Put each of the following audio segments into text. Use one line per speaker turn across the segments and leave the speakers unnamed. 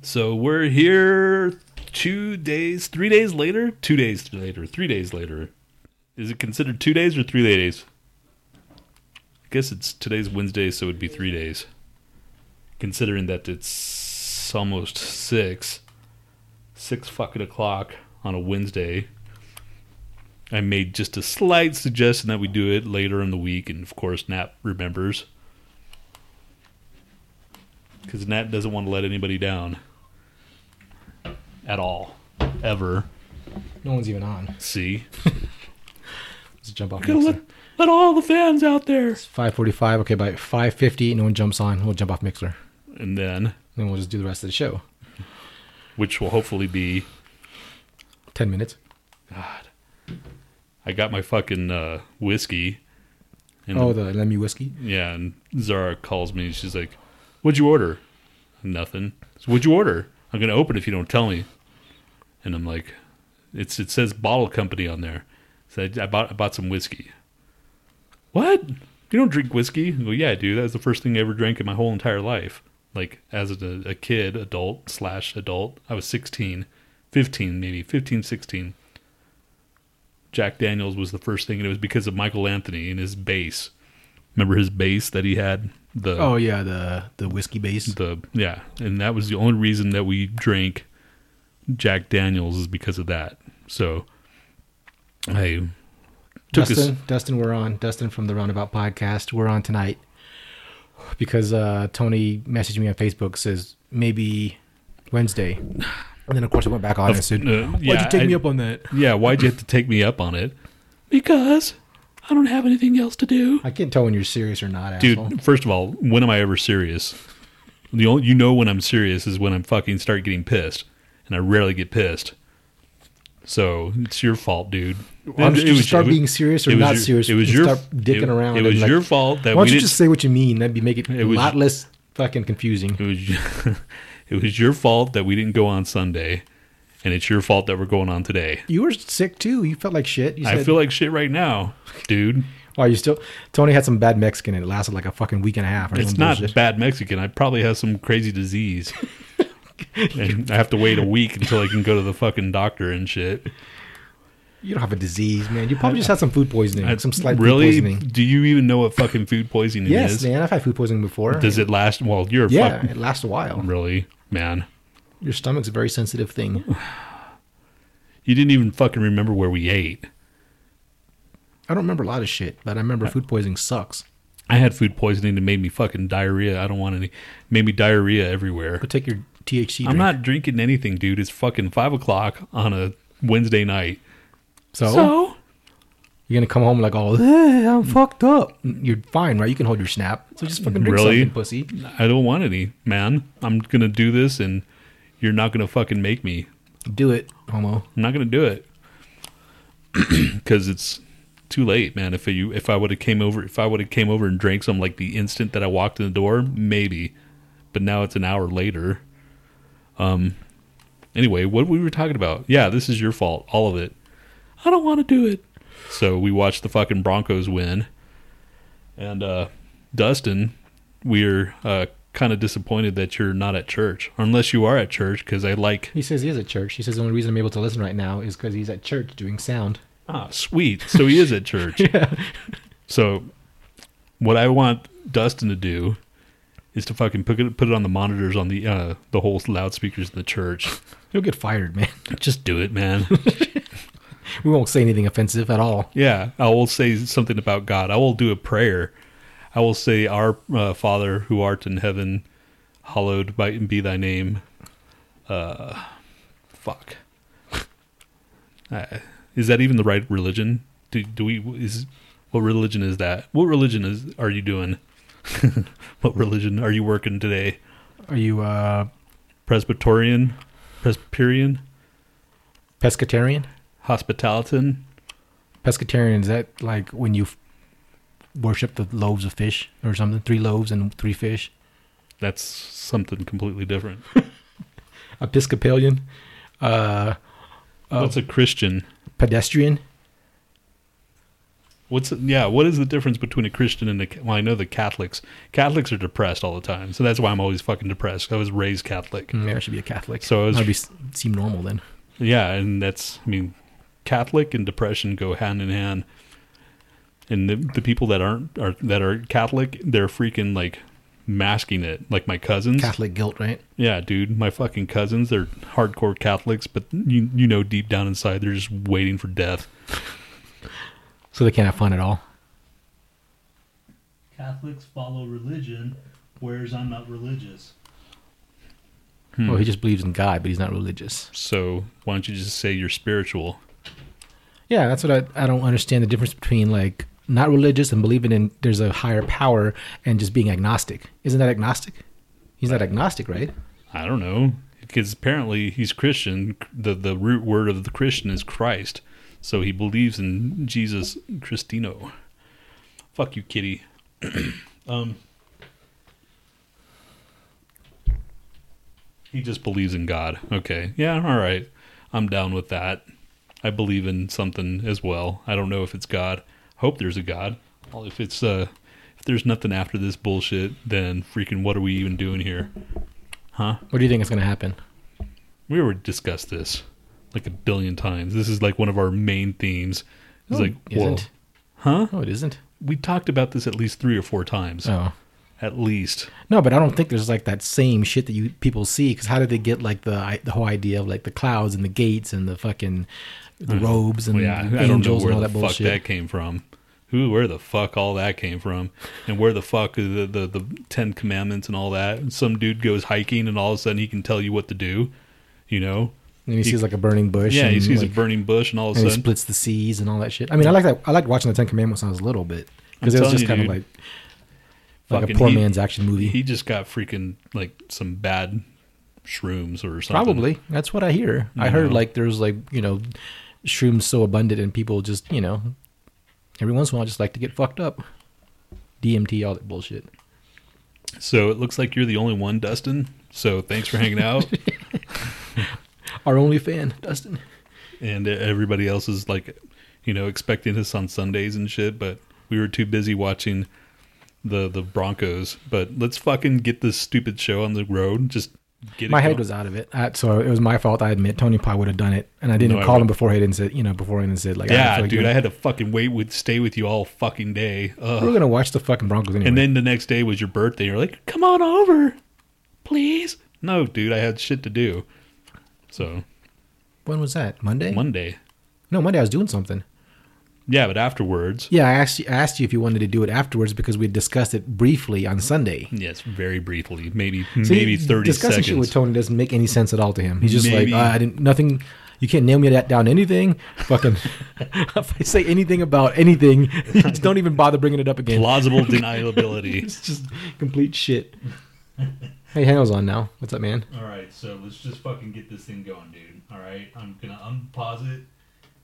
So we're here two days, three days later, two days later, three days later. Is it considered two days or three days? I guess it's today's Wednesday, so it'd be three days. Considering that it's almost six, six fucking o'clock on a Wednesday. I made just a slight suggestion that we do it later in the week, and of course, Nat remembers. Because Nat doesn't want to let anybody down. At all. Ever.
No one's even on.
See?
Let's jump off.
Gotta
Mixer.
let, let all the fans out there.
It's 5:45. Okay, by 5:50, no one jumps on. We'll jump off Mixer.
And then,
Then we'll just do the rest of the show.
which will hopefully be,
Ten minutes.
I got my fucking uh, whiskey. And
Oh, the Lemmy whiskey.
Mm-hmm. Yeah, and Zara calls me and she's like, What'd you order? Nothing. So what'd you order? I'm gonna open if you don't tell me. And I'm like, It's it says bottle company on there. So I, I bought I bought some whiskey. What? You don't drink whiskey? I go, yeah, I do. That was the first thing I ever drank in my whole entire life. Like as a, a kid, adult slash adult. I was 16, 15 maybe, 15, 16. Jack Daniels was the first thing, and it was because of Michael Anthony and his bass. Remember his bass that he had? The
Oh yeah, the the whiskey base.
the yeah, and that was the only reason that we drank Jack Daniels is because of that. So I took this
Dustin, Dustin, we're on. Dustin from the Roundabout Podcast, we're on tonight because uh, Tony messaged me on Facebook says maybe Wednesday, and then of course I went back on and I said,
uh,
"Why'd
yeah,
you take
I-
me up on that?"
yeah. Why'd you have to take me up on it? Because I don't have anything else to do.
I can't tell when you're serious or not,
dude
asshole.
first of all when am i ever serious the only you know when i'm serious is when i'm fucking start getting pissed and i rarely get pissed so it's your fault dude
I'm just,
It was-
start
it was-
being serious or
it was
not
your-
serious.
it was
and
your
start dicking
it-
around.
it
and,
was
like,
your fault that
Why
we
don't you
didn't
just say what you mean? That'd be make it,
It
a
was-
lot less fucking confusing.
it was it was your fault that we didn't go on sunday and it's your fault that we're going on today
You were sick too. You felt like shit. You said,
i feel like shit right now dude
"Why you still?" Tony had some bad Mexican. and It lasted like a fucking week and a half. or
It's
some
not
bullshit.
bad Mexican. I probably have some crazy disease. and I have to wait a week until I can go to the fucking doctor and shit.
You don't have a disease, man. You probably just had some food poisoning,
I-
some slight
really?
food poisoning.
Do you even know what fucking food poisoning
Yes,
is?
man. I've had food poisoning before.
Does it last? Well, you're
yeah,
fucking
it lasts a while.
really, man.
Your stomach's a very sensitive thing.
You didn't even fucking remember where we ate.
I don't remember a lot of shit, but I remember food poisoning sucks.
I had food poisoning that made me fucking diarrhea. I don't want any. Made me diarrhea everywhere.
Go take your THC.
I'm
drink.
not drinking anything, dude. It's fucking five o'clock on a Wednesday night.
So,
So
you're gonna come home like all, hey, I'm fucked up. You're fine, right? You can hold your snap. So just fucking drink
Really?
something, pussy.
I don't want any, man. I'm gonna do this, and you're not gonna fucking make me.
Do it, homo.
I'm not gonna do it because it's too late, man. If you if I would have came over, if I would have came over and drank some like the instant that I walked in the door, maybe. But now it's an hour later. Um. Anyway, what we were talking about? Yeah, this is your fault, all of it. I don't want to do it. So we watched the fucking Broncos win, and uh, Dustin, we're uh, kind of disappointed that you're not at church, unless you are at church, because I like
He says he is at church. He says the only reason I'm able to listen right now is because he's at church doing sound.
Ah, sweet. So he is at church. So what I want Dustin to do is to fucking put it, put it on the monitors on the uh, the whole loudspeakers in the church.
You'll get fired, man.
Just do it, man.
We won't say anything offensive at all.
yeah, I will say something about God. I will do a prayer. I will say, "Our uh, Father who art in heaven, hallowed by, be thy name." Uh, fuck. Uh, is that even the right religion? Do, do we is what religion is that? What religion is are you doing? what religion are you working today?
Are you uh
Presbyterian, Presbyterian,
pescatarian?
Hospitalitan.
Pescatarian is that like when you f- worship the loaves of fish or something? Three loaves and three fish.
That's something completely different.
Episcopalian, uh,
That's a Christian.
pedestrian.
What's yeah? What is the difference between a Christian and a? Ca- Well, I know the Catholics. Catholics are depressed all the time, so that's why I'm always fucking depressed. 'cause I was raised Catholic.
Hmm, Maybe I should be a Catholic.
So I was-
I'd be seem normal then.
Yeah, and that's I mean, Catholic and depression go hand in hand. And the, the people that aren't are that are Catholic, they're freaking like masking it. Like my cousins,
Catholic guilt, right?
yeah, dude, my fucking cousins, they're hardcore Catholics, but you you know deep down inside they're just waiting for death.
So they can't have fun at all.
Catholics follow religion, whereas I'm not religious.
Well, he just believes in God, but he's not religious.
So why don't you just say you're spiritual?
Yeah, that's what I, I don't understand the difference between like not religious and believing in there's a higher power and just being agnostic. Isn't that agnostic? He's not agnostic, right?
I don't know because apparently he's Christian. the The root word of the Christian is Christ, so he believes in Jesus Christino. Fuck you, kitty. um, he just believes in God. Okay, yeah, all right, I'm down with that. I believe in something as well. I don't know if it's God. Hope there's a God. Well, if it's uh, if there's nothing after this bullshit, then freaking what are we even doing here?
What do you think is going to happen?
we already discussed this like a billion times. This is like one of our main themes. It's like, whoa,
Hmm, isn't.
huh?
No, it isn't.
We talked about this at least three or four times,
Oh.
at least.
No, but I don't think there's like that same shit that you people see. Because how did they get like the the whole idea of like the clouds and the gates and the fucking the robes and
Hmm. Well, yeah, I don't know
angels
where
and all
the
that
fuck
bullshit?
that came from. Who, where the fuck all that came from, and where the fuck the, the the Ten Commandments and all that. And some dude goes hiking, and all of a sudden he can tell you what to do. You know?
and he, sees like a burning bush.
Yeah,
and,
he sees
like,
a burning bush, and all of a
and he
sudden
splits the seas and all that shit. I mean, I like that. I liked watching the Ten Commandments when I was little, but because
I'm
it was
telling
just
you,
kind of
dude.
like like a
Fucking
poor
he-
man's action movie.
he just got freaking like some bad shrooms or something.
Probably that's what I hear. I
You
heard
know.
like there's like you know shrooms so abundant and people just you know every once in a while just like to get fucked up. DMT, all that bullshit.
So it looks like you're the only one, Dustin. So thanks for hanging out.
Our only fan, Dustin.
and everybody else is like, you know, expecting us on Sundays and shit, but we were too busy watching the the Broncos. But let's fucking get this stupid show on the road. Just get
my
it
head
going.
was out of it, I, so it was my fault. I admit Tony probably would have done it, and I didn't
No, I
call him
would-
beforehand and said, you know, beforehand and said like, I
yeah,
feel like
dude.
doing-
I had to fucking wait with stay with you all fucking day.
we were
Ugh.
gonna watch the fucking Broncos anyway.
And then the next day was your birthday. You're like, come on over, please. No, dude, I had shit to do. So
when was that? Monday?
Monday.
no, Monday. I was doing something.
Yeah, but afterwards.
Yeah, I asked you, I asked you if you wanted to do it afterwards because we discussed it briefly on Sunday.
Yes, very briefly, maybe
See,
maybe thirty
discussing
seconds.
shit with Tony doesn't make any sense at all to him. He's just
Maybe.
like, "Ah, I didn't nothing. You can't nail me that down anything. Fucking, if I say anything about anything, you just don't even bother bringing it up again.
Plausible deniability.
It's just complete shit. hey, Hano's on now. What's up, man?
All right, so let's just fucking get this thing going, dude. All right, I'm gonna unpause it,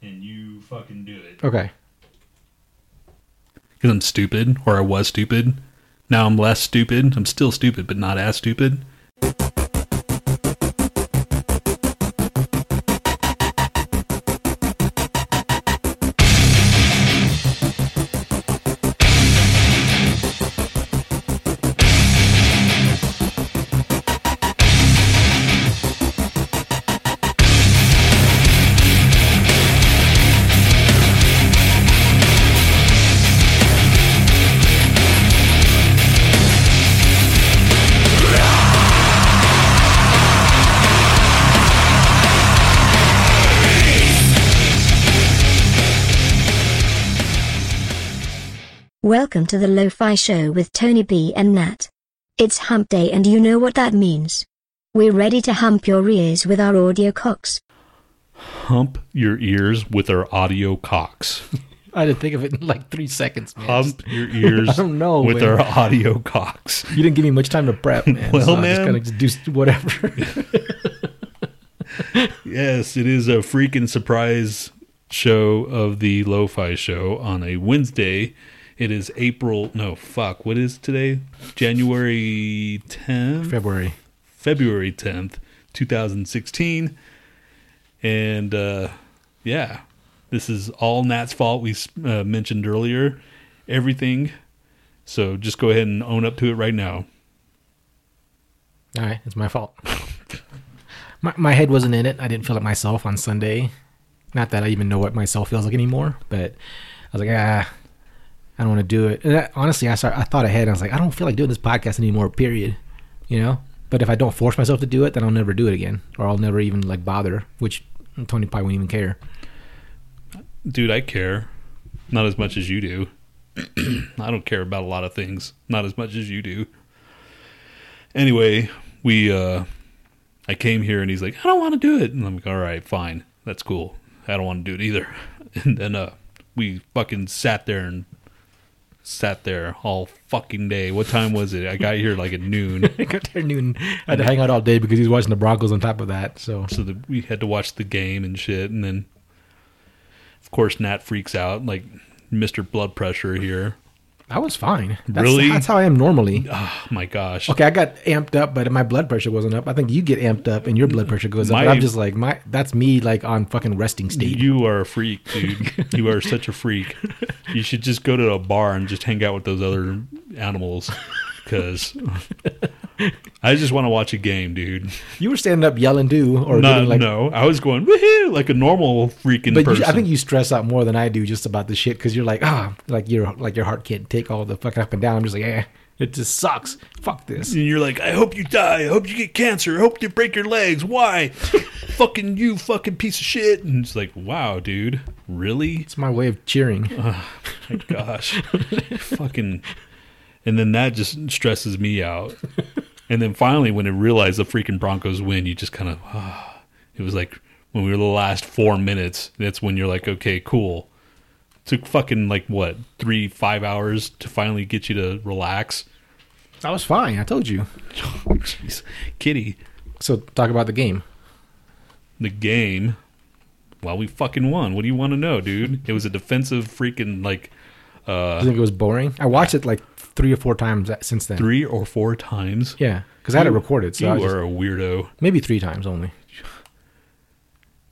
and you fucking do it.
Okay.
Because I'm stupid, or I was stupid. Now I'm less stupid. I'm still stupid, but not as stupid.
Welcome to the Lo-Fi Show with Tony B and Nat. It's hump day and you know what that means. We're ready to hump your ears with our audio cocks.
Hump your ears with our audio cocks.
I didn't think of it in like three seconds, man.
Hump your ears
I don't know,
with
man.
our audio cocks.
you didn't give me much time to prep, man.
Well,
so I just
man.
kind of just do st- whatever.
Yes, it is a freaking surprise show of the Lo-Fi Show on a Wednesday. It is April. No, fuck. What is today? January 10th?
February.
February 10th, 2016. And uh, yeah, This is all Nat's fault. We uh, mentioned earlier everything. So just go ahead and own up to it right now.
All right, it's my fault. my my head wasn't in it. I didn't feel it myself on Sunday. Not that I even know what myself feels like anymore, but I was like, ah, I don't want to do it. And I, honestly, I start, I thought ahead. I was like, I don't feel like doing this podcast anymore. Period. You know. But if I don't force myself to do it, then I'll never do it again, or I'll never even like bother. Which Tony probably wouldn't even care.
Dude, I care. Not as much as you do. I don't care about a lot of things. Not as much as you do. Anyway, we uh I came here and he's like, I don't want to do it. And I'm like, all right, fine. That's cool. I don't want to do it either. And then uh, we fucking sat there and sat there all fucking day. What time was it? I got here like at noon.
I got there noon. I had to hang out all day because he's watching the Broncos. On top of that, so
So the, we had to watch the game and shit. And then, of course, Nat freaks out like Mr. Blood Pressure here.
I was fine. That's,
Really?
That's how I am normally.
Oh my gosh.
Okay, I got amped up, but my blood pressure wasn't up. I think you get amped up and your blood pressure goes up.
My-
But I'm just like my that's me like on fucking resting state.
You are a freak, dude. you are such a freak. You should just go to a bar and just hang out with those other animals because I just want to watch a game, dude.
You were standing up yelling too, or
No,
getting like,
no. I was going, woohoo, like a normal freaking
but
person.
you, I think you stress out more than I do just about the shit because you're like ah, like your like your heart can't take all the fucking up and down. I'm just like eh, it just sucks. Fuck this.
and you're like, I hope you die. I hope you get cancer. I hope you break your legs. Why? fucking you, fucking piece of shit. And it's like, wow, dude. Really?
It's my way of cheering.
uh-huh. My gosh. fucking. And then that just stresses me out. And then finally, when I realized the freaking Broncos win, you just kind of, ah. it was like when we were the last four minutes, that's when you're like, okay, cool. Took fucking like what, three, five hours to finally get you to relax.
I was fine. I told you.
Jeez. Kitty,
So talk about the game.
the game. Well, we fucking won. What do you want to know, dude? It was a defensive freaking like Uh,
Do you think it was boring? I watched it like three or four times since then.
three or four times.
Yeah, because I had it recorded, so
you
I
are
was just,
a weirdo.
maybe three times only.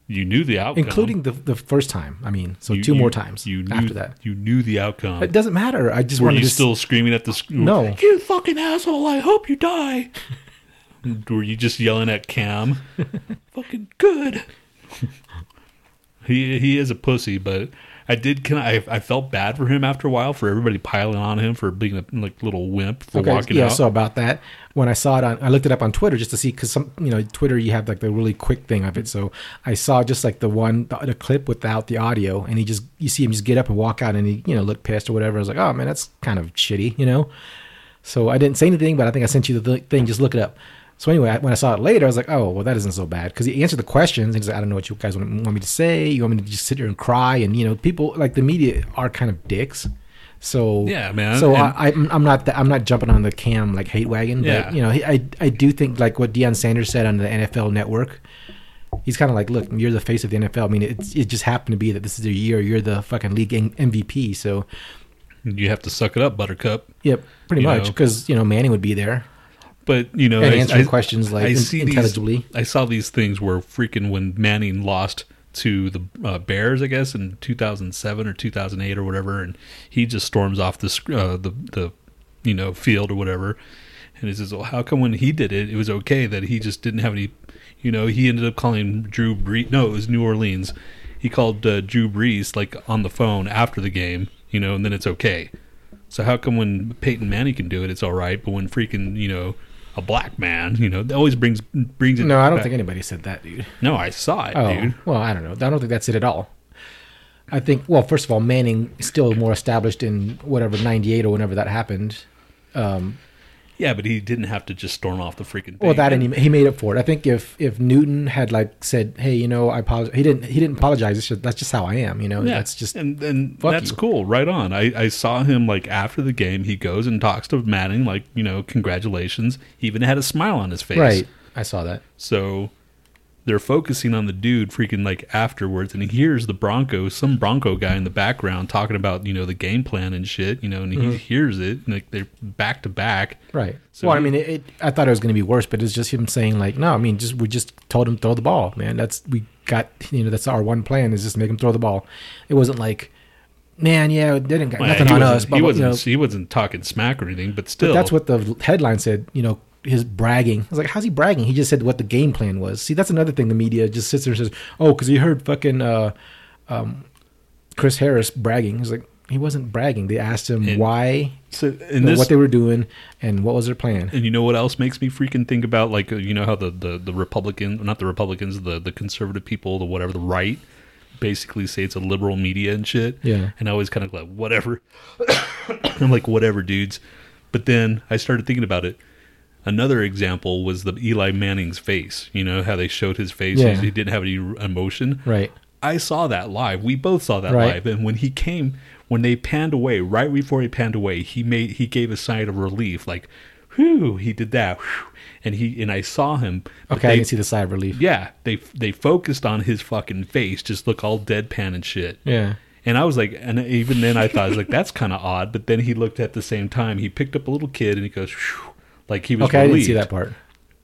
You knew the outcome,
including the the first time. I mean, so
You-
two
you-
more times
You knew,
after that.
you knew the outcome.
It doesn't matter. I just
Were
wanted
you
to s-
still screaming at the school?
No.
You fucking asshole! I hope you die. Were you just yelling at Cam? fucking good. he he is a pussy, but I did. Can I? I felt bad for him after a while for everybody piling on him for being a like little wimp for
Okay,
walking
yeah.
out.
So about that, when I saw it on, I looked it up on Twitter just to see because some, you know, Twitter you have like the really quick thing of it. So I saw just like the one the, the clip without the audio, and he just you see him just get up and walk out, and he you know look pissed or whatever. I was like, oh man, that's kind of shitty, you know. So I didn't say anything, but I think I sent you the th- thing. Just look it up. So anyway, I- when I saw it later, I was like, "Oh, well, that isn't so bad." Because he answered the questions, and he's like, "I don't know what you guys want, want me to say. You want me to just sit here and cry?" And you know, people like the media are kind of dicks. So
Yeah, man,
So
and-
I, I'm, I'm not that I'm not jumping on the cam like hate wagon, but
Yeah.
you know, he, I I do think like what Deion Sanders said on the NFL Network. He's kind of like, look, you're the face of the NFL. I mean, it, it just happened to be that this is your year. You're the fucking league M- MVP. So,
you have to suck it up, Buttercup.
yep, pretty
You
much. 'Cause much.
know.
Because, you know, Manning would be there.
But you know,
And answering questions, like, in- intelligibly.
These, I saw these things where freaking when Manning lost to the uh, Bears, I guess in 2007 or 2008 or whatever, and he just storms off the sc- uh, the the you know field or whatever, and he says, "Well, how come when he did it, it was okay that he just didn't have any?" You know, he ended up calling Drew Brees. No, it was New Orleans. He called uh, Drew Brees like on the phone after the game. You know, and then it's okay. So how come when Peyton Manning can do it, it's all right, but when freaking you know a black man, you know, that always brings brings it.
No, I don't
back.
think anybody said that, dude.
No, I saw it,
Oh,
dude.
well, I don't know. I don't think that's it at all. I think, well, first of all, Manning is still more established in whatever, 98 or whenever that happened. Um,
Yeah, but he didn't have to just storm off the freaking. Thing.
Well, that and he, he made up for it. I think if if Newton had like said, "Hey, you know, I apologize," he didn't he didn't apologize. It's just, that's just how I am. You know,
Yeah,
that's just
and and
fuck
that's
you.
cool. Right on. I I saw him like after the game, he goes and talks to Manning like you know congratulations. He even had a smile on his face.
right. I saw that.
So they're focusing on the dude freaking like afterwards and he hears the Bronco, some Bronco guy in the background talking about, you know, the game plan and shit, you know, and he
Mm-hmm.
hears it and like they're back to back.
Right.
So
well, I
he-
mean, it, it, I thought it was going to be worse, but it's just him saying like, "No, I mean, just we just told him throw the ball, man. That's we got you know that's our one plan is just make him throw the ball. It wasn't like, man, yeah, they didn't got
Well,
nothing
he
on
wasn't-
us. But
he
you
wasn't.
know,
he wasn't talking smack or anything. But still,
but that's what the headline said. You know, his bragging. I was like, how's he bragging? He just said what the game plan was. See, that's another thing. The media just sits there and says, oh, because he heard fucking uh, um, Chris Harris bragging. He's like, he wasn't bragging. They asked him
And-
why,
So, and
uh,
this,
what they were doing, and what was their plan.
and you know what else makes me freaking think about like uh, you know how the the the Republican, not the Republicans, the the conservative people, the whatever, the right, basically say it's a liberal media and shit.
Yeah.
And I always kind of like whatever. I'm like whatever, dudes. But then I started thinking about it. Another example was the Eli Manning's face. You know how they showed his face;
Yeah.
he didn't have any emotion.
Right.
I saw that live. We both saw that
Right.
live. And when he came, when they panned away, right before he panned away, he made he gave a sigh of relief, like, "Whew!" He did that, whew. and he and I saw him. but
Okay,
they-
I didn't see the sigh of relief.
Yeah, they they focused on his fucking face, just look all deadpan and shit.
Yeah.
And I was like, and even then I thought, I was like, that's kind of odd. But then he looked at the same time. He picked up a little kid and he goes, whew, like he was
Okay, I didn't see
relieved.
that part.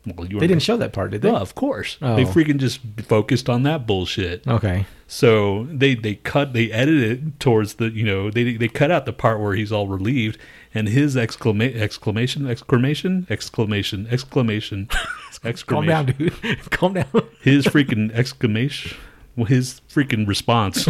Well, you
They
were-
didn't show that part, did they?
No, of course.
Oh.
They freaking just focused on that bullshit.
Okay.
So they they cut they edited it towards the you know they they cut out the part where he's all relieved and his exclama- exclamation exclamation exclamation exclamation
Calm down,
exclamation
dude. Calm down.
his freaking exclamation well, his freaking response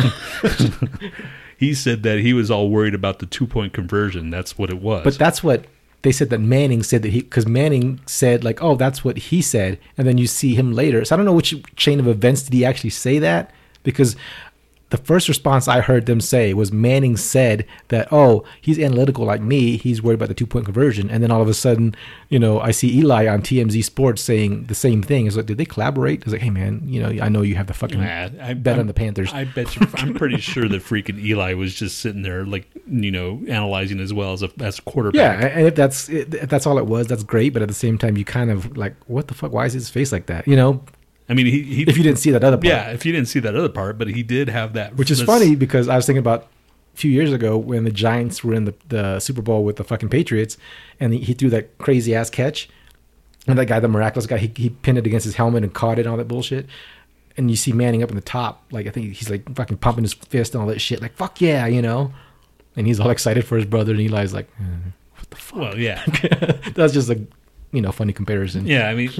he said that he was all worried about the two point conversion that's what it was
But that's what they said that Manning said that he because Manning said like, oh, that's what he said, and then you see him later. So I don't know which chain of events did he actually say that because the first response I heard them say was Manning said that, oh, he's analytical like me, he's worried about the two point conversion, and then all of a sudden, you know, I see Eli on TMZ Sports saying the same thing. It's like, did they collaborate? It's like, hey man, you know, I know you have the fucking
Nah, I
bet
I'm-
on the Panthers.
I bet you. I'm pretty sure that freaking Eli was just sitting there, like you know, analyzing as well as a as a quarterback.
Yeah, a- and if that's if that's all it was, that's great. But at the same time, you kind of like, what the fuck? Why is his face like that? You know,
I mean, he, he
if you didn't see that other part,
Yeah, if you didn't see that other part, but he did have that,
which is
this-
funny because I was thinking about a few years ago when the Giants were in the, the Super Bowl with the fucking Patriots, and he, he threw that crazy ass catch, and that guy, the miraculous guy, he, he pinned it against his helmet and caught it and all that bullshit. And you see Manning up in the top, like I think he's like fucking pumping his fist and all that shit, like fuck yeah, you know. And he's all excited for his brother, and Eli's like, "Mm."
Well, yeah,
that's just a you know funny comparison.
yeah. I mean,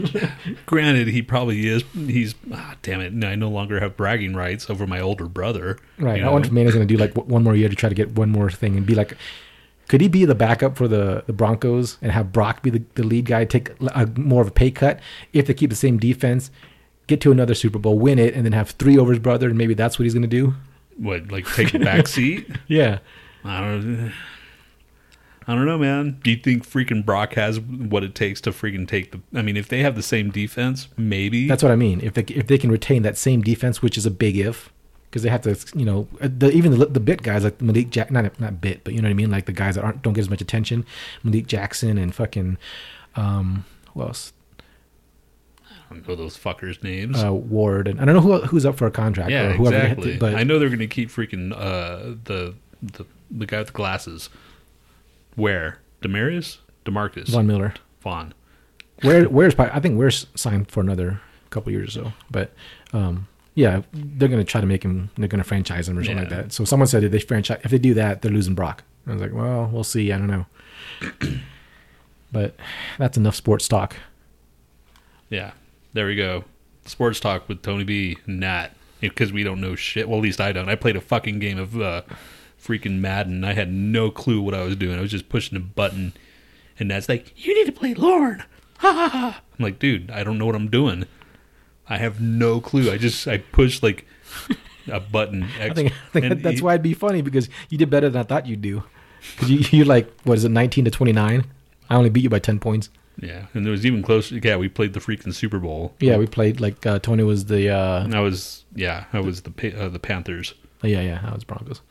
granted, he probably is. He's ah, damn it. No, I no longer have bragging rights over my older brother.
Right.
you
I
know?
wonder if Manning's going to do like w- one more year to try to get one more thing and be like, could he be the backup for the, the Broncos and have Brock be the, the lead guy, take l- a, more of a pay cut if they keep the same defense, get to another Super Bowl, win it, and then have three over his brother, and maybe that's what he's going to do?
what like take a back seat.
Yeah.
I don't. I don't know, man. Do you think freaking Brock has what it takes to freaking take the? I mean, if they have the same defense, maybe
That's what I mean. If they, if they can retain that same defense, which is a big if, because they have to, you know, uh, the, even the, the bit guys like Malik Jack, not not bit, but you know what I mean, like the guys that aren't don't get as much attention, Malik Jackson and fucking, um, who else?
I don't know those fuckers' names.
uh, Ward, and I don't know who who's up for a contract.
yeah,
or whoever
exactly.
But
I know they're going to keep freaking uh, the the the guy with the glasses. Where Demarius, Demarcus,
Von Miller,
Vaughn.
where where's I think where's signed for another couple years or so. But um, yeah, they're going to try to make him. They're going to franchise him or something
Yeah.
like that. So someone said if they franchise, if they do that, they're losing Brock. I was like, well, we'll see. I don't know. but that's enough sports talk.
Yeah, there we go. Sports talk with Tony B. Nat, because we don't know shit. Well, at least I don't. I played a fucking game of uh, freaking Madden. I had no clue what I was doing. I was just pushing a button, and Nat's like, "You need to play Lorne." Ha ha ha! I'm like, dude, I don't know what I'm doing. I have no clue. I just I pushed like a button.
I think, I think
And E
that's
he-
why it'd be funny because you did better than I thought you'd do. Because you, you're like, what is it, 19 to 29? I only beat you by 10 points.
Yeah, and it was even closer. Yeah, we played the freaking Super Bowl.
Yeah, we played like uh, Tony was the uh,
And I was yeah, I was the Pa- uh, the Panthers,
yeah yeah I was Broncos.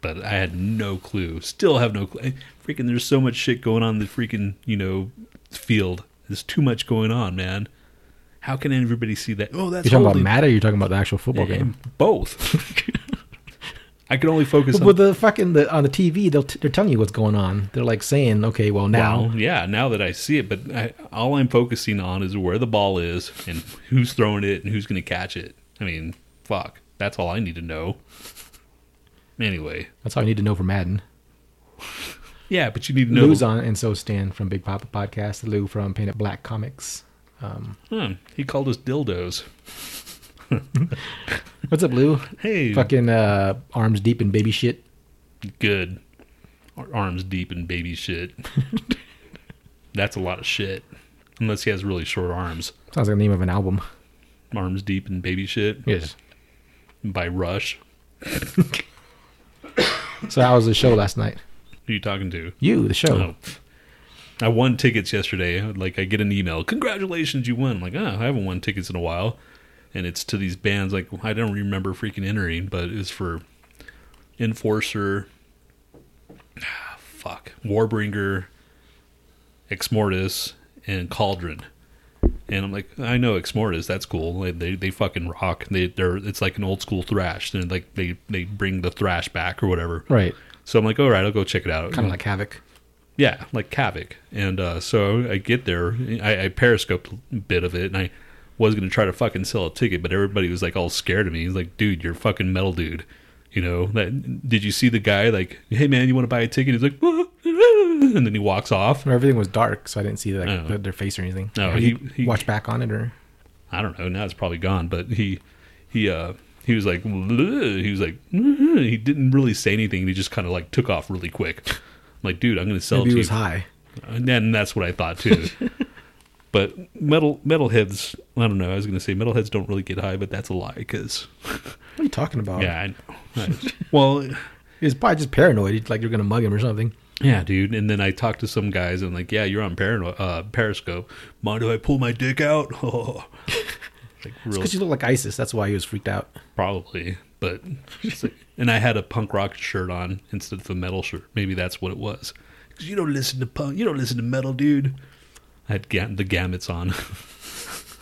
but I had no clue. Still have no clue. Freaking, there's so much shit going on in the freaking you know field. There's too much going on, man. How can everybody see that? Oh, that's
You're talking about
holy-
Matt or you're talking about the actual football
Yeah,
game?
Both. I can only focus
But
on.
with the fucking the, on the TV, they'll t- they're telling you what's going on. They're like saying, okay, well now
Well, yeah, now that I see it, but I, all I'm focusing on is where the ball is and who's throwing it and who's going to catch it. I mean, fuck. That's all I need to know. Anyway.
That's all I need to know from Madden.
Yeah, but you need to know.
Lou's on, and so is Stan from Big Papa Podcast. Lou from Paint Up Black Comics.
Hmm, he called us dildos.
What's up, Lou?
Hey,
Fucking uh, arms deep in baby shit.
good. Our arms deep in baby shit. That's a lot of shit. Unless he has really short arms.
Sounds like the name of an album.
Arms deep in baby shit. By Rush.
So how was the show last night?
Who you talking to?
You, the
Oh.
show.
I won tickets yesterday. Like I get an email, congratulations, you won. I'm like, oh, I haven't won tickets in a while, and it's to these bands. Like I don't remember freaking entering, but it's for Enforcer, ah, fuck, Warbringer, Ex Mortis, and Cauldron. And I'm like, I know Ex Mortis. That's cool. Like, they they fucking rock. They they're it's like an old school thrash. And like they they bring the thrash back or whatever.
Right.
So I'm like, all right, I'll go check it out.
Kind of like Havoc.
Yeah, like Kavik. And uh, so I get there. I, I periscoped a bit of it, and I was going to try to fucking sell a ticket, but everybody was like all scared of me. He's like, dude, you're a fucking metal dude. You know, that, did you see the guy like, hey man, you want to buy a ticket? He's like, and then he walks off.
Everything was dark, so I didn't see like,
Oh.
the- their face or anything.
No,
Have
he-
you
he-
watched back on it or
I don't know. Now it's probably gone, but he, he, uh, he was like, "Bleh." he was like, "Bleh." he didn't really say anything. He just kind of like took off really quick. I'm like, dude, I'm going to sell
maybe
it
it
to
was
you.
high.
and then that's what I thought too. but metal metalheads, I don't know. I was going to say metalheads don't really get high, but that's a lie because
What are you talking about?
yeah, I, I- well,
He was probably just paranoid. He's Like you're gonna mug him or something.
yeah, dude. And then I talked to some guys and like, yeah, you're on Parano- uh, Periscope. Mind if I pull my dick out? like real,
Because you look like ISIS. That's why he was freaked out.
probably, but it's like- and I had a punk rock shirt on instead of a metal shirt. Maybe that's what it was. Because you don't listen to punk, you don't listen to metal, dude. I had ga- the gamuts on,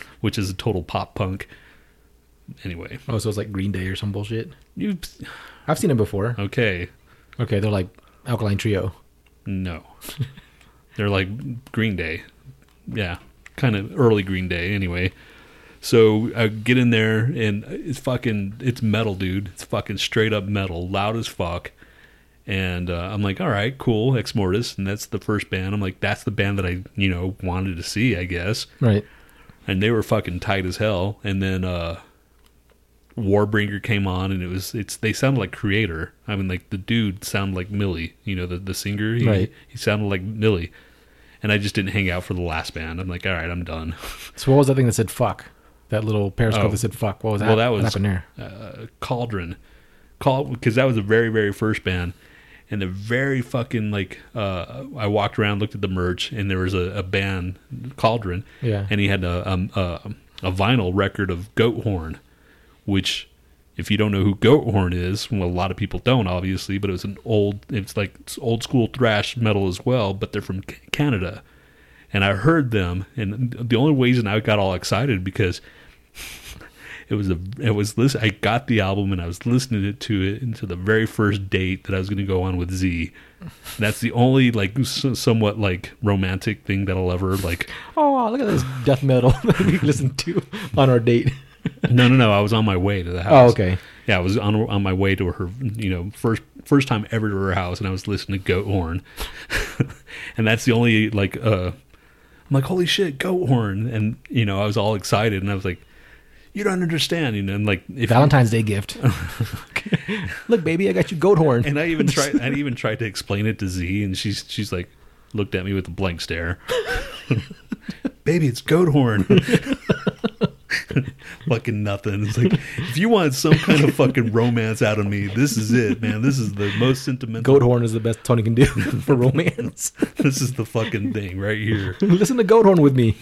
which is a total pop punk. Anyway,
Oh, so it's like Green Day or some bullshit.
you
I've seen him before.
okay?
Okay, they're like Alkaline Trio.
No, they're like Green Day. Yeah, kind of early Green Day. Anyway, so I get in there and it's fucking it's metal, dude. It's fucking straight up metal, loud as fuck. And uh, I'm like, all right, cool, Ex Mortis, and that's the first band. I'm like, that's the band that I you know wanted to see, I guess.
Right.
And they were fucking tight as hell. And then uh Warbringer came on, and it was it's they sounded like Creator. I mean, like the dude sounded like Millie, you know, the the singer. He,
Right.
He sounded like Millie. And I just didn't hang out for the last band. I'm like, all right, I'm done.
So what was that thing that said fuck? That little periscope
Oh.
that said fuck. What was that?
Well, that was-
what happened there.
uh, Cauldron, call because that was the very very first band, and the very fucking like uh, I walked around, looked at the merch, and there was a, a band Cauldron,
Yeah.
and he had a, um, a a vinyl record of Goat Horn, which if you don't know who Goat Horn is, well, a lot of people don't obviously, but it was an old, it's like it's old school thrash metal as well, but they're from C- Canada. And I heard them, and the only reason I got all excited because it was a it was listen I got the album and I was listening it to it until the very first date that I was going to go on with Z. That's the only like s- somewhat like romantic thing that I'll ever like.
Oh, look at this death metal that we listened to on our date.
No, no, no. I was on my way to the house.
Oh, okay.
Yeah, I was on on my way to her, you know, first first time ever to her house, and I was listening to Goat Horn, and that's the only like, uh, I'm like, holy shit, Goat Horn, and you know, I was all excited, and I was like, you don't understand, you know, and like if
Valentine's Day gift. Look, baby, I got you goat horn.
And I even tried. I even tried to explain it to Z, and she's she's like, looked at me with a blank stare. Baby, it's goat horn. fucking nothing. It's like if you want some kind of fucking romance out of me, this is it, man. This is the most sentimental.
goat horn is the best Tony can do for romance.
This is the fucking thing right here.
Listen to goat horn with me.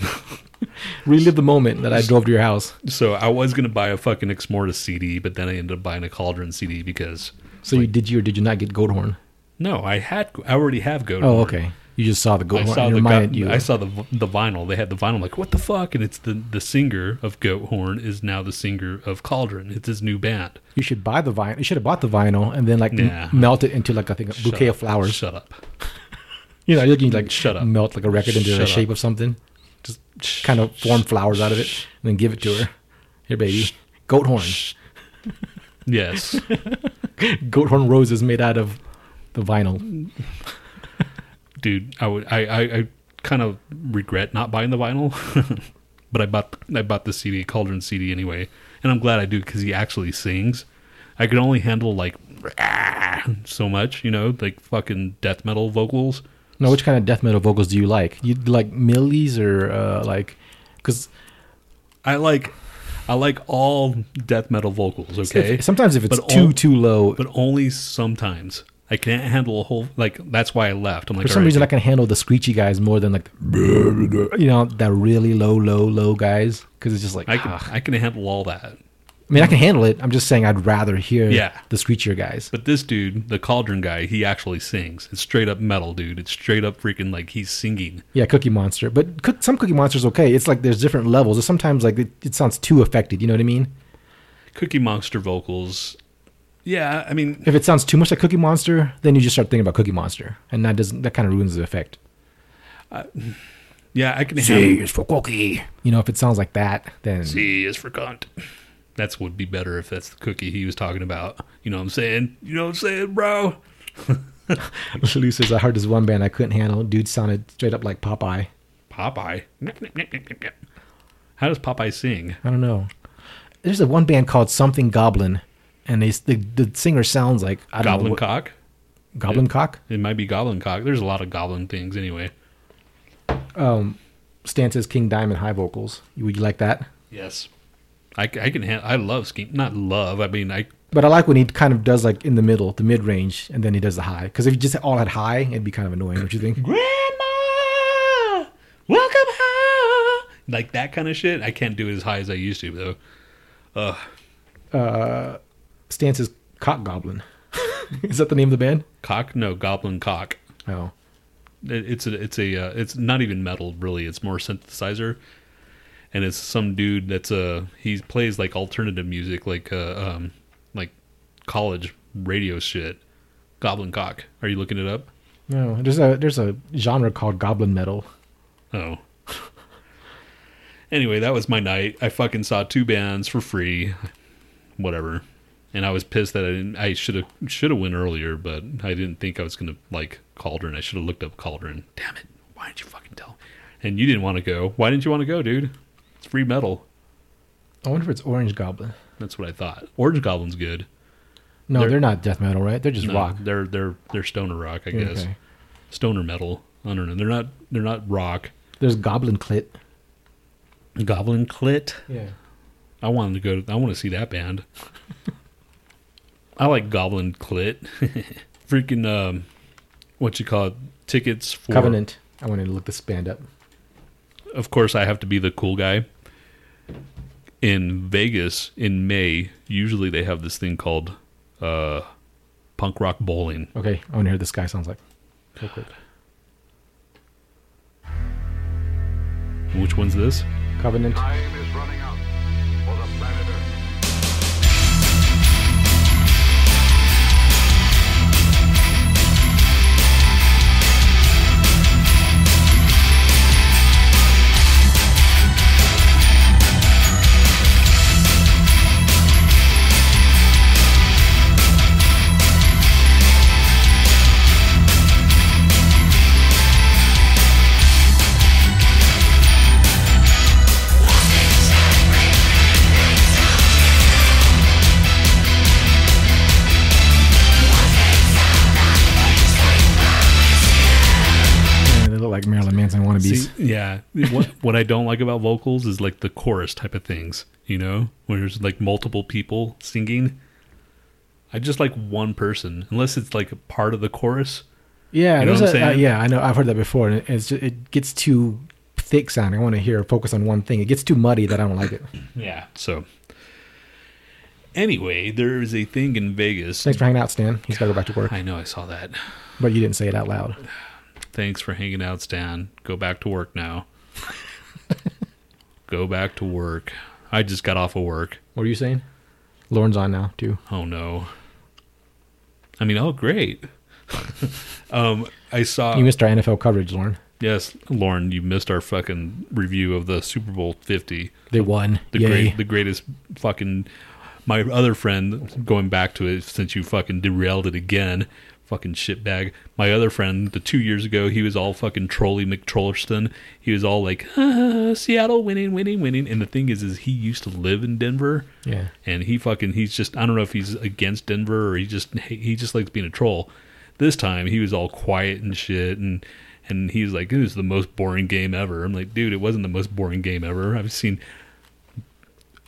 Relive the moment that I drove to your house.
So I was gonna buy a fucking Exmortis CD, but then I ended up buying a Cauldron CD because
So you did you or did you not get goat horn?
no, I had I already have goat.
Oh,
horn.
okay. You just saw the goat
I
horn.
saw
it
the
reminded
gu-
you.
I saw the v- the vinyl. They had the vinyl. I'm like, what the fuck? And it's the the singer of Goat Horn is now the singer of Cauldron. It's his new band.
you should buy the vinyl. You should have bought the vinyl and then like m-
Nah.
melt it into like I think a bouquet
Shut
of
up.
flowers.
Shut up.
You know, you can like
Shut up.
melt like a record into the
Shut
shape
up.
of something.
Just sh-
kind of form flowers out of it and then give it to her. Here, baby. Goat horn.
Yes.
Goat horn roses made out of the vinyl.
dude, I would I, I, I kind of regret not buying the vinyl, but I bought I bought the CD Cauldron CD anyway, and I'm glad I do because he actually sings. I could only handle like so much, you know, like fucking death metal vocals.
Now, which kind of death metal vocals do you like? You like Millies or uh, like? Because
I like I like all death metal vocals. Okay,
sometimes if it's
But
too
all-
too low,
but only sometimes. I can't handle a whole like. That's why I left. I'm like
for some
"All right,
reason I can handle the screechy guys more than like the, you know that really low low low guys because it's just like
I
ah.
can I can handle all that.
I mean I can handle it. I'm just saying I'd rather hear
Yeah.
the screechier guys.
But this dude, the cauldron guy, he actually sings. It's straight up metal, dude. It's straight up freaking like he's singing.
Yeah, Cookie Monster, but cook, some Cookie Monster's okay. It's like there's different levels. It's sometimes like it, it sounds too affected. You know what I mean?
Cookie Monster vocals. Yeah, I mean,
If it sounds too much like Cookie Monster, then you just start thinking about Cookie Monster, and that doesn't that kind of ruins the effect.
yeah, I can handle.
is for cookie. You know, if it sounds like that, then
C is for cunt. That's would be better if that's the cookie he was talking about. You know what I'm saying? You know what I'm saying, bro?
Lucas, I heard this one band I couldn't handle. Dude sounded straight up like Popeye.
Popeye. How does Popeye sing?
I don't know. There's a one band called Something Goblin, and they s- the, the singer sounds like I don't know
Goblin
what-
cock?
Goblin cock.
It might be goblin cock. There's a lot of goblin things anyway.
Stan says King Diamond high vocals. You- Would you like that?
Yes, I, c- I can handle. I love scheme. Not love. I mean, I
But I like when he kind of does like in the middle, the mid range, and then he does the high. Because if you just all had high, it'd be kind of annoying. Don't you think?
Grandma, welcome home. Like that kind of shit. I can't do it as high as I used to though.
Stan says Uh, Cock Goblin. Is that the name of the band?
Cock? No, goblin cock.
Oh,
It, it's a, it's a, uh, it's not even metal really. It's more synthesizer, and it's some dude that's uh he plays like alternative music, like uh, um, like college radio shit. Goblin cock. Are you looking it up?
no. There's a there's a genre called Goblin metal.
Oh. anyway, that was my night. I fucking saw two bands for free. Whatever. And I was pissed that I didn't I should have should have went earlier, but I didn't think I was gonna like Cauldron. I should have looked up Cauldron. Damn it. Why didn't you fucking tell? And you didn't want to go. Why didn't you want to go, dude? It's free metal.
I wonder if it's Orange Goblin.
That's what I thought. Orange Goblin's good.
No,
They're-
they're, not death metal, right? They're just
No,
rock.
They're they're they're stoner rock, I guess.
Okay.
Stoner metal. I don't know. They're not they're not rock.
There's Goblin Clit.
Goblin clit.
Yeah.
I wanted to go. To, I want to see that band. I like Goblin Clit. Freaking um, what you call it? Tickets for
Covenant. I wanted to look this band up.
Of course, I have to be the cool guy. In Vegas in May, usually they have this thing called uh, punk rock bowling.
Okay, I want to hear what this guy sounds like. Real quick.
Which one's this?
Covenant.
Time is running out for the planet Earth.
Yeah, they look like Marilyn Manson wannabes.
See, yeah. What what I don't like about vocals is like the chorus type of things, you know, where there's like multiple people singing. I just like one person, unless it's like a part of the chorus.
yeah,
You know
there's
what I'm
a- uh,
saying?
yeah, I know. I've heard that before, and it's ju- it gets too thick sounding. I want to hear focus on one thing. It gets too muddy that I don't like it.
Yeah. So anyway, there is a thing in Vegas.
Thanks for hanging out, Stan. He's got to go back to work,
I know I saw that.
but you didn't say it out loud.
Thanks for hanging out, Stan. Go back to work now. Go back to work. I just got off of work.
What are you saying? Lauren's on now too.
Oh no. I mean, oh great. um, I saw Oh.
You missed our NFL coverage, Lauren.
Yes, Lauren, you missed our fucking review of the Super Bowl 50.
They won.
The
Yay.
great, the greatest fucking. My other friend, going back to it since you fucking derailed it again, fucking shitbag. My other friend, the two years ago, he was all fucking trolley McTrollerston. He was all like, ah, Seattle winning, winning, winning. And the thing is, is he used to live in Denver.
Yeah.
And he fucking he's just I don't know if he's against Denver or he just he just likes being a troll. This time he was all quiet and shit and and he's like it was the most boring game ever. I'm like, dude, it wasn't the most boring game ever. I've seen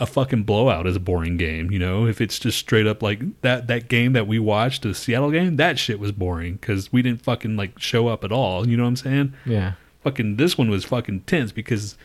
a fucking blowout is a boring game, you know. If it's just straight up like that that game that we watched, the Seattle game, that shit was boring cuz we didn't fucking like show up at all, you know what I'm saying?
Yeah.
Fucking this one was fucking tense because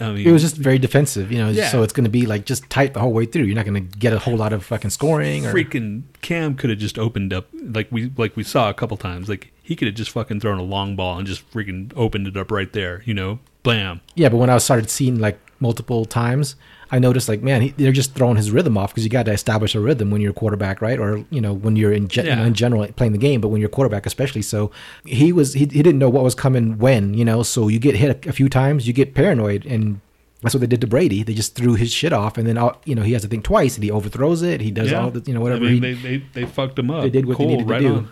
I mean
It was just very defensive, you know.
Yeah.
So it's going to be like just tight the whole way through. You're not going to get a whole lot of fucking scoring. Or,
freaking Cam could have just opened up like we like we saw a couple times. Like he could have just fucking thrown a long ball and just freaking opened it up right there. You know, blam.
yeah, but when I started seeing like multiple times, I noticed like man, he, they're just throwing his rhythm off because you got to establish a rhythm when you're a quarterback, right? Or you know when you're in, gen-
Yeah.
in general playing the game, but when you're a quarterback especially. So he was he, he didn't know what was coming when, you know. So you get hit a, a few times, you get paranoid and. That's what they did to Brady. They just threw his shit off, and then all, you know he has to think twice, and he overthrows it. He does all the you know whatever.
I mean, they,
he,
they they fucked him up.
They did what they
cool,
needed to
right
do.
on.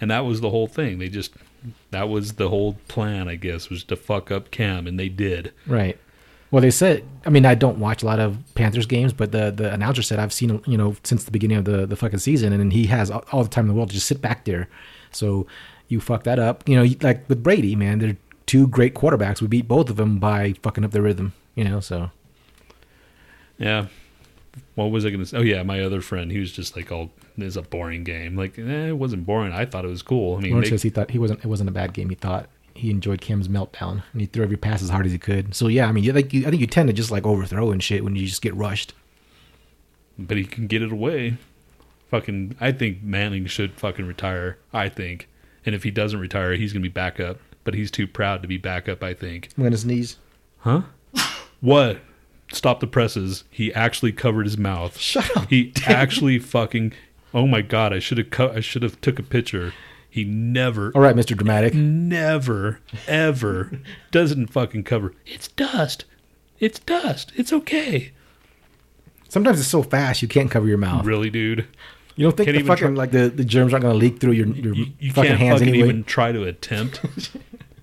And that was the whole thing. They just that was the whole plan, I guess, was to fuck up Cam, and they did.
Right. Well, they said. I mean, I don't watch a lot of Panthers games, but the the announcer said I've seen you know since the beginning of the the fucking season, and he has all, all the time in the world to just sit back there. So you fuck that up, you know, you- like with Brady, man. They're two great quarterbacks. We beat both of them by fucking up their rhythm, you know. So
Yeah. What was I gonna say? Oh yeah, my other friend, he was just like, "Oh, this is a boring game." Like, eh, it wasn't boring. I thought it was cool. I mean,
Lawrence
they-
says he thought he wasn't. It wasn't a bad game. He thought he enjoyed Cam's meltdown, and he threw every pass as hard as he could. So yeah, I mean, you, like you, I think you tend to just like overthrow and shit when you just get rushed.
but he can get it away. Fucking, I think Manning should fucking retire. I think, and if he doesn't retire, he's gonna be backup. But he's too proud to be backup. I think.
I'm gonna sneeze.
Huh? What? Stop the presses. He actually covered his mouth.
Shut up.
He actually fucking. Oh my god! I should have. Co- I should have took a picture. He never,
All right, Mr. Dramatic.
Mm. never, ever doesn't fucking cover. It's dust. It's dust. It's okay.
Sometimes it's so fast you can't cover your mouth.
Really, dude.
You don't think
Can't
the
even
fucking
try-
like the, the germs aren't gonna leak through your your
you, you
fucking
can't
hands
fucking
anyway?
even try to attempt.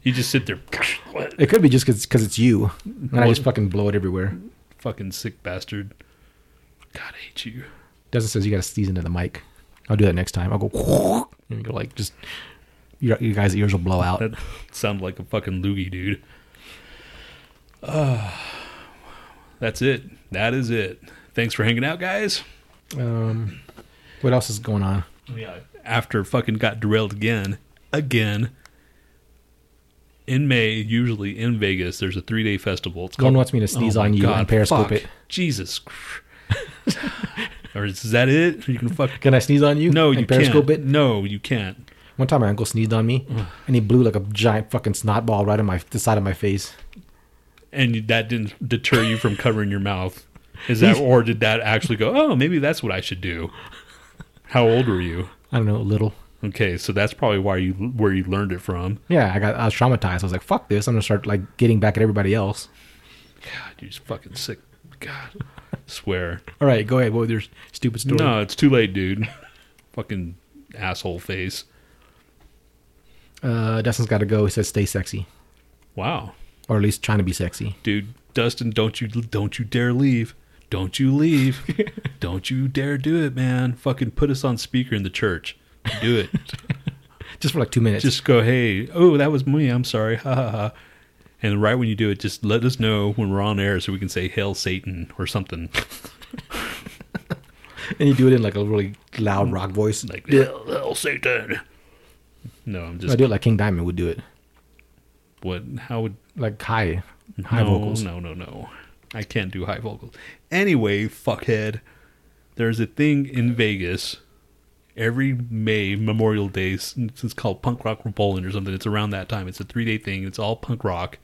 you just sit there,
It could be just because it's you, and I just fucking blow it everywhere.
fucking sick bastard. God, I hate you.
Doesn't says you gotta sneeze into the mic. I'll do that next time. I'll go and you go like just your you guys' ears will blow out.
That sounds like a fucking loogie, dude. Uh, that's it. That is it. Thanks for hanging out, guys.
Um, what else is going on?
Yeah,
After fucking got derailed again, again. In May, usually in Vegas, there's a three day festival. It's
Glenn wants me to sneeze
Oh my
on you and periscope
fuck.
it.
Jesus. Chr- or is that it? You can fuck.
Can I sneeze on you?
No,
and
you
periscope
can't.
it.
No, you can't.
One time my uncle sneezed on me, and he blew like a giant fucking snot ball right on my the side of my face.
And you- that didn't deter you from covering your mouth. Is that or did that actually go? Oh, maybe that's what I should do. How old were you?
I don't know, a little.
Okay, so that's probably why you where you learned it from.
Yeah, I got I was traumatized. I was like, fuck this. I'm gonna start like getting back at everybody else.
God, you're just fucking sick. God, swear.
All right, go ahead. What was your stupid story?
No, it's too late, dude. fucking asshole face.
Uh, Dustin's got to go. He says, "Stay sexy,"
Wow,
or at least trying to be sexy.
dude, Dustin, don't you don't you dare leave. Don't you leave. don't you dare do it, man. Fucking put us on speaker in the church. Do it.
Just for like two minutes.
just go, hey, oh, that was me. I'm sorry. Ha ha ha. And right when you do it, just let us know when we're on air so we can say "Hail Satan" or something.
and you do it in like a really loud rock voice.
Like "Hail, hail Satan." No, I'm
I
just
do it like King Diamond would do it,
what? How would
like high, high
no,
vocals.
No, no, no. I can't do high vocals. Anyway, fuckhead, there's a thing in Vegas every May Memorial Day. s- It's called Punk Rock Bowling or something. It's around that time. It's a three day thing. It's all punk rock.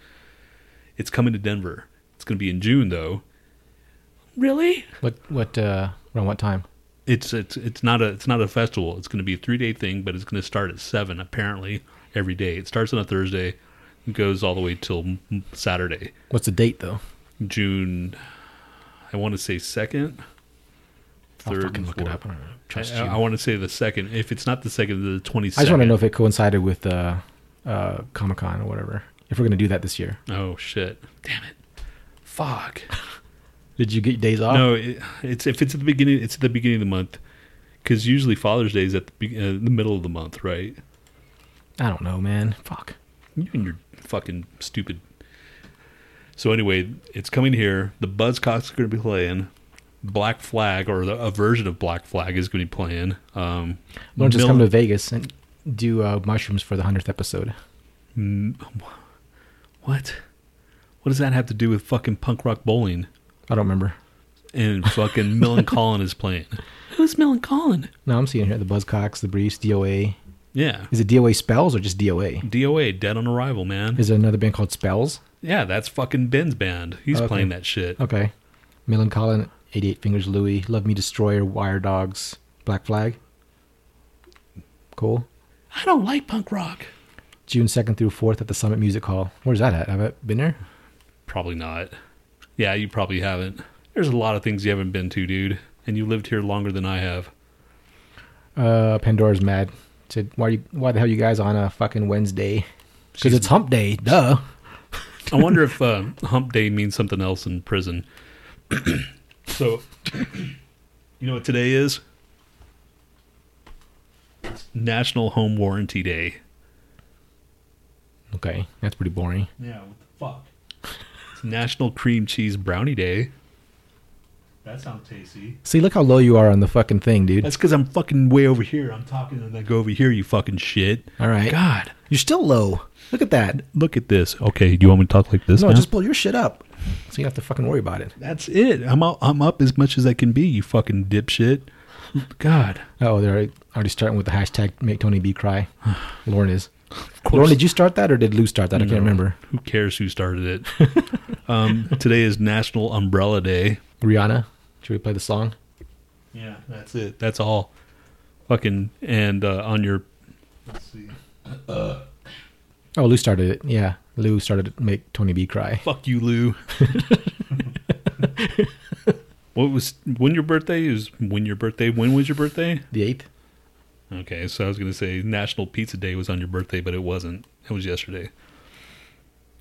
It's coming to Denver. It's going to be in June though. Really?
What what uh, around what time?
It's it's it's not a it's not a festival. It's going to be a three day thing, but it's going to start at seven apparently every day. It starts on a Thursday. goes all the way till m- Saturday,
What's the date though?
June. I want to say second,
I'll
third,
fucking
and
look it
fourth.
up. I don't trust
I,
you.
I want to say the second. If it's not the second, the twenty
I
second.
just want to know if it coincided with uh, uh, Comic Con or whatever. If we're gonna do that this year,
Oh shit! Damn it! Fuck.
did you get your days off?
No, it, it's if it's at the beginning, it's at the beginning of the month, because usually Father's Day is at the, be- uh, the middle of the month, right?
I don't know, man. Fuck.
You and your fucking stupid. So anyway, it's coming here. The Buzzcocks are going to be playing. Black Flag or the, a version of Black Flag is going to be playing. Um,
Why don't you just
Mil-
come to Vegas and do uh, mushrooms for the hundredth episode?
M- what? What does that have to do with fucking punk rock bowling?
I don't remember.
And fucking Millen Collin is playing. Who's Millen Collin?
No, I'm seeing here the Buzzcocks, the Briefs, DOA.
Yeah,
Is it DOA Spells or just DOA?
DOA, Dead on Arrival, man.
Is there another band called Spells?
Yeah, that's fucking Ben's band. He's
Okay.
playing that shit.
Okay. Millen Collin, 88 Fingers Louie, Love Me Destroyer, Wire Dogs, Black Flag. Cool.
I don't like punk rock.
June 2nd through 4th at the Summit Music Hall. Where's that at? Have I been there?
Probably not. Yeah, you probably haven't. There's a lot of things you haven't been to, dude. And you lived here longer than I have.
Uh, Pandora's mad. Said, why, you, why the hell you guys on a fucking Wednesday? Because
She's-
it's hump day, duh.
I wonder if uh, hump day means something else in prison. so, you know what today is? It's National Home Warranty Day.
Okay, that's pretty boring.
Yeah, what the fuck?
It's National Cream Cheese Brownie Day.
That sounds tasty.
See, look how low you are on the fucking thing, dude.
That's because I'm fucking way over here. I'm talking and I go over here, you fucking shit.
All right.
God.
You're still low. Look at that.
Look at this. Okay, do you want me to talk like this?
No,
now?
just pull your shit up. So you don't have to fucking worry about it.
That's it. I'm up, I'm up as much as I can be. You fucking dipshit. God,
Oh, they're already starting with the hashtag make Tony B cry. Lauren is.
course.
Lauren, did you start that or did Lou start that? I can't remember.
who cares who started it? um, today is National Umbrella Day.
Rihanna, should we play the song?
Yeah,
That's it. That's all. Fucking and uh, on your
let's see.
Oh, Lou started it. Yeah. Lou started it, make Tony B cry.
fuck you, Lou. what was when your birthday is when your birthday? When was your birthday?
The eighth?
Okay, so I was gonna say National Pizza Day was on your birthday, but it wasn't. It was yesterday.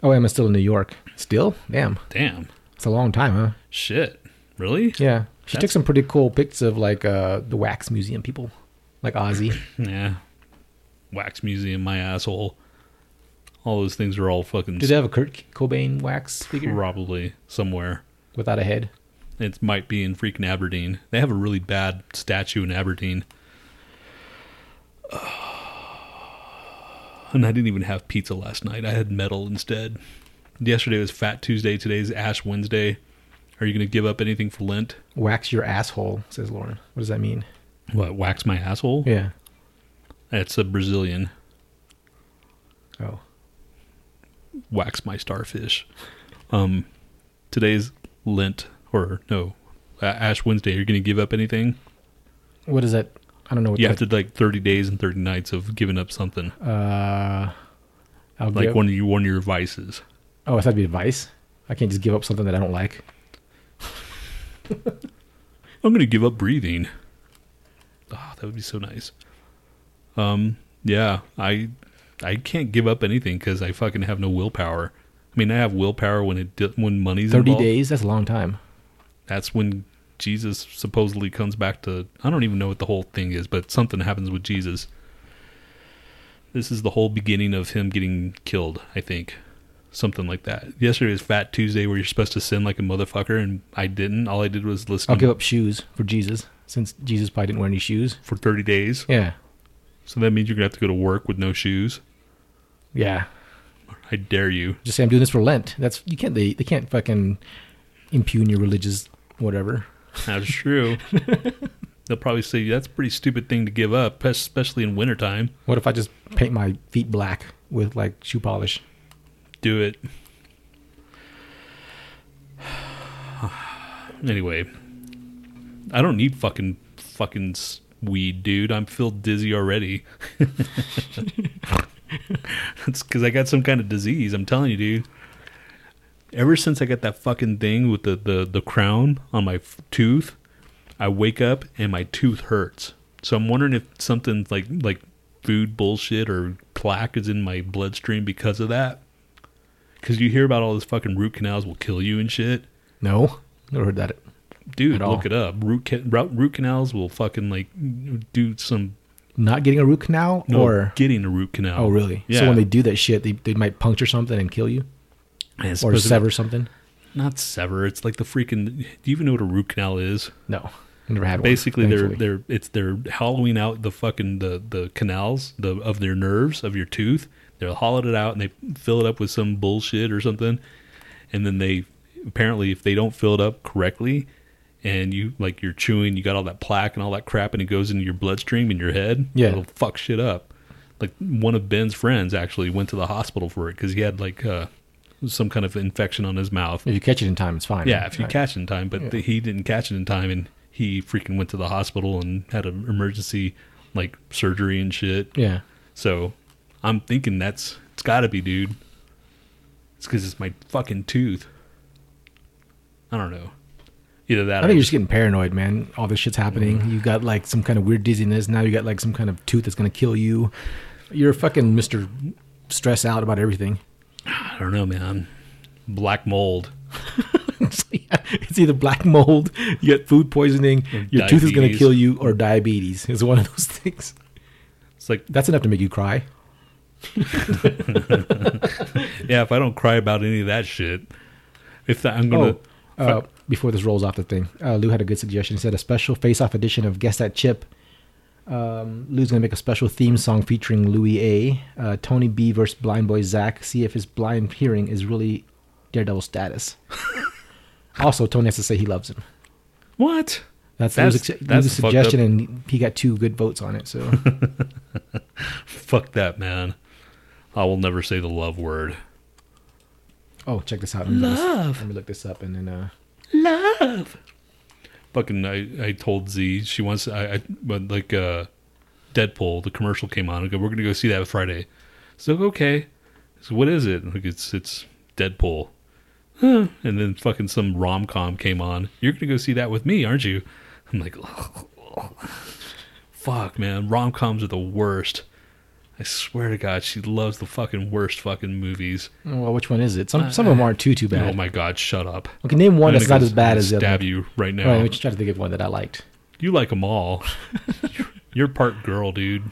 Oh, Emma's still in New York. Still? Damn.
Damn.
It's a long time, huh?
Shit. Really?
Yeah. She took
That's-
some pretty cool pics of like uh, the wax museum people. Like Ozzy.
Yeah. Wax museum, my asshole. All those things are all fucking
Do they have a Kurt Cobain wax figure
probably somewhere.
without a head?
It might be in freaking Aberdeen. They have a really bad statue in Aberdeen. And I didn't even have pizza last night. I had metal instead. Yesterday was Fat Tuesday. Today's Ash Wednesday. Are you going to give up anything for Lent?
Wax your asshole, says Lauren. What does that mean?
What, wax my asshole?
Yeah.
That's a Brazilian.
Oh.
wax my starfish. Um, today's Lent or no A- Ash Wednesday. You're going to give up anything?
What is that? I don't know what
You
that
have to like 30 days and 30 nights of giving up something,
Uh, I'll
like
give,
one of you one of your vices.
Oh, that'd be advice. I can't just give up something that I don't like.
I'm going to give up breathing. Oh, that would be so nice. Um, yeah, I I can't give up anything because I fucking have no willpower. I mean, I have willpower when it di- when money's
Thirty
involved.
days. That's a long time.
That's when Jesus supposedly comes back to. I don't even know what the whole thing is, but something happens with Jesus. This is the whole beginning of him getting killed, I think. Something like that. Yesterday was Fat Tuesday where you're supposed to sin like a motherfucker, and I didn't. All I did was listen
I'll give up shoes for Jesus, since Jesus probably didn't wear any shoes.
for 30 days.
Yeah,
So that means you're going to have to go to work with no shoes.
yeah.
I dare you.
Just say I'm doing this for Lent. That's you can't. They, they can't fucking impugn your religious whatever.
That's true. They'll probably say that's a pretty stupid thing to give up, especially in wintertime.
What if I just paint my feet black with like shoe polish?
do it. Anyway, I don't need fucking fucking s- weed, dude. I'm feel dizzy already. It's because I got some kind of disease. I'm telling you, dude. Ever since I got that fucking thing with the, the, the crown on my f- tooth, I wake up and my tooth hurts. So I'm wondering if something like like food bullshit or plaque is in my bloodstream because of that. Because you hear about all this fucking root canals will kill you and shit
No, never heard that.
dude
at all.
look it up root, ca- root root canals will fucking like do some
Not getting a root canal
no,
or
getting a root canal
oh really?
yeah
So when they do that shit, they they might puncture something and kill you
And it's
or
supposed to-
sever something.
not sever it's like the freaking do you even know what a root canal is
No, never had
basically
one.
they're
thankfully.
they're it's they're hollowing out the fucking the the canals the of their nerves of your tooth they're hollowed it out and they fill it up with some bullshit or something and then they apparently if they don't fill it up correctly and you like you're chewing you got all that plaque and all that crap and it goes into your bloodstream in your head
Yeah.
it'll fuck shit up like one of ben's friends actually went to the hospital for it because he had like uh some kind of infection on his mouth
if you catch it in time, it's fine.
yeah, if you
Right.
catch it in time, but th- he didn't catch it in time, and he freaking went to the hospital and had an emergency like surgery and shit.
Yeah,
So I'm thinking that's it's got to be, dude. It's because it's my fucking tooth. I don't know. Either that,
I
or
think you're
just-
just getting paranoid, man. All this shit's happening.
Mm-hmm.
You got like some kind of weird dizziness. Now you got like some kind of tooth that's gonna kill you. You're fucking Mister Stress out about everything.
I don't know, man. Black mold.
So, yeah, it's either black mold, you got food poisoning, your tooth is going to
diabetes.
kill you, or diabetes is one of those things.
It's like,
That's enough to make you cry.
yeah, if I don't cry about any of that shit, if that, I'm gonna.
Oh, uh, before this rolls off the thing, uh, Lou had a good suggestion. He said a special face-off edition of Guess That Chip. Um, Lou's going to make a special theme song featuring Louis A, uh, Tony B versus Blind Boy Zach. See if his blind hearing is really Daredevil status. also, Tony has to say he loves him.
What?
That's,
That's-
Lou's, ex-
that's
Lou's
fucked
suggestion, and he got two good votes on it. So.
Fuck that, man. I will never say the love word.
Oh, check this out. Let me look this-
Love.
Let me look this up and then. Uh,
love. Fucking, I, I told Z she wants I, I but like uh, Deadpool. The commercial came on. I go, we're gonna go see that Friday. So okay, so what is it? Like it's it's Deadpool. Huh. And then fucking some rom com came on. You're gonna go see that with me, aren't you? I'm like, fuck, man. Rom coms are the worst. I swear to God, she loves the fucking worst fucking movies.
well, which one is it? Some some of them aren't too too bad.
Oh Uh, my God, shut up.
okay, name one
I'm
that's
gonna
not
go
as bad as the other.
stab you right now.
All right, we should try to think of one that I liked.
You like them all. You're part girl, dude.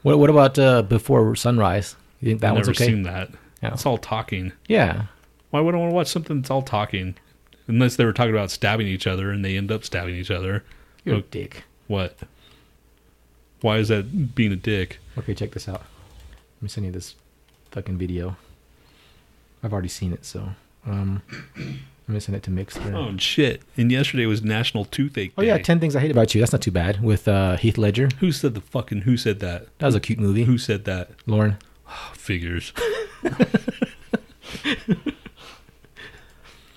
What what about uh, Before Sunrise? You think that
I've
one's
never
okay?
seen that.
Yeah.
It's all talking.
Yeah,
Why would I want to watch something that's all talking? Unless they were talking about stabbing each other and they end up stabbing each other.
you're a
Oh,
dick.
What? Why is that being a dick?
Okay, check this out. Let me send you this fucking video. I've already seen it, so um, I'm gonna send it to Mixer.
Oh shit! And yesterday was National Toothache
Oh,
Day.
yeah, ten things I hate about you. That's not too bad. With uh, Heath Ledger,
who said the fucking who said that?
that was a cute movie.
Who said that? Oh,
Lauren,
Figures.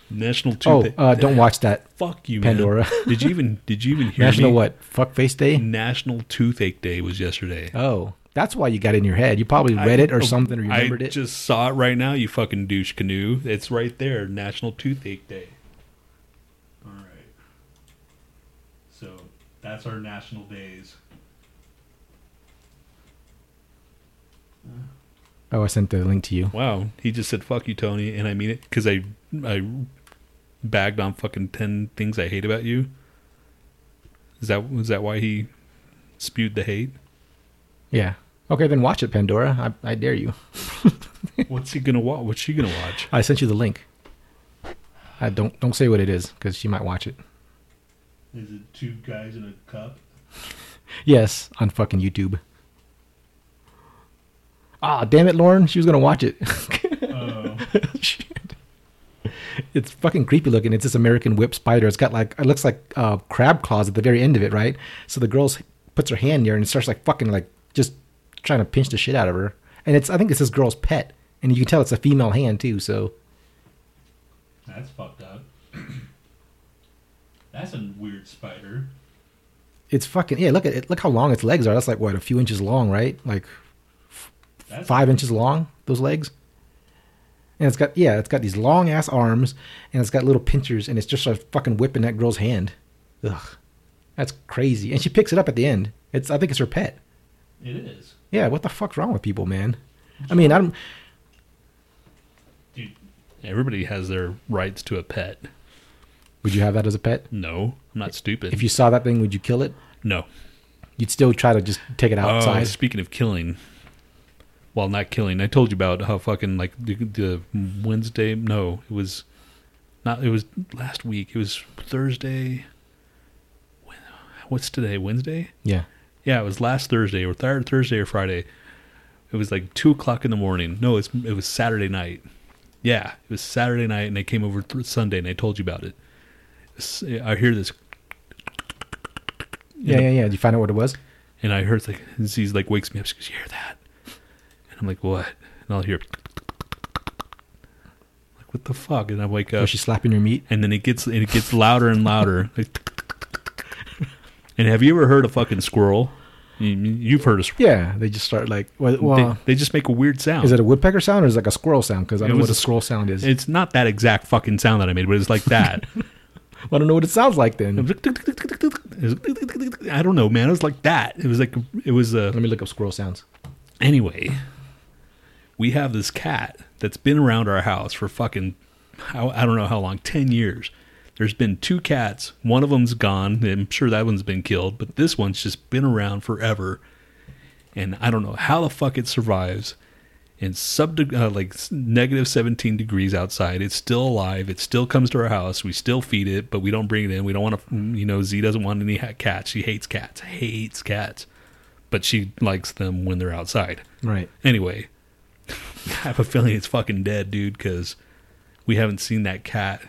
National
oh,
Toothache.
uh, don't watch that.
Fuck you,
Pandora.
man. Did you even? Did you even hear
National
me?
what? Fuckface Day.
National Toothache Day was yesterday.
Oh, that's why you got it in your head. You probably read it or something or you remembered
oh, I
it.
just saw it right now, you fucking douche canoe. It's right there, National Toothache Day.
All right. So that's our national days.
oh, I sent the link to you.
Wow, he just said "fuck you, Tony," and I mean it because I I bagged on fucking ten things I hate about you. Is that was that why he spewed the hate?
Yeah. Okay, then watch it, Pandora. I, I dare you.
What's he gonna watch? What's she gonna watch?
I sent you the link. I don't don't say what it is because she might watch it.
Is it two guys in a cup?
Yes, on fucking YouTube. Ah, damn it, Lauren. She was gonna watch it.
Oh,
Shit. It's fucking creepy looking. It's this American whip spider. It's got like it looks like uh, crab claws at the very end of it, right? So the girl puts her hand there and starts like fucking like just trying to pinch the shit out of her. And it's I think it's this girl's pet, and you can tell it's a female hand too. So
that's fucked up. that's a weird spider.
it's fucking yeah. Look at it. Look how long its legs are. That's like what a few inches long, right? Like f-
That's-
five inches long. Those legs, and it's got yeah, it's got these long ass arms, and it's got little pinchers, and it's just like fucking whipping that girl's hand. Ugh, that's crazy. And she picks it up at the end. It's I think it's her pet.
It is.
Yeah, what the fuck's wrong with people, man? I mean, I'm
Dude,
Everybody has their rights to a pet.
Would you have that as a pet?
No, I'm not stupid.
If you saw that thing, would you kill it?
no.
You'd still try to just take it
Oh,
outside.
speaking of killing, well, not killing. I told you about how fucking like the, the Wednesday. No, it was not. It was last week. It was Thursday. When- What's today? Wednesday.
yeah.
Yeah, it was last Thursday or third Thursday or Friday. It was like two o'clock in the morning. No, it's it was Saturday night. Yeah, it was Saturday night, and they came over th- Sunday, and I told you about it. S- I hear this,
Yeah, yeah, yeah. Did you find out what it was?
and I heard like and she's like wakes me up. She goes, "You hear that?" And I'm like, "What?" And I'll hear like, "What the fuck?" And I wake up.
Was she slapping your meat?
and then it gets and it gets louder and louder. Like, and have you ever heard a fucking squirrel? You, you've heard a squirrel.
Yeah. They just start like, well, well,
They, they just make a weird sound.
is it a woodpecker sound or is it like a squirrel sound? Because I don't know
was
what a
a-
squirrel sound is.
it's not that exact fucking sound that I made, but it's like that.
I don't know what it sounds like then.
I don't know, man. It was like that. It was like it was a.
Let me look up squirrel sounds.
Anyway, we have this cat that's been around our house for fucking, how, I don't know how long, 10 years. There's been two cats. One of them's gone. I'm sure that one's been killed, but this one's just been around forever. And I don't know how the fuck it survives in sub uh, like s- negative 17 degrees outside. It's still alive. It still comes to our house. We still feed it, but we don't bring it in. We don't want to, you know, Z doesn't want any ha- cats. She hates cats, hates cats, but she likes them when they're outside.
Right.
Anyway, I have a feeling it's fucking dead, dude, because we haven't seen that cat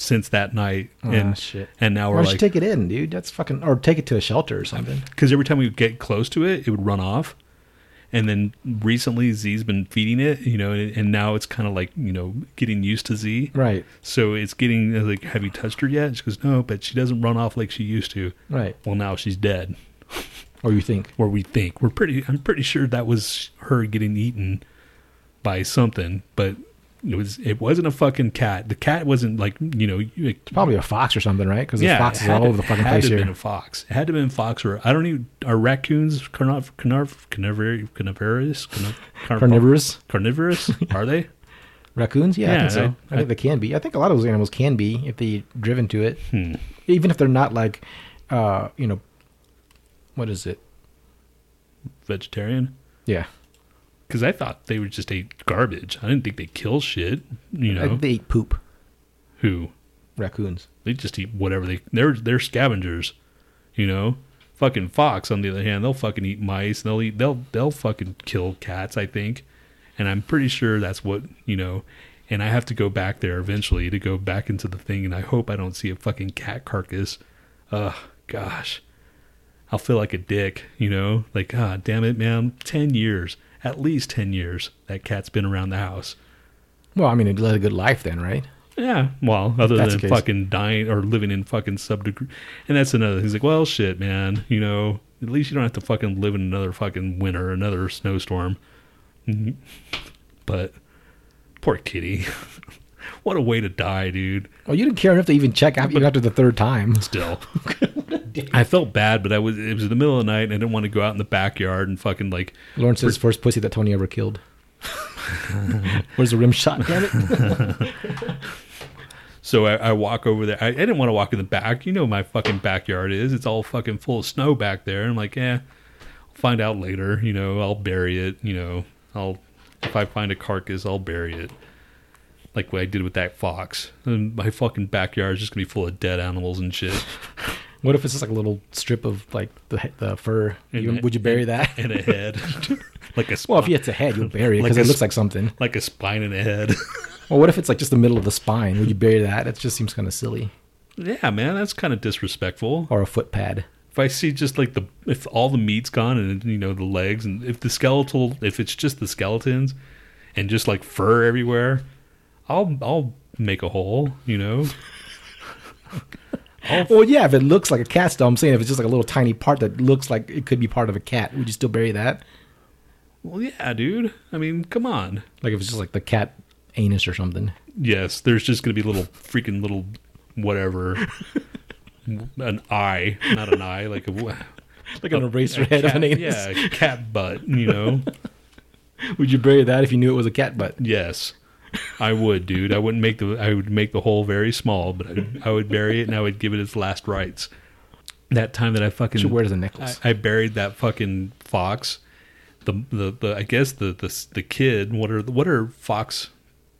since that night.
Ah,
and
shit.
and now
Why
we're
don't you
like,
take it in, dude? That's fucking, or take it to a shelter or something.
because every time we would get close to it, it would run off. And then recently, Z's been feeding it, you know, and, and now it's kind of like, you know, getting used to Z.
Right.
So it's getting uh, like, have you touched her yet? And she goes, no, but she doesn't run off like she used to.
Right.
Well, now she's dead.
Or you think.
or we think. We're pretty. I'm pretty sure that was her getting eaten by something, but it was. It wasn't a fucking cat. The cat wasn't like you know. You,
Probably a fox or something, right? Because
yeah,
there's foxes
it had
all
to-
over the fucking
had
place
to have
here.
Been a fox. It had to have been fox or I don't even. Are raccoons carniv- carniv- carniv- carnivorous? Carniv- carniv-
Carnivorous?
Carnivorous? Are they?
Raccoons? Yeah, I
Yeah,
think so. I,
I-
think they can be. I think a lot of those animals can be if they driven to it.
Hmm.
Even if they're not like, uh, you know, what is it?
Vegetarian?
Yeah,
Because I thought they would just ate garbage. I didn't think they kill shit. You
I
know
think they eat poop.
who?
Raccoons.
They just eat whatever they they're they're scavengers, you know. Fucking fox on the other hand, they'll fucking eat mice. They'll eat they'll they'll fucking kill cats. I think, and I'm pretty sure that's what you know. And I have to go back there eventually to go back into the thing, and I hope I don't see a fucking cat carcass. Ugh, gosh, I'll feel like a dick, you know. Like, ah, damn it, man, ten years, at least ten years, that cat's been around the house.
Well, I mean, it led a good life then, right?
Yeah, well, other
that's
than
the case.
fucking dying or living in fucking subdegree, and that's another thing. He's like, well, shit, man, you know, at least you don't have to fucking live in another fucking winter, another snowstorm. Mhm. But poor kitty, what a way to die, dude.
Well, you didn't care enough to even check out even after the third time.
Still, I felt bad, but I was it was in the middle of the night, and I didn't want to go out in the backyard and fucking like
Lawrence says first pussy that Tony ever killed. Where's the rim shot? Damn it!
So I, I walk over there. I, I didn't want to walk in the back. You know my fucking backyard is. It's all fucking full of snow back there. And I'm like, eh, I'll find out later. You know, I'll bury it. You know, I'll if I find a carcass, I'll bury it. Like what I did with that fox. And my fucking backyard is just gonna be full of dead animals and shit.
What if it's just like a little strip of like the the fur? You-
And-
would you bury that?
And a head, like a spine,
Well, if it's a head, you'll bury it
Like
because
a
it looks
s-
like something.
like a spine and a head.
Well, what if it's like just the middle of the spine? Would you bury that? That just seems kind of silly.
yeah, man, that's kind of disrespectful.
Or a foot pad.
if I see just like the if all the meat's gone and you know the legs and if the skeletal if it's just the skeletons and just like fur everywhere, I'll I'll make a hole, you know. Oh.
Well, yeah, if it looks like a cat's though, I'm saying if it's just like a little tiny part that looks like it could be part of a cat, would you still bury that?
Well, yeah, dude. I mean, come on.
Like if it's just like the cat anus or something.
Yes, there's just gonna be little freaking little whatever, an eye, not an eye, like a wha-
Like an eraser
a
head of
cat,
an anus.
yeah, a cat butt. You know.
Would you bury that if you knew it was a cat butt?
Yes, I would, dude. I wouldn't make the I would make the hole very small, but I, I would bury it and I would give it its last rites. That time that I fucking
Should wear it as a
Mm. I,
necklace.
I buried that fucking fox. The, the the I guess the the the kid. What are what are fox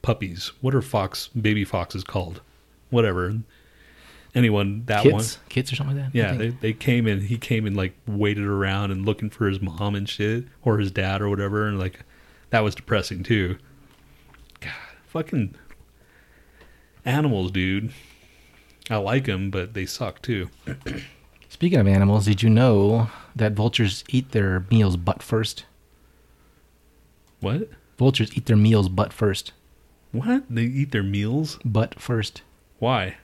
puppies? What are fox baby foxes called? Whatever. Anyone that
Kits?
one?
Kits or something like that? I
Yeah,
think.
they, they came in. He came and like waited around and looking for his mom and shit or his dad or whatever. And like that was depressing too. God, fucking animals, dude. I like them, but they suck too.
Speaking of animals, did you know that vultures eat their meals butt first?
What?
Vultures eat their meals butt first.
What? They eat their meals?
Butt first.
Why?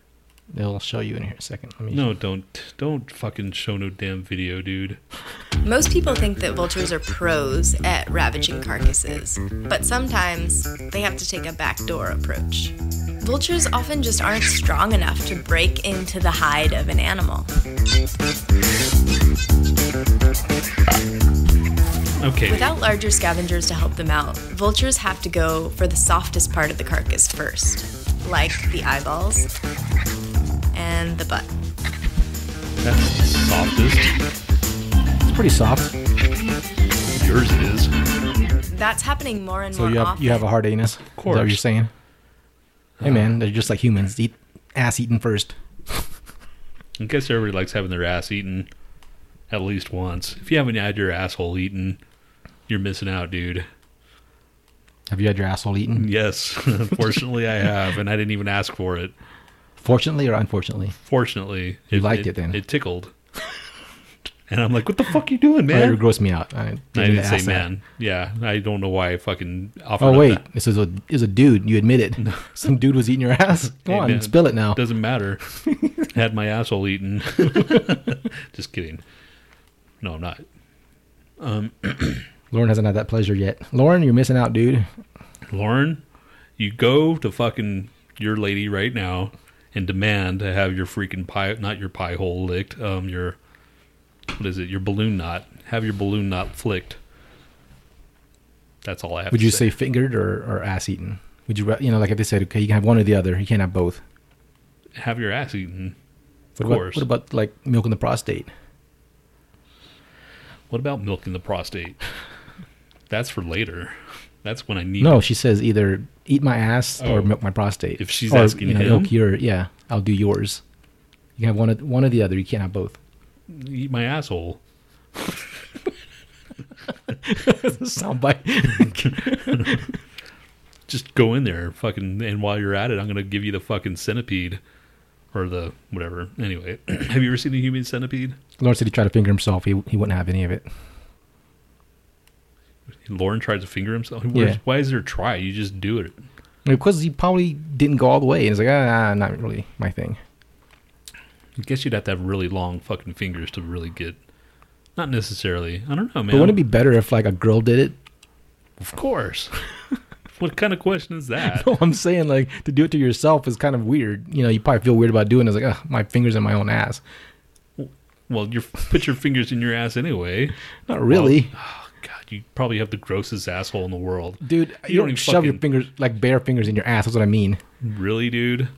They'll show you in here in a second. Let me
No, don't don't fucking show no damn video, dude.
Most people think that vultures are pros at ravaging carcasses, but sometimes they have to take a backdoor approach. Vultures often just aren't strong enough to break into the hide of an animal.
Okay.
Without larger scavengers to help them out, vultures have to go for the softest part of the carcass first, like the eyeballs and the butt.
That's the softest.
It's pretty soft.
Yours is.
That's happening more and
So
more
you have
often.
you have a hard anus. Of Is that what
course.
you're saying? Hey man, they're just like humans. Eat ass eaten first.
I guess everybody likes having their ass eaten at least once. If you haven't had your asshole eaten, you're missing out, dude.
Have you had your asshole eaten?
Yes, unfortunately, I have, and I didn't even ask for it.
Fortunately or unfortunately?
Fortunately,
You liked it then.
It tickled, and I'm like, "What the fuck you doing,
Oh, you
man?"
grossed me out. I
I didn't say
ask that.
man. Yeah, I don't know why I fucking offered.
Oh
up
wait,
that.
this is a is a dude. You admit it. Some dude was eating your ass. Come
Hey,
on,
man,
spill it now.
Doesn't matter. Had my asshole eaten. Just kidding. No, I'm not.
Lauren hasn't had that pleasure yet. Lauren, you're missing out, dude.
Lauren, you go to fucking your lady right now and demand to have your freaking pie, not your pie hole licked, um, your, what is it, your balloon knot. Have your balloon knot flicked. That's all I have
Would
to
you
say.
say fingered or, or ass eaten? Would you ra- you know like if they said okay, you can have one or the other. You can't have both.
Have your ass eaten. Of
What about-
course.
What about like milking the prostate?
What about milking the prostate? That's for later. That's when I need
No, she says either eat my ass
Oh.
or milk my prostate.
If she's
or,
asking
you know,
him?
milk your yeah, I'll do yours. You can have one or, one or the other. You can't have both.
eat my asshole.
Soundbite.
Just go in there, fucking, and while you're at it, I'm gonna give you the fucking centipede, or the whatever. Anyway, have you ever seen a human centipede?
Lord said he tried to finger himself. He he wouldn't have any of it.
Lauren tries to finger himself. Where's,
Yeah.
Why is there a try? You just do it.
Because he probably didn't go all the way. And He's like, ah, nah, not really my thing.
I guess you'd have to have really long fucking fingers to really get. Not necessarily. I don't know, man.
But wouldn't it be better if like a girl did it?
Of course. what kind of question is that?
No, I'm saying like to do it to yourself is kind of weird. You know, you probably feel weird about doing. it. It's like, ah, my fingers in my own ass.
Well, you put your fingers in your ass anyway.
Not really,
Oh, God, you probably have the grossest asshole in the world,
dude. You,
don't
don't,
even
shove your
fucking-
fingers like bare fingers in your ass. That's what I mean.
Really, dude?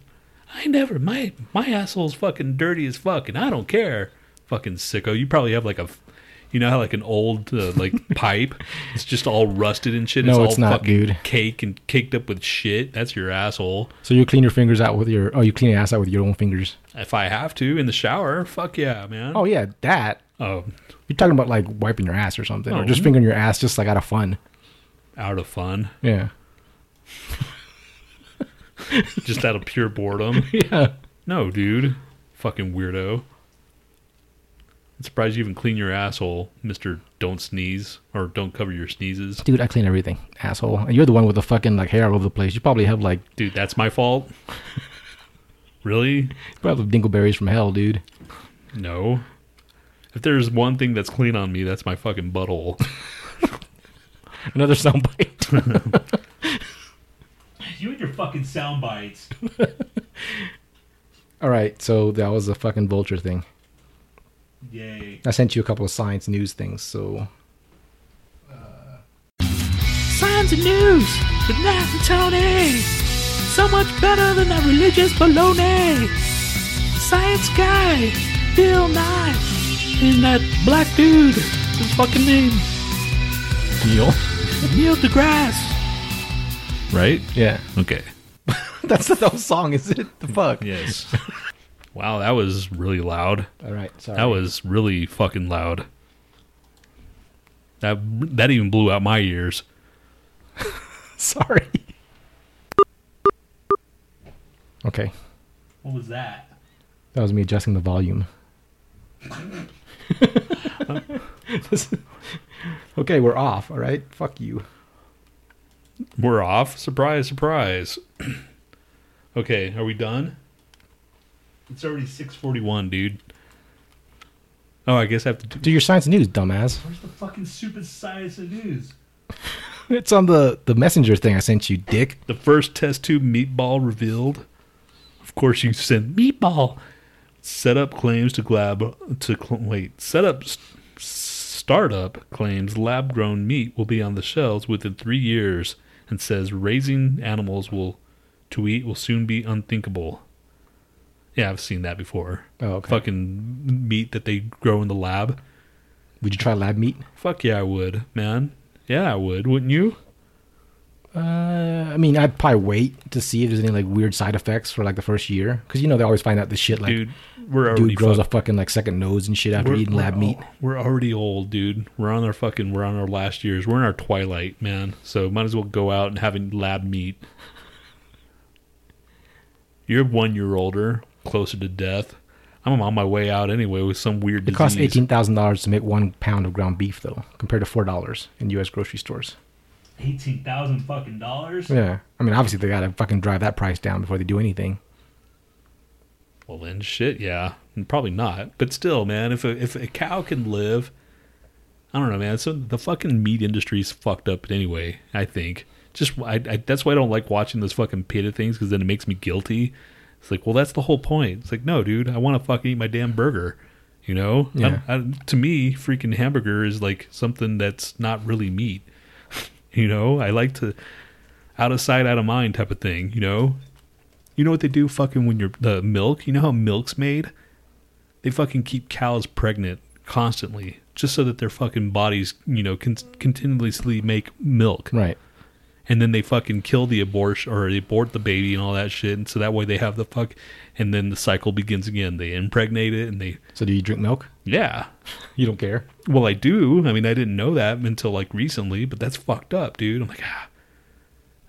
I never. My my asshole's fucking dirty as fuck, and I don't care. Fucking sicko. You probably have like a. f- You know how like an old uh, like pipe, it's just all rusted and shit.
No,
all
it's not,
fucking
dude.
Cake and caked up with shit. That's your asshole.
So you clean your fingers out with your oh, you clean your ass out with your own fingers.
If I have to in the shower, fuck yeah, man.
Oh yeah, that.
Oh,
You're talking about like wiping your ass or something, or
Oh.
just fingering your ass just like out of fun.
out of fun,
Yeah.
just out of pure boredom.
Yeah.
No, dude, fucking weirdo. I'm surprised you even clean your asshole, Mister. Don't sneeze or don't cover your sneezes,
Dude, I clean everything, asshole. And you're the one with the fucking like hair all over the place. You probably have like
dude. That's my fault. really?
probably dingleberries from hell, dude.
No. If there's one thing that's clean on me, that's my fucking butthole.
Another soundbite.
You and your fucking sound bites.
All right, so that was the fucking vulture thing.
Yay.
I sent you a couple of science news things, so. Science and news with Nat and Tony. So much better than that religious baloney. Science guy, Bill Nye, and that black dude, his fucking name,
Neil,
Neil deGrasse.
right?
Yeah,
Okay.
that's the whole song, is it? The fuck.
Yes. wow, that was really loud.
All right, sorry.
That was really fucking loud. That that even blew out my ears.
sorry. Okay,
What was that?
that was me adjusting the volume. okay, we're off. All right, fuck you.
We're off. Surprise, surprise. okay, are we done? It's already 6:41, dude. Oh, I guess I have to do
Do your science news, dumbass.
Where's the fucking stupid science and news?
It's on the the messenger thing I sent you, dick.
the first test tube meatball revealed. Of course, you sent meatball. Setup claims to lab to cl- wait. Setup s- startup claims lab grown meat will be on the shelves within three years, and says raising animals will to eat will soon be unthinkable. Yeah, I've seen that before.
Oh, okay.
Fucking meat that they grow in the lab.
Would you try lab meat?
Fuck yeah, I would, man. Yeah, I would. Wouldn't you?
Uh, I mean, I'd probably wait to see if there's any like weird side effects for like the first year, because you know they always find out the shit like
Dude, we're already
dude grows
fucked.
a fucking like second nose and shit after eating lab meat.
We're already old, dude. We're on our fucking. We're on our last years. We're in our twilight, man. So might as well go out and have a lab meat. You're one year older, closer to death. I'm on my way out anyway with some weird
It
disease.
costs eighteen thousand dollars to make one pound of ground beef, though, compared to four dollars in U.S. grocery stores.
Eighteen thousand fucking dollars.
Yeah, I mean, obviously they gotta fucking drive that price down before they do anything.
Well, then shit, yeah, probably not. But still, man, if a if a cow can live, I don't know, man. So the fucking meat industry's fucked up anyway. I think just I, I that's why I don't like watching those fucking PETA things because then it makes me guilty. It's like, well, that's the whole point. It's like, no, dude, I want to fucking eat my damn burger. You know,
Yeah.
I, I, to me, freaking hamburger is like something that's not really meat. You know, I like to out of sight, out of mind type of thing. You know, you know what they do fucking when you're the milk? You know how milk's made? They fucking keep cows pregnant constantly just so that their fucking bodies, you know, can continuously make milk.
Right.
And then they fucking kill the abortion or they abort the baby and all that shit. And so that way they have the fuck. And then the cycle begins again. They impregnate it and they,
So do you drink milk?
yeah.
You don't care.
Well, I do. I mean, I didn't know that until like recently, but that's fucked up, dude. I'm like, ah,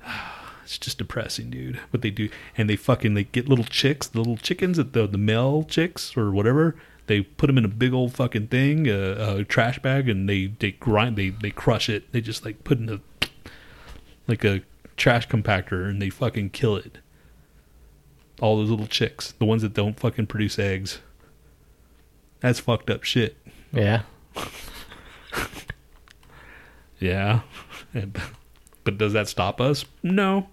ah, it's just depressing, dude. What they do, and they fucking they get little chicks, the little chickens, that the the male chicks or whatever. They put them in a big old fucking thing, uh, a, a trash bag, and they they grind, they they crush it. They just like put in a like a trash compactor, and they fucking kill it. All those little chicks, the ones that don't fucking produce eggs. That's fucked up shit.
Yeah.
Yeah. but does that stop us? No.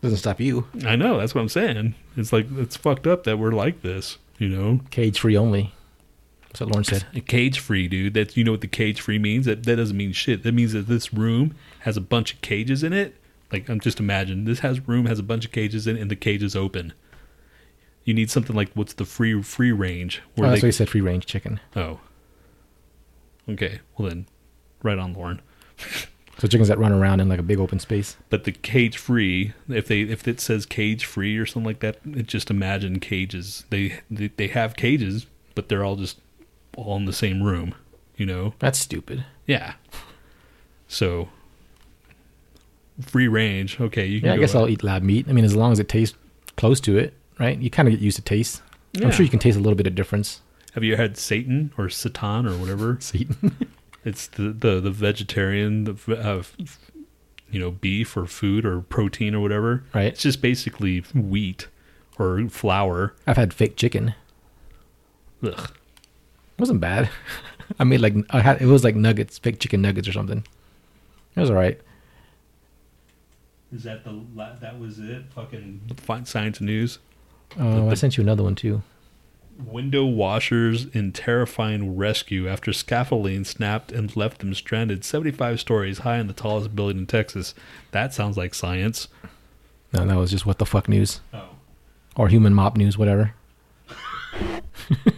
Doesn't stop you.
I know. That's what I'm saying. It's like, it's fucked up that we're like this, you know?
Cage free only. That's what Lauren said.
Cage free, dude. That's, you know what the cage free means? That, that doesn't mean shit. That means that this room has a bunch of cages in it. Like, I'm just imagine this has room has a bunch of cages in it and the cage is open. You need something like what's the free free range
Oh, that's
they
what he said. Free range chicken.
oh okay well then right on Lauren
So chickens that run around in like a big open space.
but the cage free if they if it says cage free or something like that it just imagine cages they, they they have cages but they're all just all in the same room you know
That's stupid.
yeah so free range okay you can
Yeah, I
go
guess
out.
I'll eat lab meat. I mean, as long as it tastes close to it, right? You kind of get used to taste.
Yeah.
I'm sure you can taste a little bit of difference.
have you had satan or satan or whatever it's the the, the vegetarian the, v- uh, f- you know beef or food or protein or whatever
Right.
it's just basically wheat or flour
I've had fake chicken. It
Ugh.
wasn't bad. I made like I had it was like nuggets, fake chicken nuggets or something. It was all right.
Is that the la- that was it? Fucking
Find science news.
Oh, I
the-
sent you another one too.
Window washers in terrifying rescue after scaffolding snapped and left them stranded 75 stories high in the tallest building in Texas. That sounds like science.
No, that was just what the fuck news
oh,
or human mop news, whatever.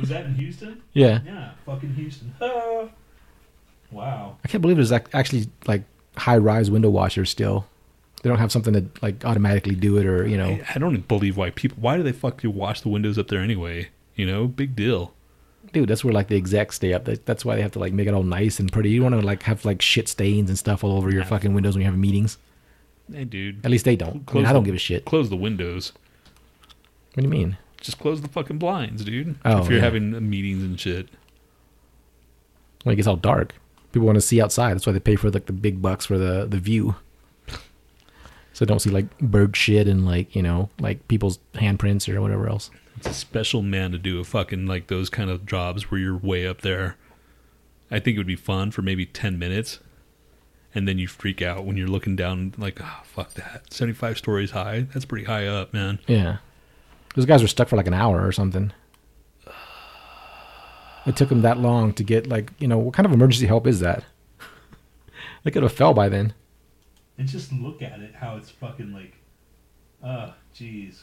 was that in Houston?
Yeah,
Yeah, fucking Houston. Ah. Wow.
I can't believe there's ac- actually like high rise window washers still. They don't have something to like automatically do it or you know.
I, I don't believe why people. Why do they fuck you wash the windows up there anyway? You know, big deal.
dude that's where like the execs stay up That- that's why they have to like make it all nice and pretty you don't want to like have like shit stains and stuff all over your fucking windows when you have meetings
Hey, dude.
at least they don't I, mean, I don't give a shit what
Close the windows.
do you mean
Just close the fucking blinds, dude.
Oh,
if you're
yeah.
having meetings and shit.
when it gets all dark people want to see outside that's why they pay for like the big bucks for the the view so they don't see like bird shit and like you know like people's handprints or whatever else
It's a special man to do a fucking like those kind of jobs where you're way up there. I think it would be fun for maybe 10 minutes. And then you freak out when you're looking down, like, ah, fuck that. 75 stories high? That's pretty high up, man.
yeah those guys were stuck for like an hour or something it took them that long to get like you know what kind of emergency help is that they could have fell by then
And just look at it, how it's fucking like, uh, jeez,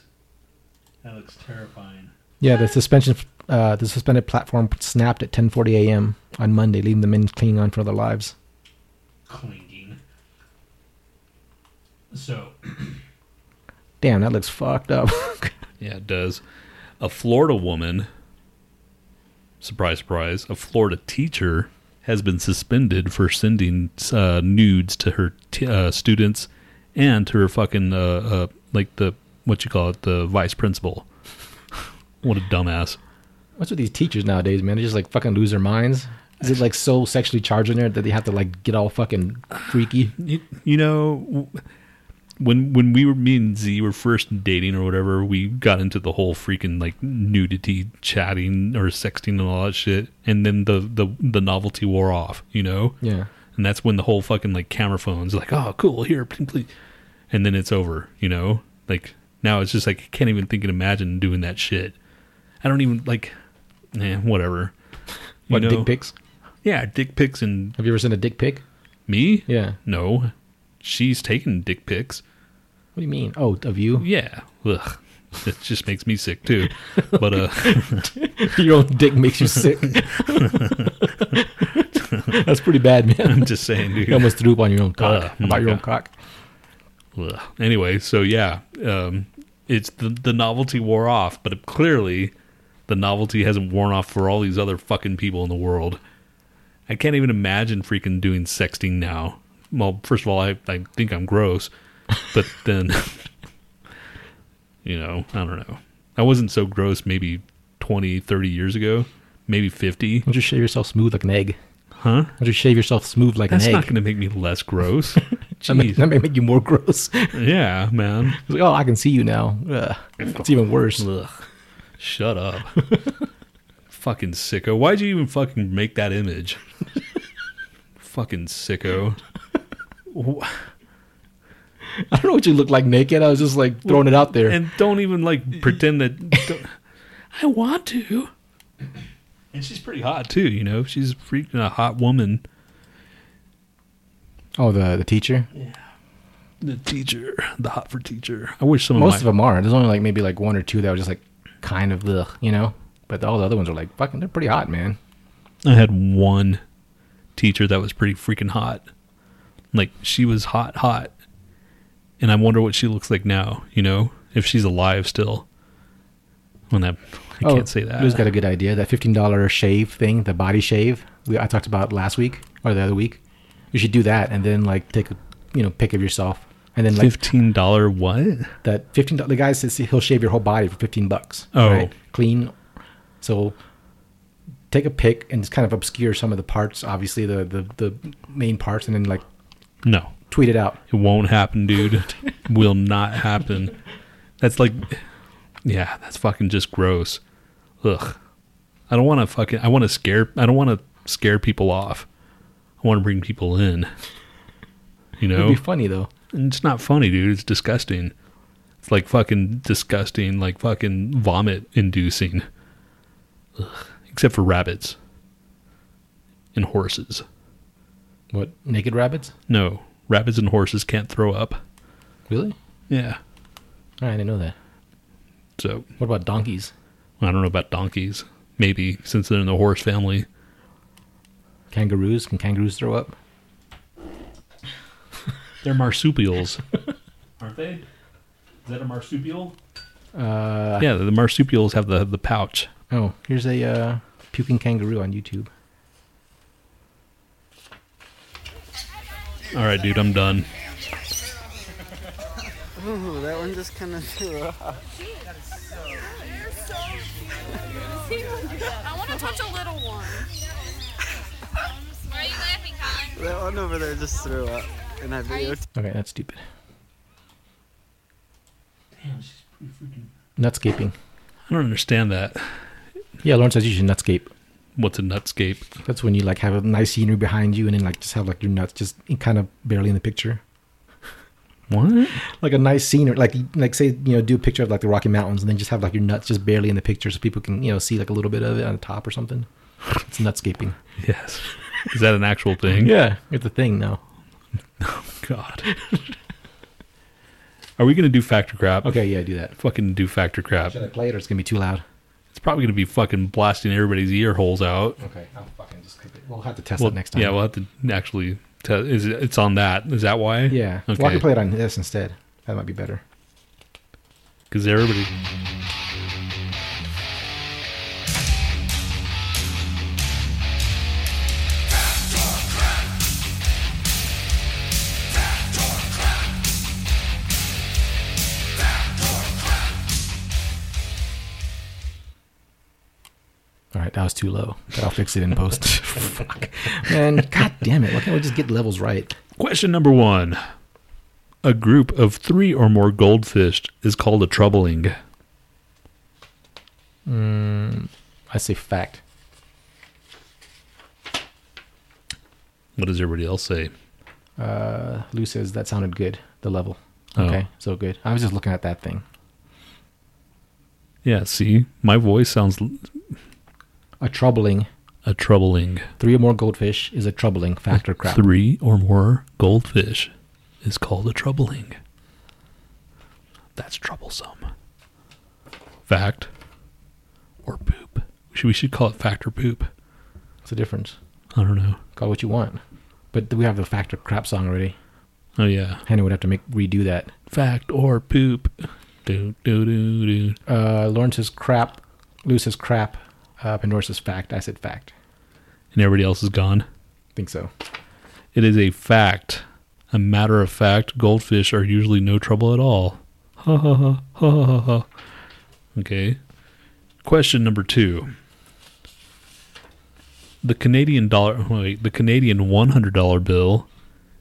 that looks terrifying.
Yeah, the suspension, uh, the suspended platform snapped at 10:40 a.m. on Monday, leaving the men clinging on for their lives.
Clinging. So,
Damn, that looks fucked up.
Yeah, it does. A Florida woman, surprise, surprise, a Florida teacher has been suspended for sending uh, nudes to her t- uh, students and to her fucking, uh, uh, like the, what you call it, the vice principal. what a dumbass.
What's with these teachers nowadays, man? They just like fucking lose their minds. Is it like so sexually charged in there that they have to like get all fucking freaky?
You, you know, w- when when we were me and Z were first dating or whatever, we got into the whole freaking like nudity chatting or sexting and all that shit, and then the the the novelty wore off, you know.
Yeah,
And that's when the whole fucking like camera phones like, oh, cool, here, please, please. and then it's over, you know. Like now it's just like I can't even think and imagine doing that shit. I don't even like, eh, whatever. You
what
know?
dick pics?
Yeah, dick pics and
Have you ever sent a dick pic?
me.
Yeah.
No, she's taking dick pics.
What do you mean? Oh, of you?
Yeah. Ugh. It just makes me sick too. But uh
Your own dick makes you sick. That's pretty bad, man.
I'm just saying, dude.
You almost threw up on your own cock.
Ugh, Ah, my
about your own
God.
cock.
Ugh. Anyway, so yeah, um it's the the novelty wore off, but clearly the novelty hasn't worn off for all these other fucking people in the world. I can't even imagine freaking doing sexting now. Well, first of all, I, I think I'm gross, but then, you know, I don't know. I wasn't so gross maybe 20, 30 years ago, maybe 50.
Don't you shave yourself smooth like an egg?
Huh?
Don't you shave yourself smooth like
That's
an egg?
not going to make me less gross.
That may,
Jeez.
that may make you more gross. It's
yeah, man.
like, oh, I can see you now. Ugh. It's even worse.
Ugh. Shut up. fucking sicko. Why'd you even fucking make that image? fucking sicko. Wh-
I don't know what you look like naked. I was just like throwing it out there.
And don't even like pretend that. don't- I want to. And she's pretty hot too, you know. She's freaking a hot woman.
oh, the the teacher.
The teacher, the hot for teacher. I wish some of
Most of
my
them are. There's only like maybe like one or two that were just like kind of ugh, you know. But all the other ones are like fucking. They're pretty hot, man.
I had one teacher that was pretty freaking hot. Like she was hot, hot. And I wonder what she looks like now, you know, if she's alive still. When that I
Oh,
can't say that.
Lou's got a good idea. That fifteen dollar shave thing, the body shave we I talked about last week or the other week. You should do that and then like take a you know pic of yourself and then like
Fifteen dollar what?
that fifteen. The guy says he'll shave your whole body for fifteen bucks.
Oh.
clean. So take a pic and just kind of obscure some of the parts, obviously the the, the main parts, and then like
No.
tweet it out.
It won't happen, dude. Will not happen. That's like Yeah, that's fucking just gross. Ugh. I don't wanna fucking I wanna scare I don't wanna scare people off. I wanna bring people in. You
It'd
know,
be funny though.
And it's not funny, dude. It's disgusting. It's like fucking disgusting, like fucking vomit inducing. Ugh. Except for rabbits and horses.
What naked rabbits?
No, rabbits and horses can't throw up.
Really?
Yeah.
I didn't know that.
So
What about donkeys?
I don't know about donkeys. Maybe since they're in the horse family.
Kangaroos? Can kangaroos throw up?
They're marsupials.
Aren't they? Is that a marsupial?
Uh,
yeah, the marsupials have the the pouch.
Oh, here's a uh, puking kangaroo on YouTube.
All right, dude, I'm done.
Ooh, that one just kind of.
I want to touch a little one. Why are you laughing, Colin?
that one over there just threw up, and I videotaped.
Okay, that's stupid.
Damn, she's pretty freaking.
Nutscaping.
I don't understand that.
Yeah, Lauren says you should nutscape.
What's a nutscape?
That's when you like have a nice scenery behind you and then like just have like your nuts just kind of barely in the picture.
What?
Like a nice scenery, like like say you know do a picture of like the Rocky Mountains and then just have like your nuts just barely in the picture so people can you know see like a little bit of it on the top or something. It's nutscaping.
Yes. Is that an actual thing?
Yeah, it's a thing now.
God. Are we going to do factor crap?
Okay, yeah, do that.
Fucking do factor crap.
Should I play it or it's gonna be too loud?
It's probably going to be fucking blasting everybody's ear holes out.
Okay, I'll fucking just clip it. We'll have to test
Well,
it next time.
Yeah, we'll have to actually tell. Is it, it's on that? Is that why?
yeah.
Okay.
Well, I can play it on this instead. That might be better.
Because everybody.
All right, that was too low. But I'll fix it in post. Fuck, man! God damn it! Why can't we just get levels right?
Question number one. A group of three or more goldfish is called a troubling.
I say fact.
What does everybody else say?
Uh, Lou says that sounded good. The level.
Oh.
Okay, so good. I was just looking at that thing.
Yeah, see, my voice sounds l-
A troubling
a troubling.
three or more goldfish is a troubling factor crap.
Three or more goldfish is called a troubling. That's troublesome. Fact or poop? Should we should call it fact or poop?
What's the difference?
I don't know.
Call it what you want. But we have the factor crap song already.
Oh yeah,
Hannah would have to make redo that.
fact or poop? Do do do do.
Uh, Lauren says crap. Lou says crap. Uh, Pandora says fact. I said fact.
And everybody else is gone.
think so.
It is a fact. A matter of fact, goldfish are usually no trouble at all. Ha ha ha ha ha ha. ha. Okay. Question number two. The Canadian dollar, oh, wait, the Canadian one hundred dollar bill,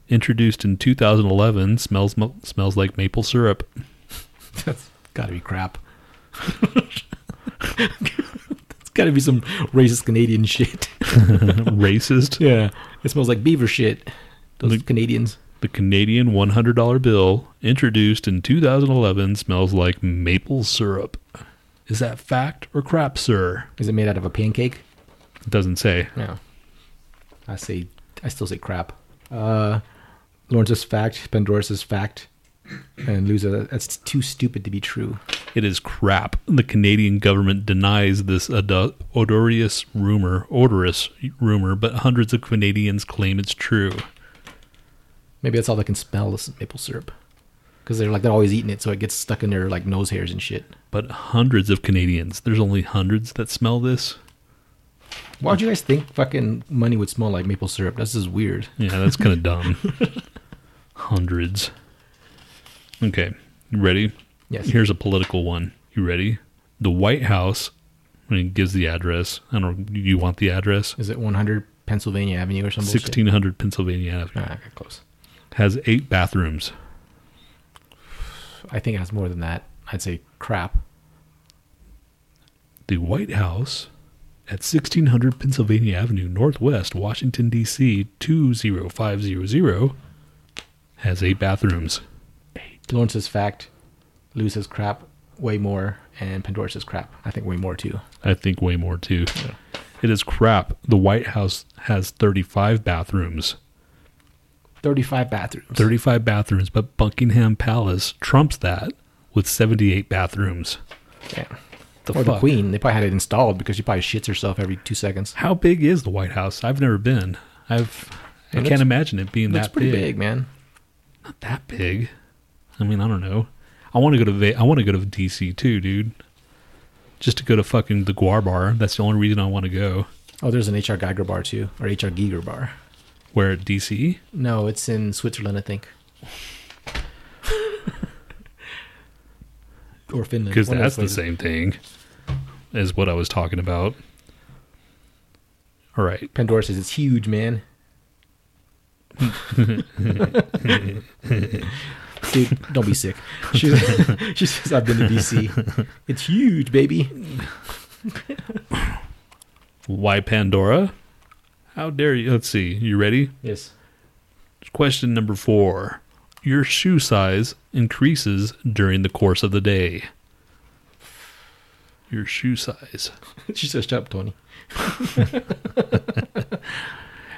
introduced in two thousand eleven, smells mu- smells like maple syrup.
That's got to be crap. That's got to be some racist Canadian shit.
Racist.
Yeah, it smells like beaver shit. Those
Like-
Canadians.
The Canadian one hundred dollar bill, introduced in two thousand eleven, smells like maple syrup. Is that fact or crap, sir?
Is it made out of a pancake?
It doesn't say.
No. I say, I still say crap. Uh, Lawrence says fact. Pandora says fact. And Lusa, that's too stupid to be true.
It is crap. The Canadian government denies this odo- odorous rumor, odorous rumor, but hundreds of Canadians claim it's true.
Maybe that's all they can smell is maple syrup. Because they're like, they're always eating it, so it gets stuck in their like nose hairs and shit.
But hundreds of Canadians. There's only hundreds that smell this.
Why would you guys think fucking money would smell like maple syrup? That's just weird.
Yeah, that's kind of dumb. Hundreds. Okay, you ready?
Yes.
Here's a political one. You ready? The White House, when it gives the address, I don't know, you want the address?
Is it 100 Pennsylvania Avenue or something?
1600 Pennsylvania Avenue.
Ah, I got close.
Has eight bathrooms.
I think it has more than that. I'd say crap.
the White House at 1600 Pennsylvania Avenue Northwest, Washington, D.C. 20500 has eight bathrooms.
Lawrence says fact, Lou says crap, way more, and Pandora says crap. I think way more too.
I think way more too. It is crap. The White House has 35 bathrooms.
35 bathrooms.
35 bathrooms, but Buckingham Palace trumps that with 78 bathrooms.
Yeah.
The
Or
fuck?
the queen. They probably had it installed because she probably shits herself every two seconds.
How big is the White House? I've never been. I've I
It
can't
looks-
imagine it being
That's
that
pretty
big.
big, man.
Not that big. I mean, I don't know. I want to go to Ve- I want to go to DC too, dude. Just to go to fucking the Guar Bar. That's the only reason I want to go.
Oh, there's an HR Geiger bar too, or HR Geiger bar.
Where at DC?
No, it's in Switzerland, I think. or Finland.
Because
one of
that's
those
the
places.
same thing as what I was talking about. All right.
Pandora says it's huge, man. Dude, don't be sick. She's, she says, I've been to DC. It's huge, baby.
Why Pandora? How dare you? Let's see. You ready?
Yes.
Question number four. Your shoe size increases during the course of the day. Your shoe size.
She says, shut up, Tony.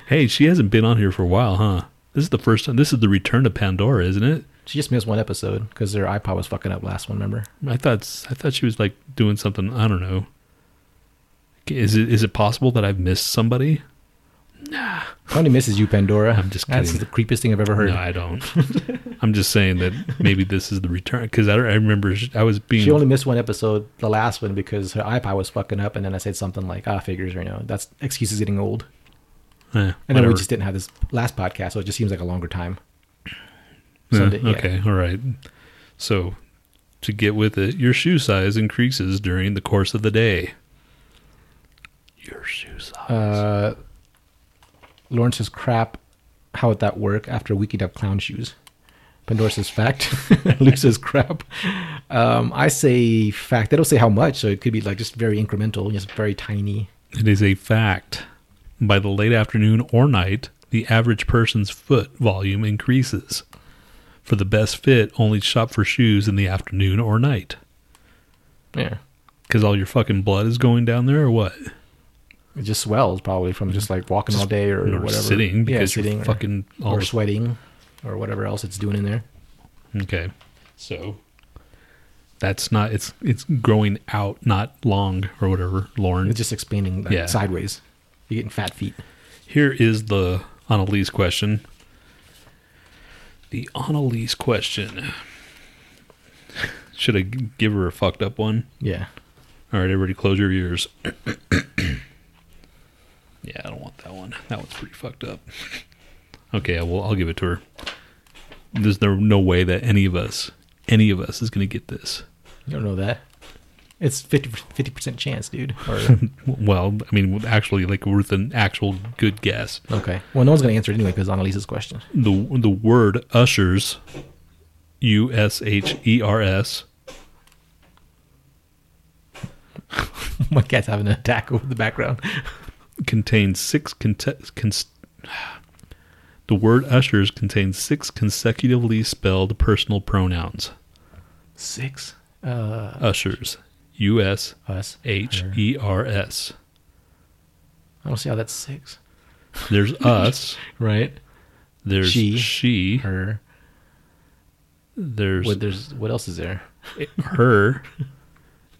Hey, she hasn't been on here for a while, huh? This is the first time. This is the return to Pandora, isn't it?
She just missed one episode because their iPod was fucking up last one, remember?
I thought s- I thought she was like doing something. I don't know. Is it is it possible that I've missed somebody?
Tony misses you, Pandora.
I'm just
That's
kidding.
the creepiest thing I've ever heard.
No, I don't. I'm just saying that maybe this is the return because I, don't- I remember sh- I was being
She only missed one episode, the last one, because her iPod was fucking up, and then I said something like, "Ah, figures, you know, that's excuses getting old."
Eh,
And then
whatever.
we just didn't have this last podcast, so it just seems like a longer time.
Yeah,
Sunday, yeah.
Hmm, okay, all right. So to get with it, your shoe size increases during the course of the day. Your shoe size.
Uh, Lawrence says, "Crap, how would that work?" After waking up clown shoes, Pandora says, "Fact." Luke says, "Crap." Um, I say fact. They don't say how much, so it could be like just very incremental, just very tiny.
It is a fact. By the late afternoon or night, the average person's foot volume increases. For the best fit, only shop for shoes in the afternoon or night.
Yeah,
Because all your fucking blood is going down there or what?
it just swells probably from just like walking all
Just-
day or,
or
whatever,
sitting
yeah,
because you're
sitting or-
fucking all
or sweating or whatever else it's doing in there.
Okay. So that's not it's it's growing out, not long or whatever, Lauren.
It's just expanding like,
Yeah.
sideways. You're getting fat feet.
Here is the Annalise question. The Annalise question. Should I g- give her a fucked up one?
Yeah.
All right, everybody, close your ears. yeah, I don't want that one. That one's pretty fucked up. Okay, well, I'll give it to her. There's no, no way that any of us, any of us, is going to get this.
You don't know that. It's 50 percent chance, dude. Or,
Well, I mean, actually, like with an actual good guess,
okay. Well, no one's gonna answer it anyway because Annalisa's question.
the the word ushers, U S H E R S,
My cat's having an attack over the background.
contains six conte- cons- the word ushers contains six consecutively spelled personal pronouns.
Six. Uh,
Ushers, U S
us.
H E R S.
I don't see how that's six.
There's us.
Right.
There's she.
She. Her.
there's
What there's what else is there?
her.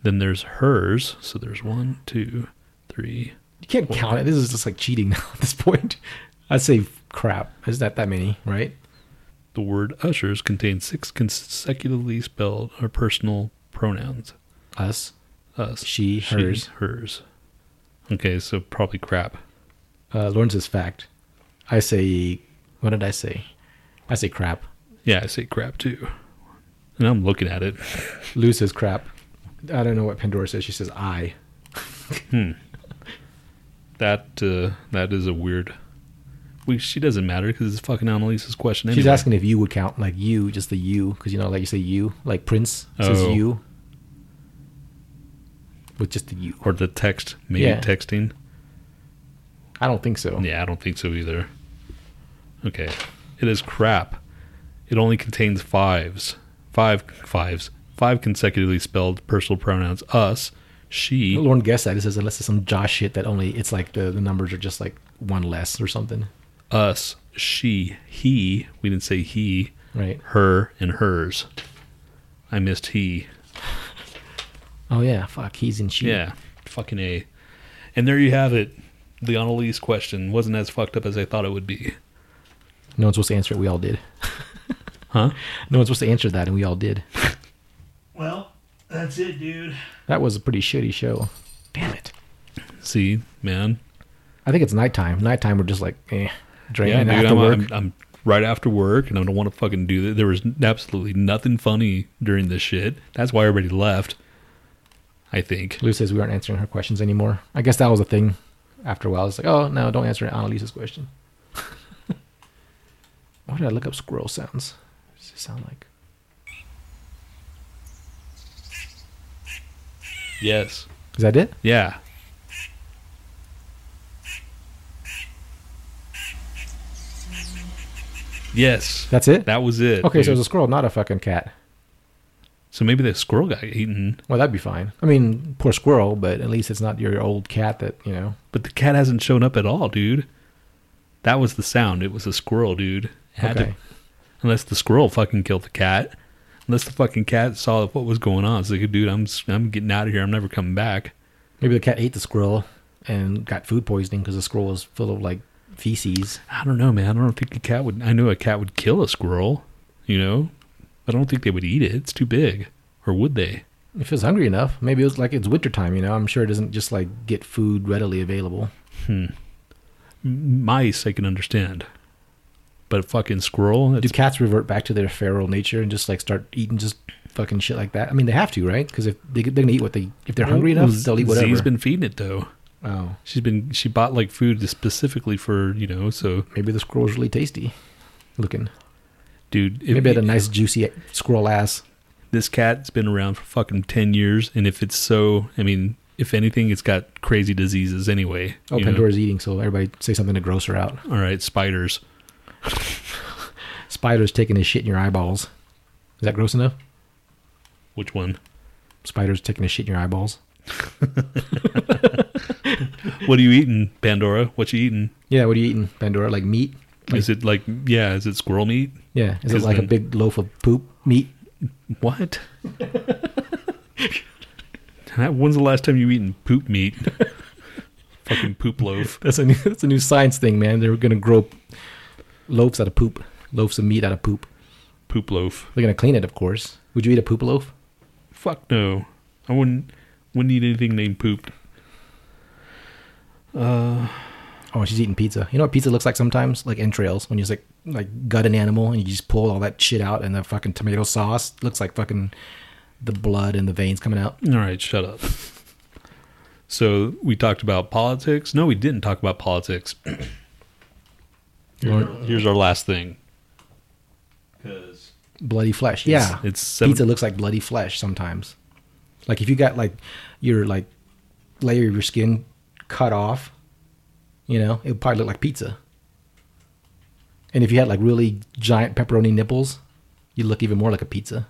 Then there's hers. So there's one, two, three.
You can't count it. This is just like cheating now at this point. I'd say crap. Is that that many? Right.
The word ushers contains six consecutively spelled or personal pronouns.
Us.
Us.
She, hers.
Hers. Okay, so probably crap.
Uh, Lawrence is fact. I say. What did I say? I say crap.
Yeah, I say crap too. And I'm looking at it.
Lou says crap. I don't know what Pandora says. She says I.
That uh, that is a weird. We, she doesn't matter because it's fucking Annalise's question anyway.
She's asking if you would count, like you, just the you, because you know, like you say you, like Prince says
Oh.
you, with just the you.
or the text, maybe
Yeah.
texting.
I don't think so.
Yeah, I don't think so either. Okay. It is crap. It only contains fives, five fives, five consecutively spelled personal pronouns: us, she,
Lauren guessed that. It says unless it's some Josh shit that only it's like the, the numbers are just like one less or something,
us, she, he. We didn't say he,
right?
her, and hers. I missed he.
Oh yeah, fuck, he's in she.
Yeah, fucking a. And there you have it. The Annalise question wasn't as fucked up as I thought it would be.
No one's supposed to answer it. We all did.
Huh?
No one's supposed to answer that, and we all did.
Well, that's it, dude.
That was a pretty shitty show. Damn it.
See, man.
I think it's nighttime. Nighttime, we're just like, eh, draining
yeah, dude,
after
I'm,
work.
I'm, I'm right after work, and I don't want to fucking do that. There was absolutely nothing funny during this shit. That's why everybody left. I think.
Lou says we aren't answering her questions anymore. I guess that was the thing. After a while, it's like, oh no, don't answer Annalisa's question. Why did I look up squirrel sounds? What does it sound like?
Yes.
Is that it?
Yeah. Yes.
That's it.
That was it.
okay, so
dude.
it was a squirrel, not a fucking cat.
so maybe the squirrel got eaten,
Well, that'd be fine. I mean, poor squirrel, but at least it's not your old cat that you know.
but the cat hasn't shown up at all, dude. That was the sound. It was a squirrel, dude. It had to
Okay.
unless the squirrel fucking killed the cat. Unless the fucking cat saw what was going on, it's like, dude, I'm I'm getting out of here. I'm never coming back.
Maybe the cat ate the squirrel and got food poisoning because the squirrel was full of like feces.
I don't know, man. I don't think a cat would. I know a cat would kill a squirrel. You know, I don't think they would eat it. It's too big, or would they?
If it's hungry enough, maybe it was like it's wintertime, you know. I'm sure it doesn't just like get food readily available.
M- Mice, I can understand, but a fucking squirrel.
Do
That's,
cats revert back to their feral nature and just like start eating just fucking shit like that? I mean, they have to, right? Because if they, they're gonna eat what they if they're hungry enough, they'll eat whatever.
Z's been feeding it though.
oh,
She's been she bought like food specifically for you know. So
maybe the squirrel's really tasty looking.
dude, if-
Maybe it had a nice juicy squirrel ass.
this cat's been around for fucking 10 years and if it's so i mean if anything it's got crazy diseases anyway
Oh,
you know?
Pandora's eating, so everybody say something to gross her out.
all right spiders
Spider's taking his shit in your eyeballs. Is that gross enough?
which one
Spider's taking his shit in your eyeballs.
what are you eating pandora what you eating
Yeah, what are you eating, Pandora? Like meat?
is it like yeah is it squirrel meat
Yeah, is it
Is
like a
it-
big loaf of poop meat?
what when's the last time you eaten poop meat fucking poop loaf
That's a new, that's a new science thing, man. They're gonna grow loaves out of poop, loaves of meat out of poop.
poop loaf
They're gonna clean it, of course. Would you eat a poop loaf?
fuck no i wouldn't wouldn't eat anything named pooped
Oh, she's eating pizza. You know what pizza looks like sometimes, like entrails, when you just like like gut an animal and you just pull all that shit out, and the fucking tomato sauce looks like fucking the blood and the veins coming out.
All right, shut up. So we talked about politics. No, we didn't talk about politics.
Lord,
Here's our last thing.
Because
bloody flesh. Yeah,
it's seven-
pizza looks like bloody flesh sometimes. Like if you got like your like layer of your skin cut off, you know, it would probably look like pizza. And if you had like really giant pepperoni nipples, you look even more like a pizza.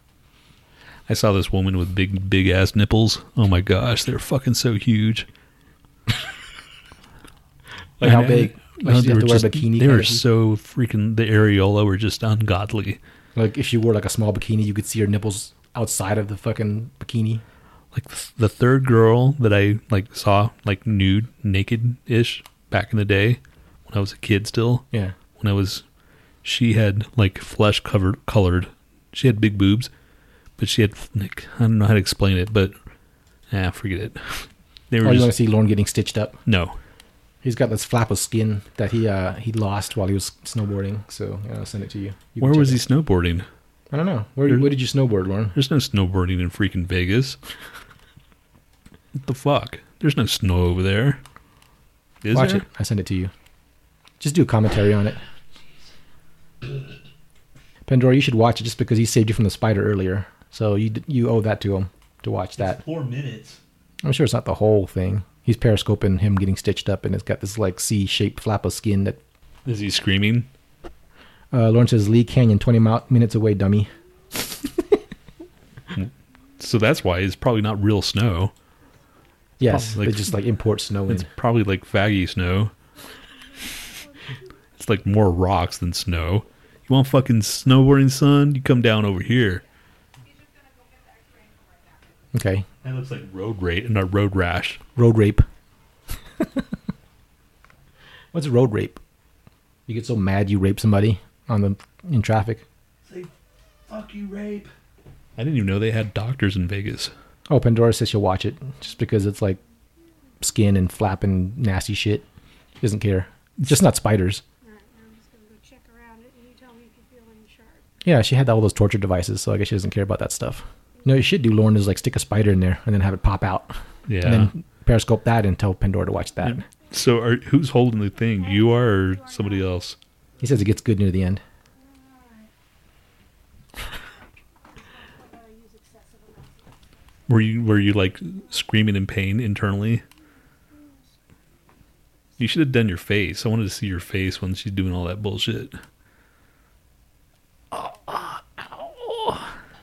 I saw this woman with big, big ass nipples. Oh my gosh, they're fucking so huge.
Like how big? Like
No,
she'd
they
have
were
to wear a
just,
bikini
they
kind
were
of-
so freaking. The areola were just ungodly.
Like if you wore like a small bikini, you could see your nipples outside of the fucking bikini.
Like the, the third girl that I like saw like nude, naked ish back in the day when I was a kid still.
Yeah.
when I was, she had like flesh covered colored. She had big boobs, but she had like I don't know how to explain it, but ah, forget it. They
Or
were
Oh, you want to
just,
see Lauren getting stitched up?
no.
He's got this flap of skin that he uh, he lost while he was snowboarding. So you know, I'll send it to you. You can
Where
check
was
it
he snowboarding?
I don't know. Where, where did you snowboard, Lauren?
There's no snowboarding in freaking Vegas. what the fuck? There's no snow over there. Is
Watch
there?
it. I send it to you. Just do a commentary on it. Pandora, you should watch it just because he saved you from the spider earlier. So you d- you owe that to him to watch that.
four minutes.
I'm sure it's not the whole thing. He's periscoping him getting stitched up, and it's got this like C-shaped flap of skin that
Is he screaming?
Uh, Lauren says Lee Canyon, 20 mi- minutes away, dummy.
So that's why it's probably not real snow.
Yes,
Probably.
they just like import snow
Oh,
in.
It's probably like faggy snow. it's like more rocks than snow. You want fucking snowboarding, son? You come down over here.
Okay,
That looks like road rate, not road rash.
road rape. What's road rape? You get so mad you rape somebody on the in traffic.
Say, fuck you, rape.
I didn't even know they had doctors in Vegas.
Oh, Pandora says she'll watch it just because it's like skin and flapping nasty shit. She doesn't care. Just not spiders.
All right, now I'm just gonna go check around it, and you tell me if you feel any sharp.
Yeah, she had all those torture devices, so I guess she doesn't care about that stuff. You know, what you should do, Lauren, is like stick a spider in there and then have it pop out,
Yeah.
and then periscope that and tell Pandora to watch that.
so are, who's holding the thing? You are or somebody else?
He says it gets good near the end.
Were you were you like screaming in pain internally? You should have done your face. I wanted to see your face when she's doing all that bullshit.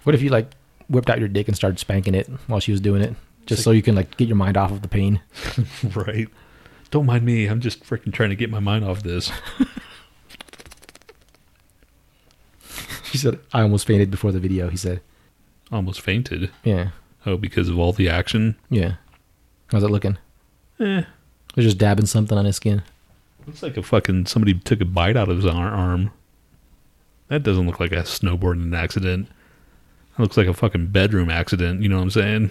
What if you like whipped out your dick and started spanking it while she was doing it, just so you can like get your mind off of the pain?
Right. Don't mind me. I'm just freaking trying to get my mind off this.
She said, "I almost fainted before the video." He said,
Almost fainted.
"Yeah,
Oh, because of all the action.
yeah." How's it looking?
Eh.
They're just dabbing something on his skin.
Looks like a fucking somebody took a bite out of his ar- arm. That doesn't look like a snowboarding accident. That looks like a fucking bedroom accident. You know what I'm saying?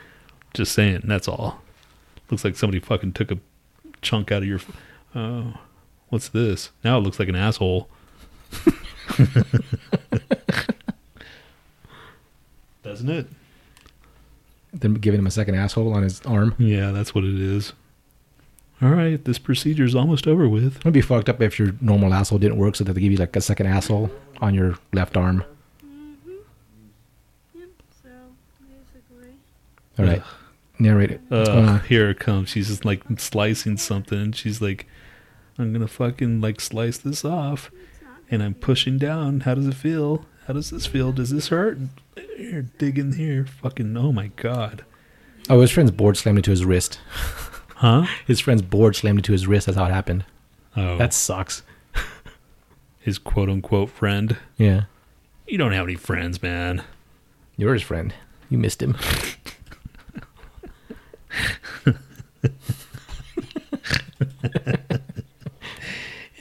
Just saying. That's all. Looks like somebody fucking took a chunk out of your. f- Oh, what's this? Now it looks like an asshole. Doesn't it?
Then giving him a second asshole on his arm.
Yeah, that's what it is. All right, this procedure's almost over with.
It'd be fucked up if your normal asshole didn't work, so that they give you like a second asshole on your left arm.
Mm-hmm. Yep. So basically,
All right, narrate it. What's going
Uh,
on?
here it comes. She's just like slicing something. She's like, I'm gonna fucking like slice this off, and I'm pushing down. How does it feel? How does this feel? Does this hurt? Here, dig in here. Fucking, oh my god.
Oh, his friend's board slammed into his wrist.
Huh?
His friend's board slammed into his wrist. That's how it happened.
Oh,
That
that's
sucks.
his quote unquote friend.
Yeah,
You don't have any friends, man.
you're his friend. You missed him.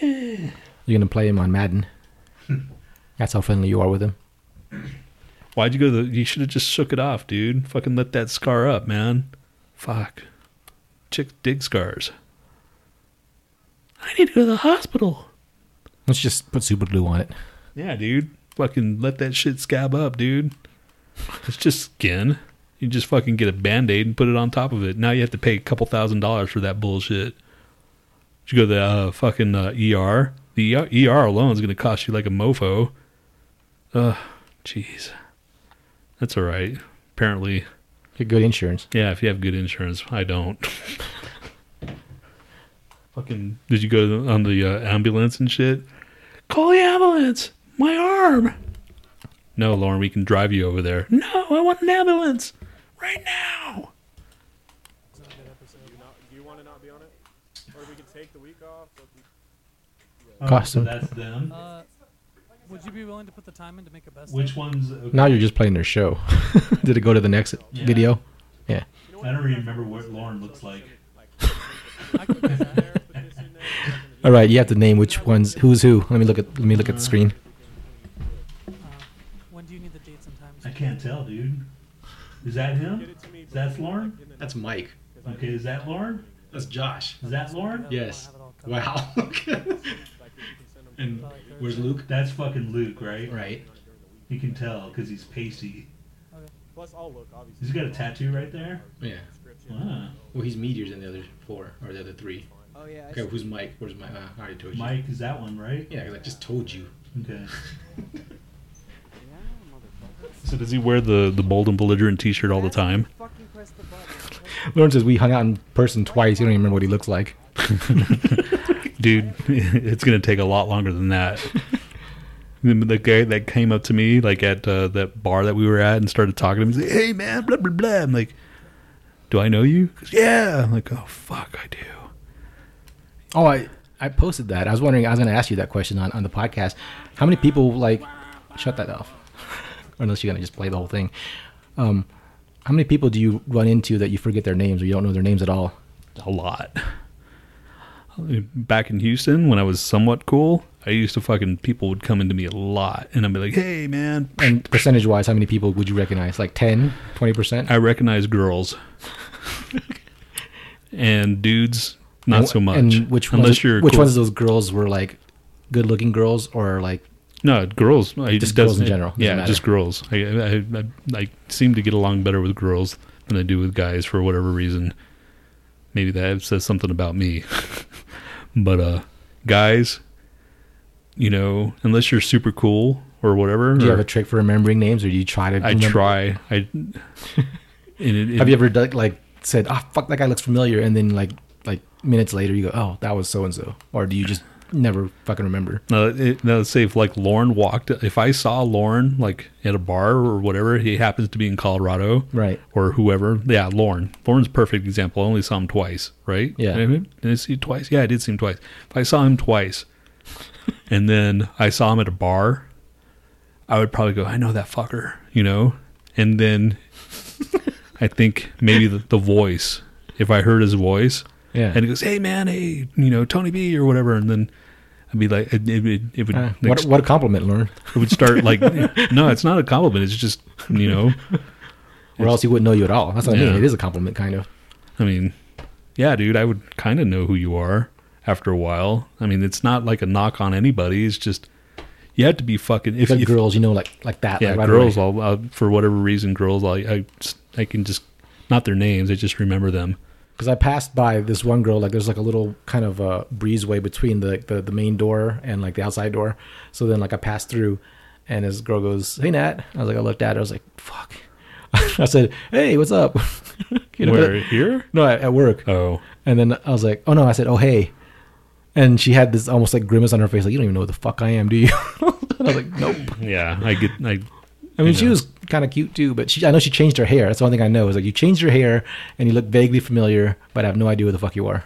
You're gonna play him on Madden. That's how friendly you are with him.
Why'd you go to the, you should have just shook it off, dude. Fucking let that scar up, man. Fuck. Chick dig scars. I need to go to the hospital.
Let's just put super glue on it.
Yeah, dude. Fucking let that shit scab up, dude. It's just skin. You just fucking get a band aid and put it on top of it. Now you have to pay a couple thousand dollars for that bullshit. You go to the uh, fucking uh, ER. The ER, ER alone is going to cost you like a mofo. Ugh, jeez. That's all right. Apparently,
Get good insurance.
yeah, if you have good insurance, I don't. Fucking, did you go on the uh, ambulance and shit? Call the ambulance. My arm. No, Lauren, we can drive you over there. No, I want an ambulance right now.
Cost
so
him.
that's them.
Would you be willing to put the time in to make a best?
Which one's? Okay.
Now you're just playing their show. Did it go to the next
Yeah.
video?
I don't even remember what Lauren looks like.
All right, you have to name which ones who's who. Let me look at let me look at the screen.
When do you need the dates and times?
I can't tell, dude. Is that him? Is that Lauren?
That's Mike.
Okay, is that Lauren?
That's Josh.
Is that Lauren?
Yes.
Have it all covered.
Wow. and where's Luke?
That's fucking Luke, right?
Right.
You can tell because he's pasty. Plus, I'll Oh, look obviously. He's got a tattoo right there.
Yeah.
Wow.
Well, he's Meteor's in the other four or the other three.
Oh yeah.
Okay, who's Mike? Where's Mike? Uh, I already told
Mike is that one, right?
Yeah, because I just told you.
Okay.
So does he wear the the bold and belligerent T-shirt all the time?
Fucking press the button.
Lauren says we hung out in person twice. You don't even remember what he looks like.
dude, it's gonna take a lot longer than that. Remember the guy that came up to me like at uh, that bar that we were at and started talking to me. He's like, "Hey, man, blah blah blah." I'm like, "Do I know you?" He goes, yeah. I'm like, "Oh fuck, I do."
Oh, I I posted that. I was wondering. I was going to ask you that question on, on the podcast. How many people like shut that off? Unless you're going to just play the whole thing. Um, how many people do you run into that you forget their names or you don't know their names at all?
a lot. Back in Houston, when I was somewhat cool, I used to fucking people would come into me a lot, and I'd be like, "Hey, man,
And percentage wise, how many people would you recognize? Like 10, 20 percent?
I recognize girls, and dudes not so much."
And which ones,
unless you're
which
cool.
ones of those girls were like good looking girls or like
No, girls. I-
Just
it
girls
doesn't-
in general, doesn't
Yeah,
matter.
just girls. I, I, I, I seem to get along better with girls than I do with guys for whatever reason. Maybe that says something about me. but uh, guys, you know, unless you're super cool or whatever,
do you have
or
a trick for remembering names or do you try to
Mm. I
remember-
try. I and it, it-
Have you ever done, like said, "Ah, fuck, that guy looks familiar," and then like like minutes later you go, "Oh, that was so and so," or do you just never fucking remember?
No, uh, it, no, say if like Lauren walked, if I saw Lauren like at a bar or whatever, he happens to be in Colorado,
Right.
Or whoever, yeah, Lauren. Lauren's a perfect example. I only saw him twice, right?
Yeah.
Did I, did I see you twice? Yeah, I did see him twice. If I saw him twice, and then I saw him at a bar, I would probably go, I know that fucker, you know. And then I think maybe the, the voice, if I heard his voice,
Yeah.
and he goes, "Hey man, hey, you know Tony B or whatever," and then I'd be like, it, it, would- it would
Uh,
like,
what what a compliment, Lauren.
it would start like, no, it's not a compliment. It's just you know,
Or else he wouldn't know you at all. That's what I mean.
Yeah.
It is a compliment, kind of.
I mean, yeah, dude, I would kind of know who you are after a while. I mean, it's not like a knock on anybody. It's just you have to be fucking if,
Like
if
girls, you know, like like that.
yeah,
like right
girls.
away.
I'll, i for whatever reason, girls. I, I I can just not their names. I just remember them.
because I passed by this one girl. Like, there's like a little kind of a breezeway between the, the the main door and like the outside door. So then, like, I passed through, and this girl goes, "Hey, Nat." I was like, I looked at her. I was like, "Fuck." I said, "Hey, what's up?" you know,
Where
but-
here?
no, at, at work.
Oh,
And then I was like, "Oh no!" I said, "Oh hey," and she had this almost like grimace on her face, like, "You don't even know who the fuck I am, do you?" and I was like, "Nope."
yeah. I get. I
I
You
mean, she
know.
was kind of cute too, but she—I know she changed her hair. That's the only thing I know is like you changed your hair, and you look vaguely familiar, but I have no idea who the fuck you are.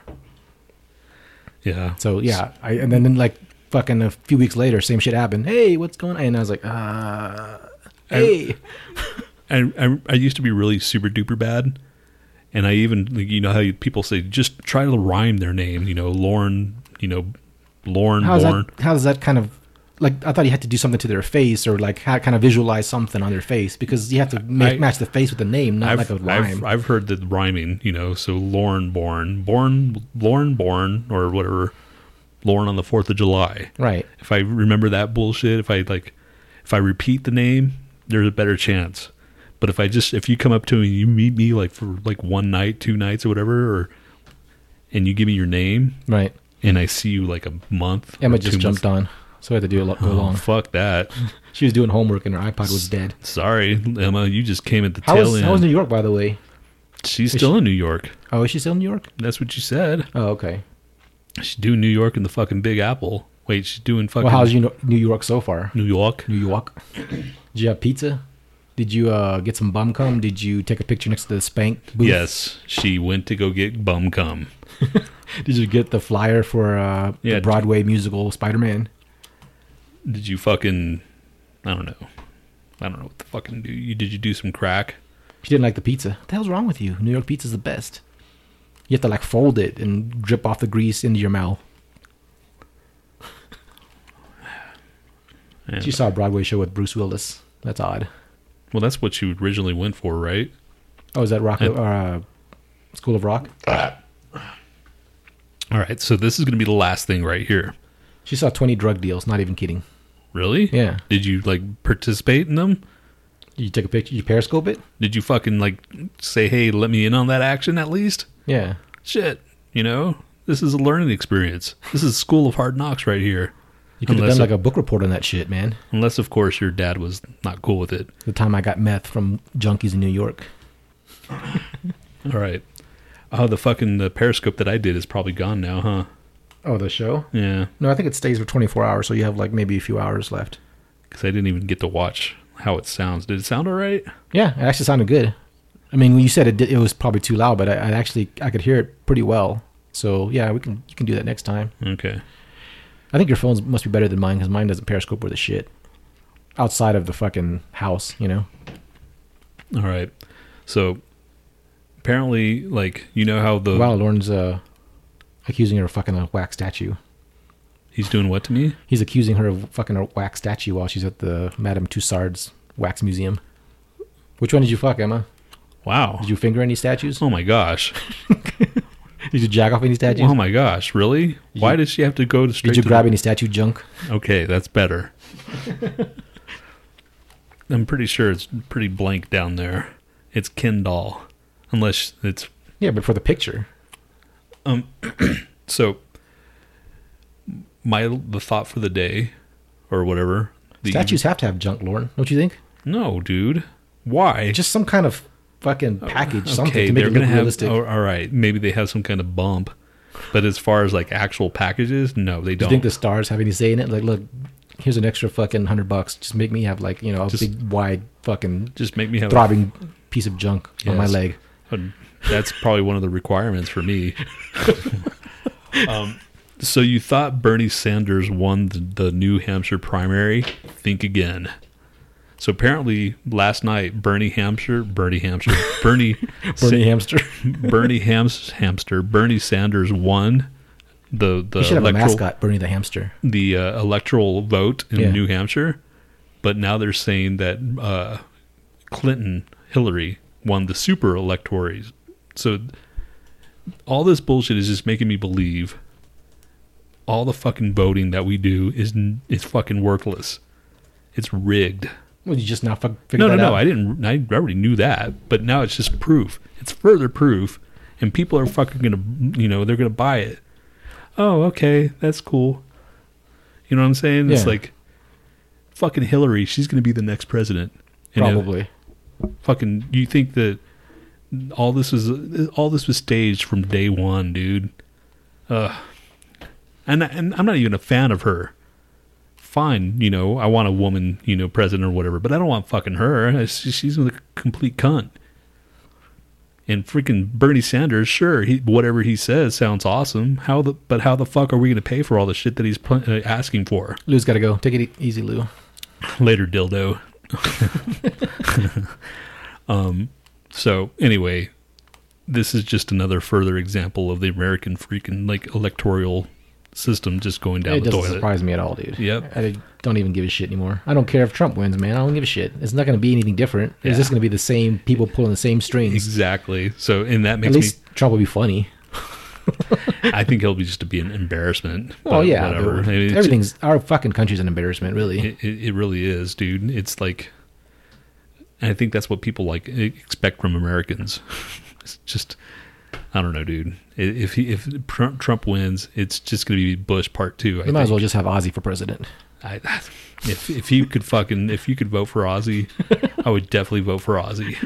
yeah.
So yeah, I and then, then like fucking a few weeks later, same shit happened. Hey, what's going on? And I was like, uh, hey,
I, I I used to be really super duper bad, and I even like, you know how you, people say just try to rhyme their name. You know, Lauren. You know, Lauren.
how's
Lauren.
that? How's that kind of? Like I thought you had to do something to their face, or like how, kind of visualize something on their face, because you have to ma-
I-
match the face with the name, not
I've,
like a rhyme.
I've I've heard the rhyming. You know, so Lauren born born Lauren born or whatever. Lauren on the Fourth of July.
Right.
If I remember that bullshit, if I like, if I repeat the name, there's a better chance. But if I just if you come up to me, you meet me like for like one night, two nights, or whatever, or and you give me your name,
Right.
and I see you like a month.
Emma
or
just
two
jumped
months-
on. So I had to do a lot go
Oh,
along.
fuck that.
She was doing homework and her iPod was dead.
Sorry, Emma. You just came at the
How
tail
was,
end.
how was New York, by the way?
She's still
she-
in New York.
Oh, is she still in New York?
That's what you said.
Oh, okay.
She's doing New York in the fucking Big Apple. Wait, she's doing fucking
Well, how's you know, New York so far?
New York.
New York. Did you have pizza? Did you uh, get some bum cum? Did you take a picture next to the spank booth?
Yes, she went to go get bum cum.
Did you get the flyer for uh,
Yeah.
the Broadway musical Spider Man?
Did you fucking? I don't know. I don't know what the fucking do. You did you do some crack?
She didn't like the pizza. What the hell's wrong with you? New York pizza's the best. You have to like fold it and drip off the grease into your mouth.
And-
She saw a Broadway show with Bruce Willis. That's odd.
well, that's what you originally went for, right?
Oh, is that Rock
Yeah.
or uh, School of Rock?
All right. So this is gonna be the last thing right here.
She saw 20 drug deals, not even kidding.
Really?
Yeah.
Did you like participate in them?
You take a picture, you periscope it?
Did you fucking like say, hey, let me in on that action at least?
Yeah.
Shit. You know, this is a learning experience. This is school of hard knocks right here.
You could have
Unless
done
it-
like a book report on that shit, man.
Unless, of course, your dad was not cool with it.
The time I got meth from junkies in New York. Mm-hmm.
All right. Oh, the fucking the periscope that I did is probably gone now, huh?
Oh, the show?
Yeah,
No, I think it stays for 24 hours, so you have like maybe a few hours left.
because I didn't even get to watch how it sounds. Did it sound all right?
Yeah, it actually sounded good. I mean, when you said it, did, it was probably too loud, but I, I actually I could hear it pretty well. So yeah, we can you can do that next time.
Okay.
I think your phones must be better than mine because mine doesn't periscope where the shit outside of the fucking house, you know.
All right. So apparently, like you know how the
Wow, Lauren's uh, accusing her of fucking a wax statue.
he's doing what to me?
He's accusing her of fucking a wax statue while she's at the Madame Tussauds wax museum. Which one did you fuck, Emma?
Wow.
Did you finger any statues?
Oh my gosh.
Did you jack off any statues?
Oh my gosh. Really? Why does she have to go to straight?
Did you
to
grab
the-
any statue junk?
Okay, that's better. I'm pretty sure it's pretty blank down there. It's Ken doll, unless it's
Yeah, but for the picture.
so. My the thought for the day, or whatever. The
Statues have to have junk, Lauren. Don't you think?
No, dude. Why?
Just some kind of fucking package, something to make
Oh, they're
it look
gonna
realistic.
Have, oh, all right, maybe they have some kind of bump, but as far as like actual packages, no, they
Do you
don't.
think the stars have any say in it? Like, look, here's an extra fucking hundred bucks. Just make me have like you know a
Just-
big wide fucking
Just make me have.
throbbing piece of junk on my
Yes.
leg.
That's probably one of the requirements for me. um, so you thought Bernie Sanders won the, the New Hampshire primary? Think again. So apparently, last night Bernie Hampshire, Bernie Hampshire, Bernie,
Bernie hamster.
Bernie Hams, hamster, Bernie Sanders won the the
you should have a
electoral-
mascot, Bernie the hamster.
the uh, electoral vote in
Yeah.
New Hampshire, but now they're saying that uh, Clinton Hillary won the super electories. So all this bullshit is just making me believe all the fucking voting that we do is n- is fucking worthless. It's rigged.
Well, you just now fuck, figure
No, no,
that
no.
out.
I didn't. I already knew that, but now it's just proof. It's further proof, and people are fucking gonna, you know, they're gonna buy it. Oh, okay, that's cool. You know what I'm saying? It's
Yeah.
like fucking Hillary. She's gonna be the next president. And if
Probably.
Fucking. You think that all this was all this was staged from day one, dude? Ugh. And and I'm not even a fan of her. Fine, you know, I want a woman, you know, president or whatever, but I don't want fucking her. It's- She's a complete cunt. And freaking Bernie Sanders, sure, he, whatever he says sounds awesome. How the but how the fuck are we going to pay for all the shit that he's pl- uh, asking for?
Lou's got to go. Take it e- easy, Lou.
later dildo um so anyway this is just another further example of the american freaking like electoral system just going down
it
the
doesn't
toilet
surprise me at all, dude.
Yep.
I don't even give a shit anymore. I don't care if Trump wins, man. I don't give a shit. It's not going to be anything different.
Yeah.
It's just going to be the same people pulling the same strings.
exactly so and that
At
makes
least Trump will be funny.
me i think he'll be just to be an embarrassment
Oh
but
yeah,
whatever
dude.
I mean, it's-
everything's our fucking country's an embarrassment, really.
it, it, it really is dude it's like and i think that's what people like e, expect from americans it's just i don't know dude if he if trump, trump wins it's just gonna be bush part two i
They might
think.
as well just have Ozzy for president.
I, if if you could fucking if you could vote for Ozzy, I would definitely vote for Ozzy.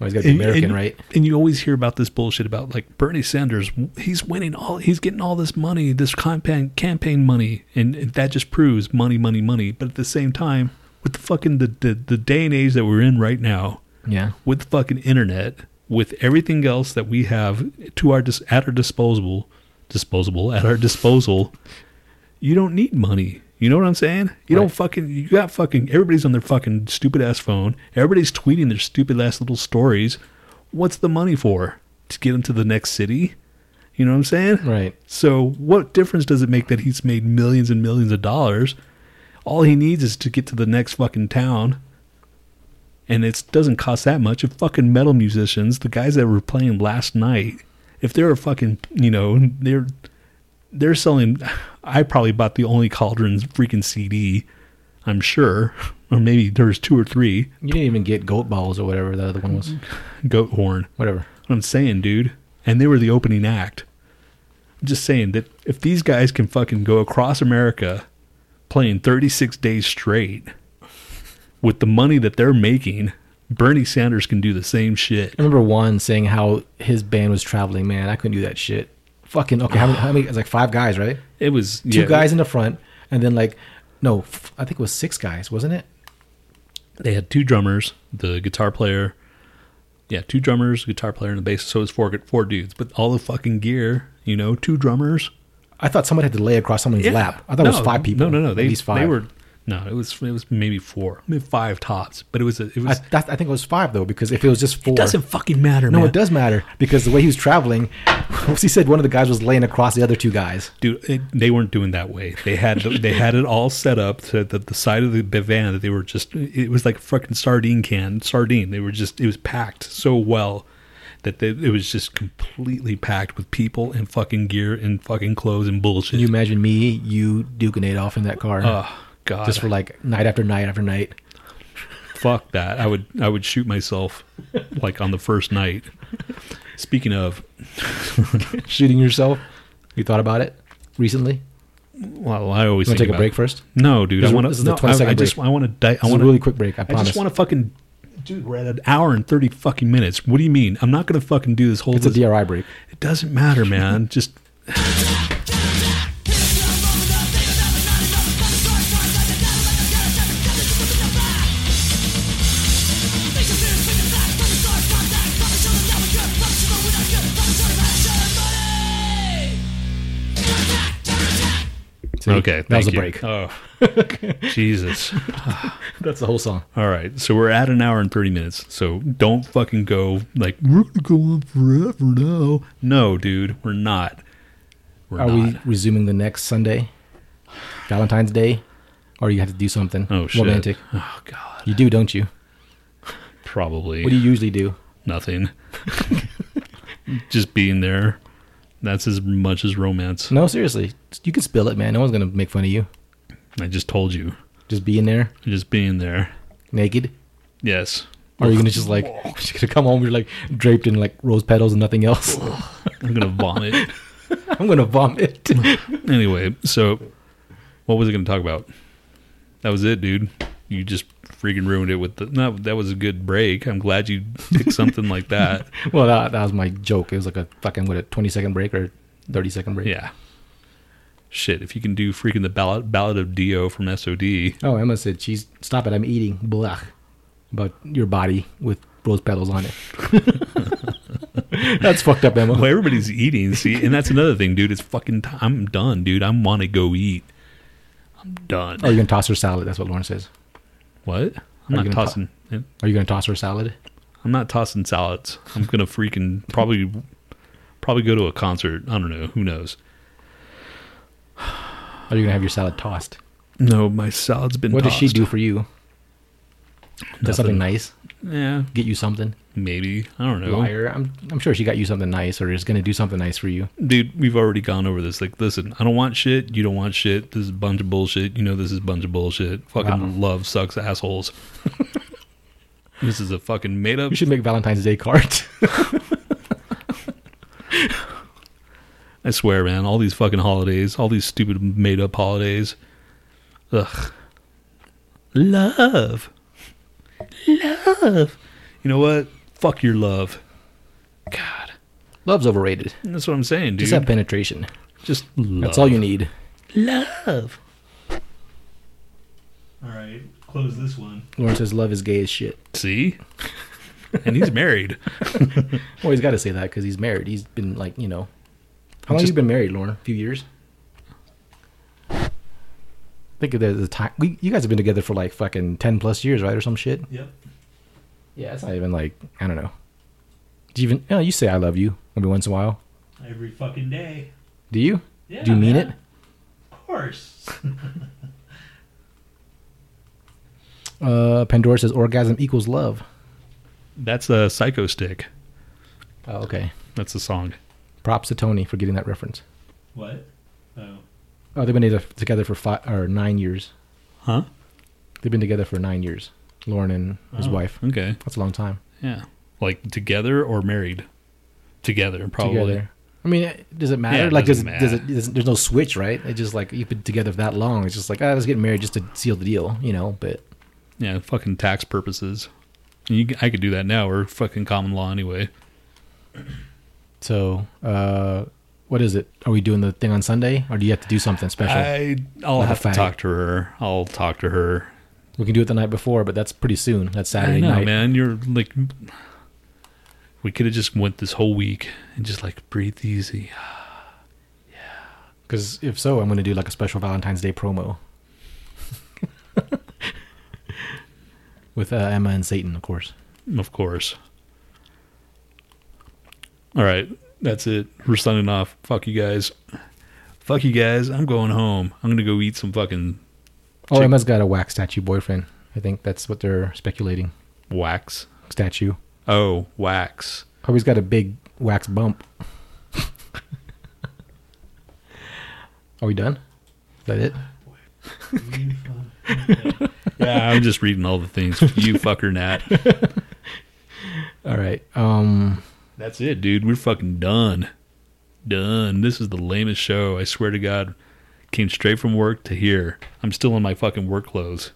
Well, he's got to be American,
and,
right?
And you always hear about this bullshit about like Bernie Sanders. He's winning all. He's getting all this money, this campaign campaign money, and, and that just proves money, money, money. But at the same time, with the fucking the, the the day and age that we're in right now,
Yeah.
with the fucking internet, with everything else that we have to our dis- at our disposable, disposable at our disposal, you don't need money. You know what I'm saying? You don't
Right.
fucking you got fucking everybody's on their fucking stupid ass phone. Everybody's tweeting their stupid ass little stories. What's the money for? To get into the next city? You know what I'm saying?
Right.
So what difference does it make that he's made millions and millions of dollars? All he needs is to get to the next fucking town. And it doesn't cost that much. If fucking metal musicians, the guys that were playing last night, if they were fucking, you know, they're they're selling. I probably bought the only Cauldron's freaking CD. I'm sure, or maybe there's two or three
You didn't even get goat balls or whatever the other one was.
goat horn.
Whatever.
What I'm saying, dude. And they were the opening act. I'm just saying that if these guys can fucking go across America playing 36 days straight with the money that they're making, Bernie Sanders can do the same shit.
I remember one saying how his band was traveling. Man, I couldn't do that shit. fucking okay. How many? How many? It's like five guys, right?
It was
Two
yeah,
guys in the front, and then like, no, f- I think it was six guys, wasn't it?
They had two drummers, the guitar player. Yeah, two drummers, guitar player, and the bassist. So it was four four dudes, but all the fucking gear. You know, two drummers.
I thought someone had to lay across someone's
Yeah.
lap. I thought it was
No,
five people.
No, no, no. They,
at least five.
They were no. It was it was maybe four, maybe five tops. But it was a, it
I,
was.
that, I think it was five though, because if it was just four,
it doesn't fucking matter,
no,
man.
it does matter because the way he was traveling, he said one of the guys was laying across the other two guys.
Dude, it, they weren't doing that way. They had they had it all set up so that the side of the b- van that they were just it was like a fucking sardine can sardine. They were just it was packed so well that they, it was just completely packed with people and fucking gear and fucking clothes and bullshit.
Can you imagine me, you, Duke, and Adolf in that car,
oh god,
just for like night after night after night?
fuck that. I would I would shoot myself like on the first night. Speaking of,
shooting yourself? You thought about it recently?
well, I always
You
think
want to take a
about-
break first?
No, dude, I
This is-
want
this
to.
is the
No,
20
I, I
second
just
break.
I want to. I
This is
want
a really quick break. I
I
promise.
just want to fucking, dude. We're at an hour and thirty fucking minutes. What do you mean? I'm not gonna fucking do this whole.
it's a
this-
DRI break.
It doesn't matter, man. just
See?
okay.
that was
thank
a
you.
break.
Oh, Jesus.
That's the whole song.
All right, so we're at an hour and thirty minutes. So don't fucking go like we're gonna go on forever now. No, dude, we're not. We're
Are
not.
we resuming the next Sunday, Valentine's Day, or you have to do something
oh shit.
romantic?
Oh god.
You do, don't you?
Probably.
What do you usually do?
Nothing. just being there. That's as much as romance.
No, seriously, you can spill it, man. No one's gonna make fun of you.
I just told you.
Just be in there
Just being there.
naked,
Yes.
or are you gonna just like just gonna come home? You're like draped in like rose petals and nothing else.
I'm gonna vomit.
I'm gonna vomit.
anyway, so what was I gonna talk about? That was it, dude. You just freaking ruined it with the no, that was a good break. I'm glad you picked something like that.
well, that, that was my joke. It was like a fucking what a 20 second break or 30 second break.
Yeah. Shit, if you can do freaking the ballad ballad of Dio from SOD.
Oh, Emma said, "She's stop it! I'm eating." Blah, about your body with rose petals on it. That's fucked up, Emma.
Well, everybody's eating, see, and that's another thing, dude. It's fucking time. I'm done, dude. I want to go eat. I'm done.
Are you gonna toss her salad? That's what Lauren says.
what? I'm
you
not
gonna
tossing. eh,
Are you gonna toss her salad?
I'm not tossing salads. I'm gonna freaking probably probably go to a concert. I don't know. Who knows?
Are you gonna have your salad tossed?
No, my salad's been.
What does
tossed.
she do for you? Does something nice?
Yeah,
Get you something?
maybe. I don't know,
Liar. I'm I'm sure she got you something nice, or is gonna do something nice for you.
dude. We've already gone over this. Like, listen, I don't want shit. You don't want shit. This is a bunch of bullshit. You know, this is a bunch of bullshit. Fucking love sucks, assholes. this is a fucking made up.
You should make Valentine's Day cards.
I swear, man. All these fucking holidays. All these stupid made up holidays. Ugh. Love. Love. You know what? Fuck your love. God.
Love's overrated.
That's what I'm saying, dude.
Just have penetration.
Just love.
That's all you need.
Love.
All right, close this one.
Lauren says love is gay as shit.
See? And he's married.
Well, he's got to say that because he's married. He's been like, you know, how long have you been married, Lauren? A few years. Think of that as the time. We, you guys have been together for like fucking ten plus years, right, or some shit.
Yep.
Yeah, it's not even like I don't know. Do you even? Oh, you say I love you every once in a while.
Every fucking day.
Do you?
Yeah.
Do you mean
man,
it?
Of course.
Uh, Pandora says orgasm equals love.
That's a psycho stick.
Oh, okay.
That's the song.
Props to Tony for getting that reference.
what? Oh.
Oh, they've been together- together for five or nine years.
Huh?
They've been together for nine years. Lauren and his wife.
Okay.
That's a long time.
Yeah. Like together or married? Together, probably.
together. I mean, it- does it matter?
it
like, does,
doesn't
it, does it?
matter.
Does, there's no switch, right? It's just like you've been together for that long. It's just like, ah, let's get married just to seal the deal, you know. But
Yeah, fucking tax purposes. You, I could do that now or fucking common law anyway.
so, uh, what is it? Are we doing the thing on Sunday, or do you have to do something special?
I I'll
Like a
have to
fag.
talk to her. I'll talk to her.
we can do it the night before, but that's pretty soon. That's Saturday
I know,
night.
man. You're like, we could have just went this whole week and just like breathe easy.
Because if so, I'm going to do like a special Valentine's Day promo with uh, Emma and Satan, of course.
Of course. All right, that's it. We're signing off. Fuck you guys. Fuck you guys. I'm going home. I'm gonna go eat some fucking
Oh,
Chick-
Emma's got a wax statue boyfriend. I think that's what they're speculating.
wax.
Statue.
Oh, wax.
Oh, he's got a big wax bump. Are we done? Is that it?
Yeah, I'm just reading all the things. You fucker, Nat.
All right. Um,
That's it, dude. We're fucking done. Done. This is the lamest show. I swear to God. Came straight from work to here. I'm still in my fucking work clothes.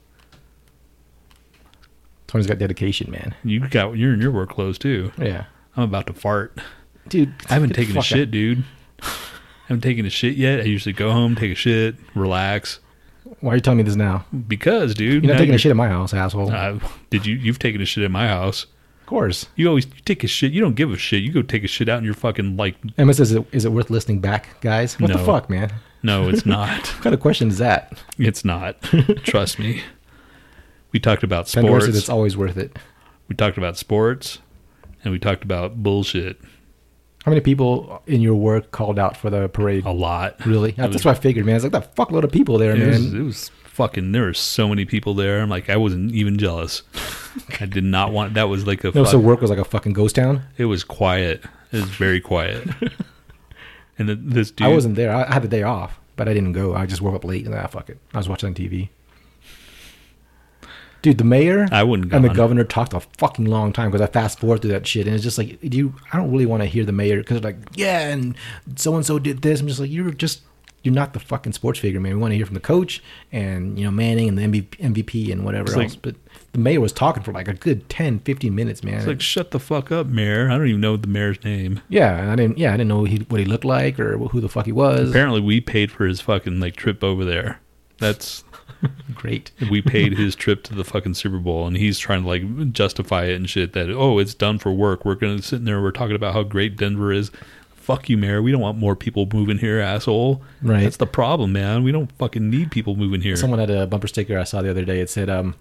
Tony's got dedication, man.
You got you're in your work clothes too.
Yeah,
I'm about to fart.
dude.
I haven't
get the
taken a
fuck
shit,
out.
dude. I haven't taken a shit yet. I usually go home, take a shit, relax.
Why are you telling me this now?
Because, dude,
You're
now
not taking a
you're-
shit at my house, asshole.
Uh, did you? You've taken a shit at my house.
of course.
You always you take a shit. You don't give a shit. You go take a shit out in your fucking like.
Emma says, "Is it, is it worth listening back, guys? What the
No.
fuck, man?
No, it's not.
What kind of question is that?"
It's not. Trust me. We talked about
Pandora
sports.
says it's always worth it.
we talked about sports, and we talked about bullshit
How many people in your work called out for the parade?
a lot.
really? That's
was-
what I figured, man. It's like that fuckload of people there,
It was,
man.
it was fucking. There were so many people there. I'm like, I wasn't even jealous. I did not want. That was like a.
No,
fuck-
so work was like a fucking ghost town.
it was quiet. It was very quiet. and th- this dude.
I wasn't there. I, I had the day off, but I didn't go. I just woke up late and ah, fuck it. I was watching on TV. Dude, the mayor
I wouldn't
and the
gone.
governor talked a fucking long time because I fast forward through that shit and it's just like, do you? I don't really want to hear the mayor because like, yeah, and so and so did this. I'm just like, you're just you're not the fucking sports figure, man. We want to hear from the coach and you know Manning and the MVP, MVP and whatever
It's like-
else. but the mayor was talking for like a good 10, 15 minutes, man.
It's like, shut the fuck up, mayor. I don't even know the mayor's name.
yeah, and I didn't. Yeah, I didn't know he, what he looked like or who the fuck he was.
Apparently, we paid for his fucking like trip over there. That's
Great.
we paid his trip to the fucking Super Bowl, and he's trying to like justify it and shit. That oh, it's done for work. We're gonna sit in there. We're talking about how great Denver is. Fuck you, mayor. We don't want more people moving here, asshole.
Right.
That's the problem, man. We don't fucking need people moving here.
Someone had a bumper sticker I saw the other day. It said, um,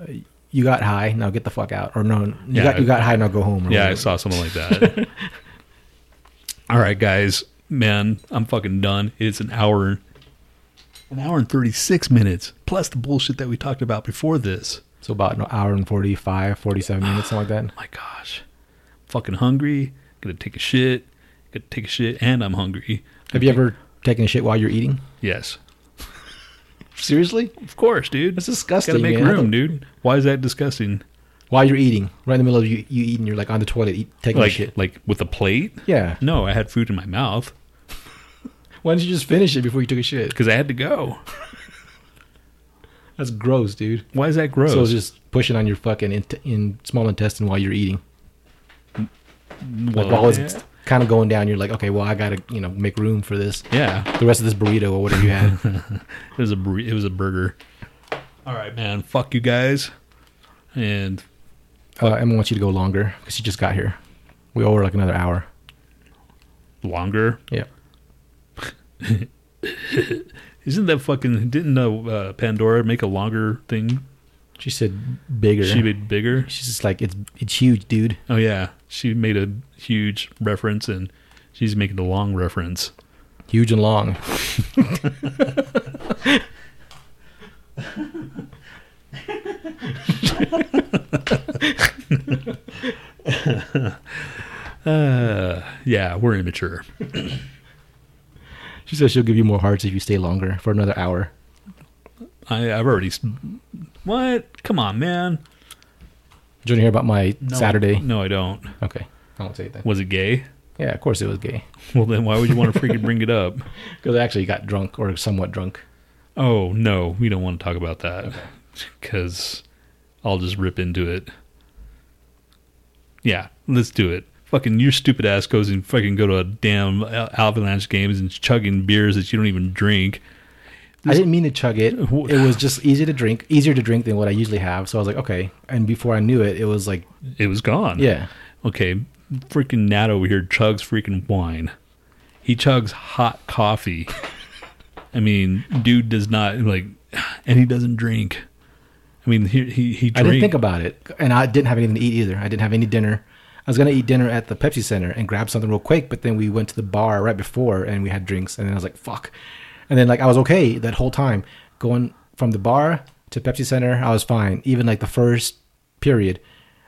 uh, "You got high, now get the fuck out," or "No, you
Yeah.
got you got high, now go home." Or
Yeah, I
whatever.
saw something like that. All right, guys. Man, I'm fucking done. It's an hour, an hour and 36 minutes, plus the bullshit that we talked about before this.
So about an hour and 45, 47 minutes, something like that.
My gosh. Fucking hungry. Gonna take a shit. Gonna take a shit, and I'm hungry.
Have you ever taken a shit while you're eating?
Yes.
Seriously?
Of course, dude.
That's disgusting,
Gotta make
man.
room, dude. Why is that disgusting?
While you're eating, right in the middle of you, you eating, you're like on the toilet eat, taking a
Like,
Oh, shit.
like with a plate?
Yeah.
No, I had food in my mouth
Why didn't you just finish it before you took a shit?
because I had to go.
That's gross, dude.
Why is that gross?
So it's just pushing on your fucking in, in small intestine while you're eating. Like
Well,
while it's kind of going down, you're like, okay, well, I gotta, you know, make room for this,
yeah.
the rest of this burrito or whatever you had.
It was a bur- it was a burger. All right, man. Fuck you guys. And
Uh, Emma wants you to go longer because she just got here. We owe her like another hour.
longer.
Yeah.
Isn't that fucking? Didn't uh, uh, Pandora make a longer thing?
She said bigger.
She made bigger.
She's just like it's it's huge, dude.
Oh yeah, she made a huge reference, and she's making a long reference.
Huge and long.
Uh, yeah, we're immature.
She says she'll give you more hearts if you stay longer for another hour.
I, I've already. s- What? Come on, man.
Do you want to hear about my
No,
Saturday?
No, I don't.
Okay, I won't say it then.
Was it gay?
Yeah, of course it was gay
Well, then why would you want to freaking bring it up?
because I actually got drunk or somewhat drunk.
Oh no, we don't want to talk about that because I'll just rip into it. Yeah, let's do it. fucking your stupid ass goes and fucking go to a damn Al- avalanche games and chugging beers that you don't even drink.
I didn't mean to chug it. It
Wh-
was just easy to drink, easier to drink than what I usually have. So I was like, okay. And before I knew it, it was like,
It was gone.
yeah,
Okay. Freaking Nat over here chugs freaking wine. He chugs hot coffee. I mean, dude does not like, and he doesn't drink. I mean, he he he. Drink.
I didn't think about it, and I didn't have anything to eat either. I didn't have any dinner. I was gonna eat dinner at the Pepsi Center and grab something real quick, but then we went to the bar right before and we had drinks, and then I was like, "Fuck!" And then like I was okay that whole time, going from the bar to Pepsi Center, I was fine. Even like the first period,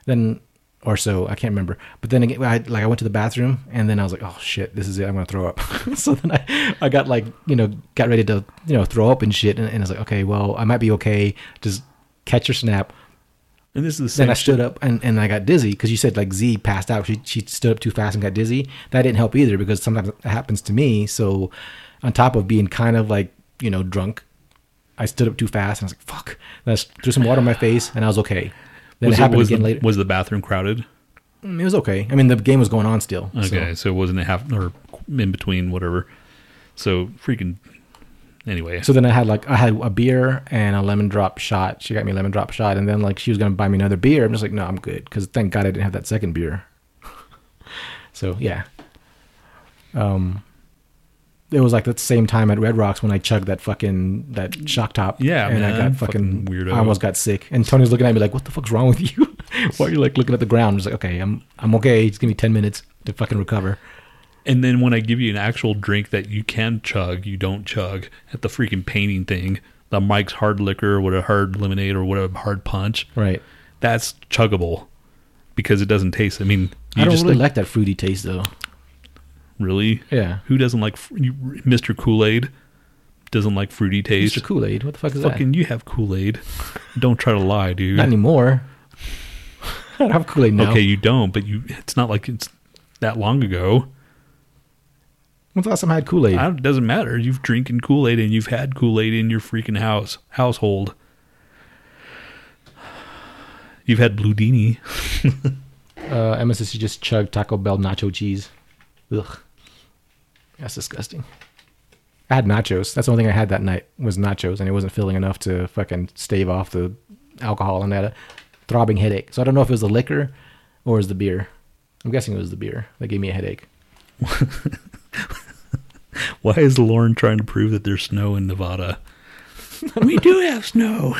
then or so I can't remember. But then again, I like I went to the bathroom, and then I was like, "Oh shit, this is it! I'm gonna throw up." so then I, I got like you know got ready to you know throw up and shit, and, and I was like, "Okay, well I might be okay. Just catch your snap."
And this is the same.
then I stood
shit.
up and, and I got dizzy because you said like Z passed out. She she stood up too fast and got dizzy. That didn't help either because sometimes it happens to me. So on top of being kind of like you know drunk, I stood up too fast and I was like fuck. And I s- threw some water in my face and I was okay. Then
Was
it happened
was
again
the,
later.
Was the bathroom crowded?
Mm, it was okay. I mean the game was going on still. so-
Okay, so, it wasn't a half or in between, whatever. So freaking. Anyway,
So then I had like I had a beer and a lemon drop shot. She got me a lemon drop shot, and then like she was gonna buy me another beer. I'm just like, no, I'm good because thank God I didn't have that second beer. so yeah, um, it was like the same time at Red Rocks when I chugged that fucking that shock top.
Yeah,
and I
man,
got
fucking
fucking,
weirdo.
I almost got sick, and Tony was looking at me like, what the fuck's wrong with you? Why are you like looking at the ground? I was like, okay, I'm I'm okay. It's gonna be ten minutes to fucking recover.
and then when I give you an actual drink that you can chug, you don't chug at the freaking painting thing, the Mike's hard liquor, what a hard lemonade or what a hard punch.
Right.
That's chuggable because it doesn't taste. I mean, you
I don't
just
really
like
like that fruity taste though.
really.
Yeah.
Who doesn't like fr- you, Mr. Kool Aid? Doesn't like fruity taste.
Mr. Kool Aid. What the fuck is that?
Fucking, you have Kool Aid. don't try to lie, dude.
Not anymore. I don't have Kool Aid now.
Okay, you don't, but you. It's not like it's that long ago.
When's the last time I had Kool Aid?
I, it doesn't matter. You've drinking Kool Aid and you've had Kool Aid in your freaking house household. You've had Bludini.
Uh, Emma says she just chugged Taco Bell nacho cheese. Ugh. That's disgusting. I had nachos. That's the only thing I had that night was nachos, and it wasn't filling enough to fucking stave off the alcohol and that throbbing headache. So I don't know if it was the liquor or it was the beer. I'm guessing it was the beer that gave me a headache.
Why is Lauren trying to prove that there's snow in Nevada? we do have snow.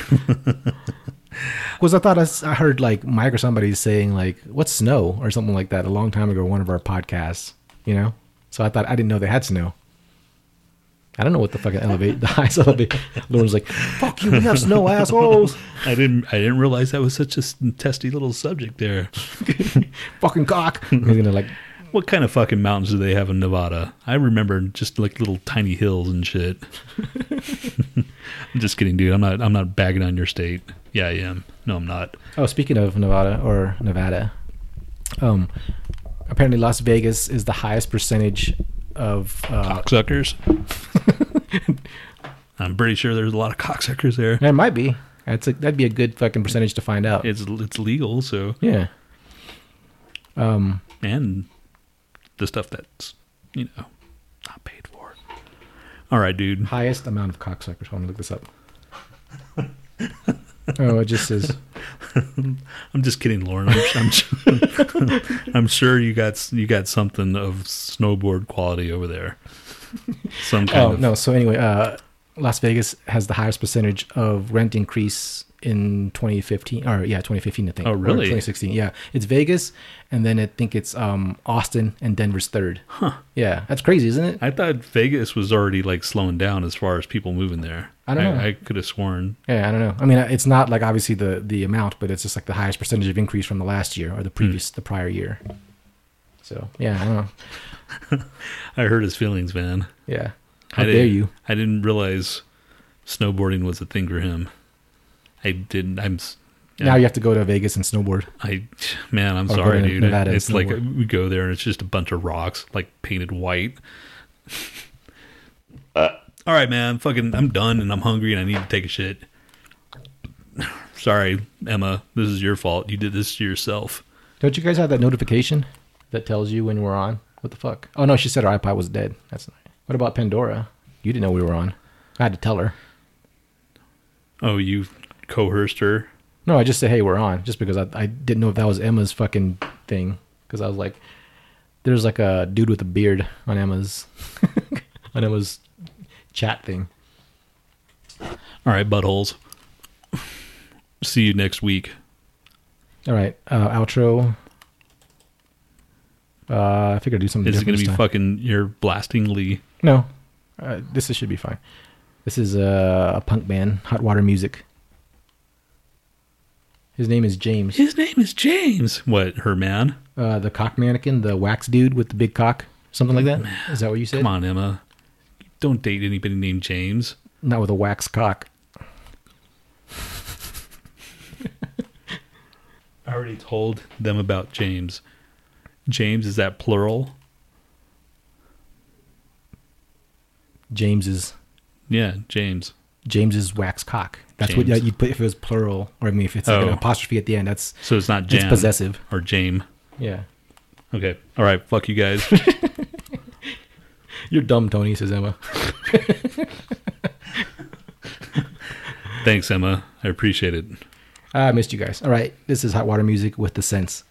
Because I thought I, s- I heard like Mike or somebody saying like, "What's snow?" or something like that a long time ago, one of our podcasts. You know, so I thought I didn't know they had snow. I don't know what the fucking elevate the highest elevate. Lauren's like, "Fuck you, we have snow, assholes."
I didn't. I didn't realize that was such a s- testy little subject there.
fucking cock. He's gonna like,
What kind of fucking mountains do they have in Nevada? I remember just like little tiny hills and shit. I'm just kidding, dude. I'm not. I'm not bagging on your state. Yeah, I am. No, I'm not.
oh, speaking of Nevada or Nevada, um, apparently Las Vegas is the highest percentage of uh,
cocksuckers. I'm pretty sure there's a lot of cocksuckers there.
it might be. That's a, that'd be a good fucking percentage to find out.
It's it's legal, so
yeah. Um.
and the stuff that's you know not paid for. All right, dude.
highest amount of cocksuckers. Hold on, look this up. oh, it just says
I'm just kidding, Lauren. I'm, I'm, sure, I'm sure you got s- you got something of snowboard quality over there. Some kind
oh
of
no so anyway uh las vegas has the highest percentage of rent increase in 2015 or yeah 2015 i think
Oh,
or
really?
2016 yeah it's vegas and then i think it's um austin and denver's third huh yeah that's crazy isn't it
I thought Vegas was already like slowing down as far as people moving there.
I don't know.
I, could have sworn.
yeah i don't know i mean it's not like obviously the the amount but it's just like the highest percentage of increase from the last year or the previous the prior year so yeah i don't know
I hurt his feelings, man.
yeah how
I
dare
didn't-
you
I didn't realize snowboarding was a thing for him. I didn't. I'm. s- Yeah,
now you have to go to vegas and snowboard
I man, I'm
Or go
sorry,
to
dude.
Nevada and
it's like
snowboard.
we go there and it's just a bunch of rocks, like painted white. all right, man. Fucking, I'm done and I'm hungry and I need to take a shit. Sorry, Emma. This is your fault. You did this to yourself.
Don't you guys have that notification that tells you when we're on? What the fuck? Oh no, she said our iPod was dead. That's nice. What about Pandora? You didn't know we were on. I had to tell her.
Oh, you coerced her.
No, I just said, "Hey, we're on," just because I, I didn't know if that was Emma's fucking thing. Because I was like, "There's like a dude with a beard on Emma's on Emma's chat thing."
All right, buttholes. See you next week.
All right, uh, outro. Uh, I figured I'd do something.
This is going
different
to be
this time.
fucking. You're blasting Lee.
No, uh, this should be fine. This is uh, a punk band, Hot Water Music. His name is James.
His name is James. What, her man?
Uh, the cock mannequin, the wax dude with the big cock, something like that. Is that what you said?
Come on, Emma. Don't date anybody named James.
Not with a wax cock.
I already told them about James. James, is that plural?
James's
Yeah, James.
James's wax cock. That's what
James.
you'd put if it was plural, or I mean, if it's like
Oh.
an apostrophe at the end. That's
So it's not Jam.
it's possessive.
Or Jame.
Yeah,
Okay. All right. Fuck you guys.
you're dumb, Tony. Says Emma.
Thanks, Emma. I appreciate it.
Ah, I missed you guys. All right, this is Hot Water Music with the Sense.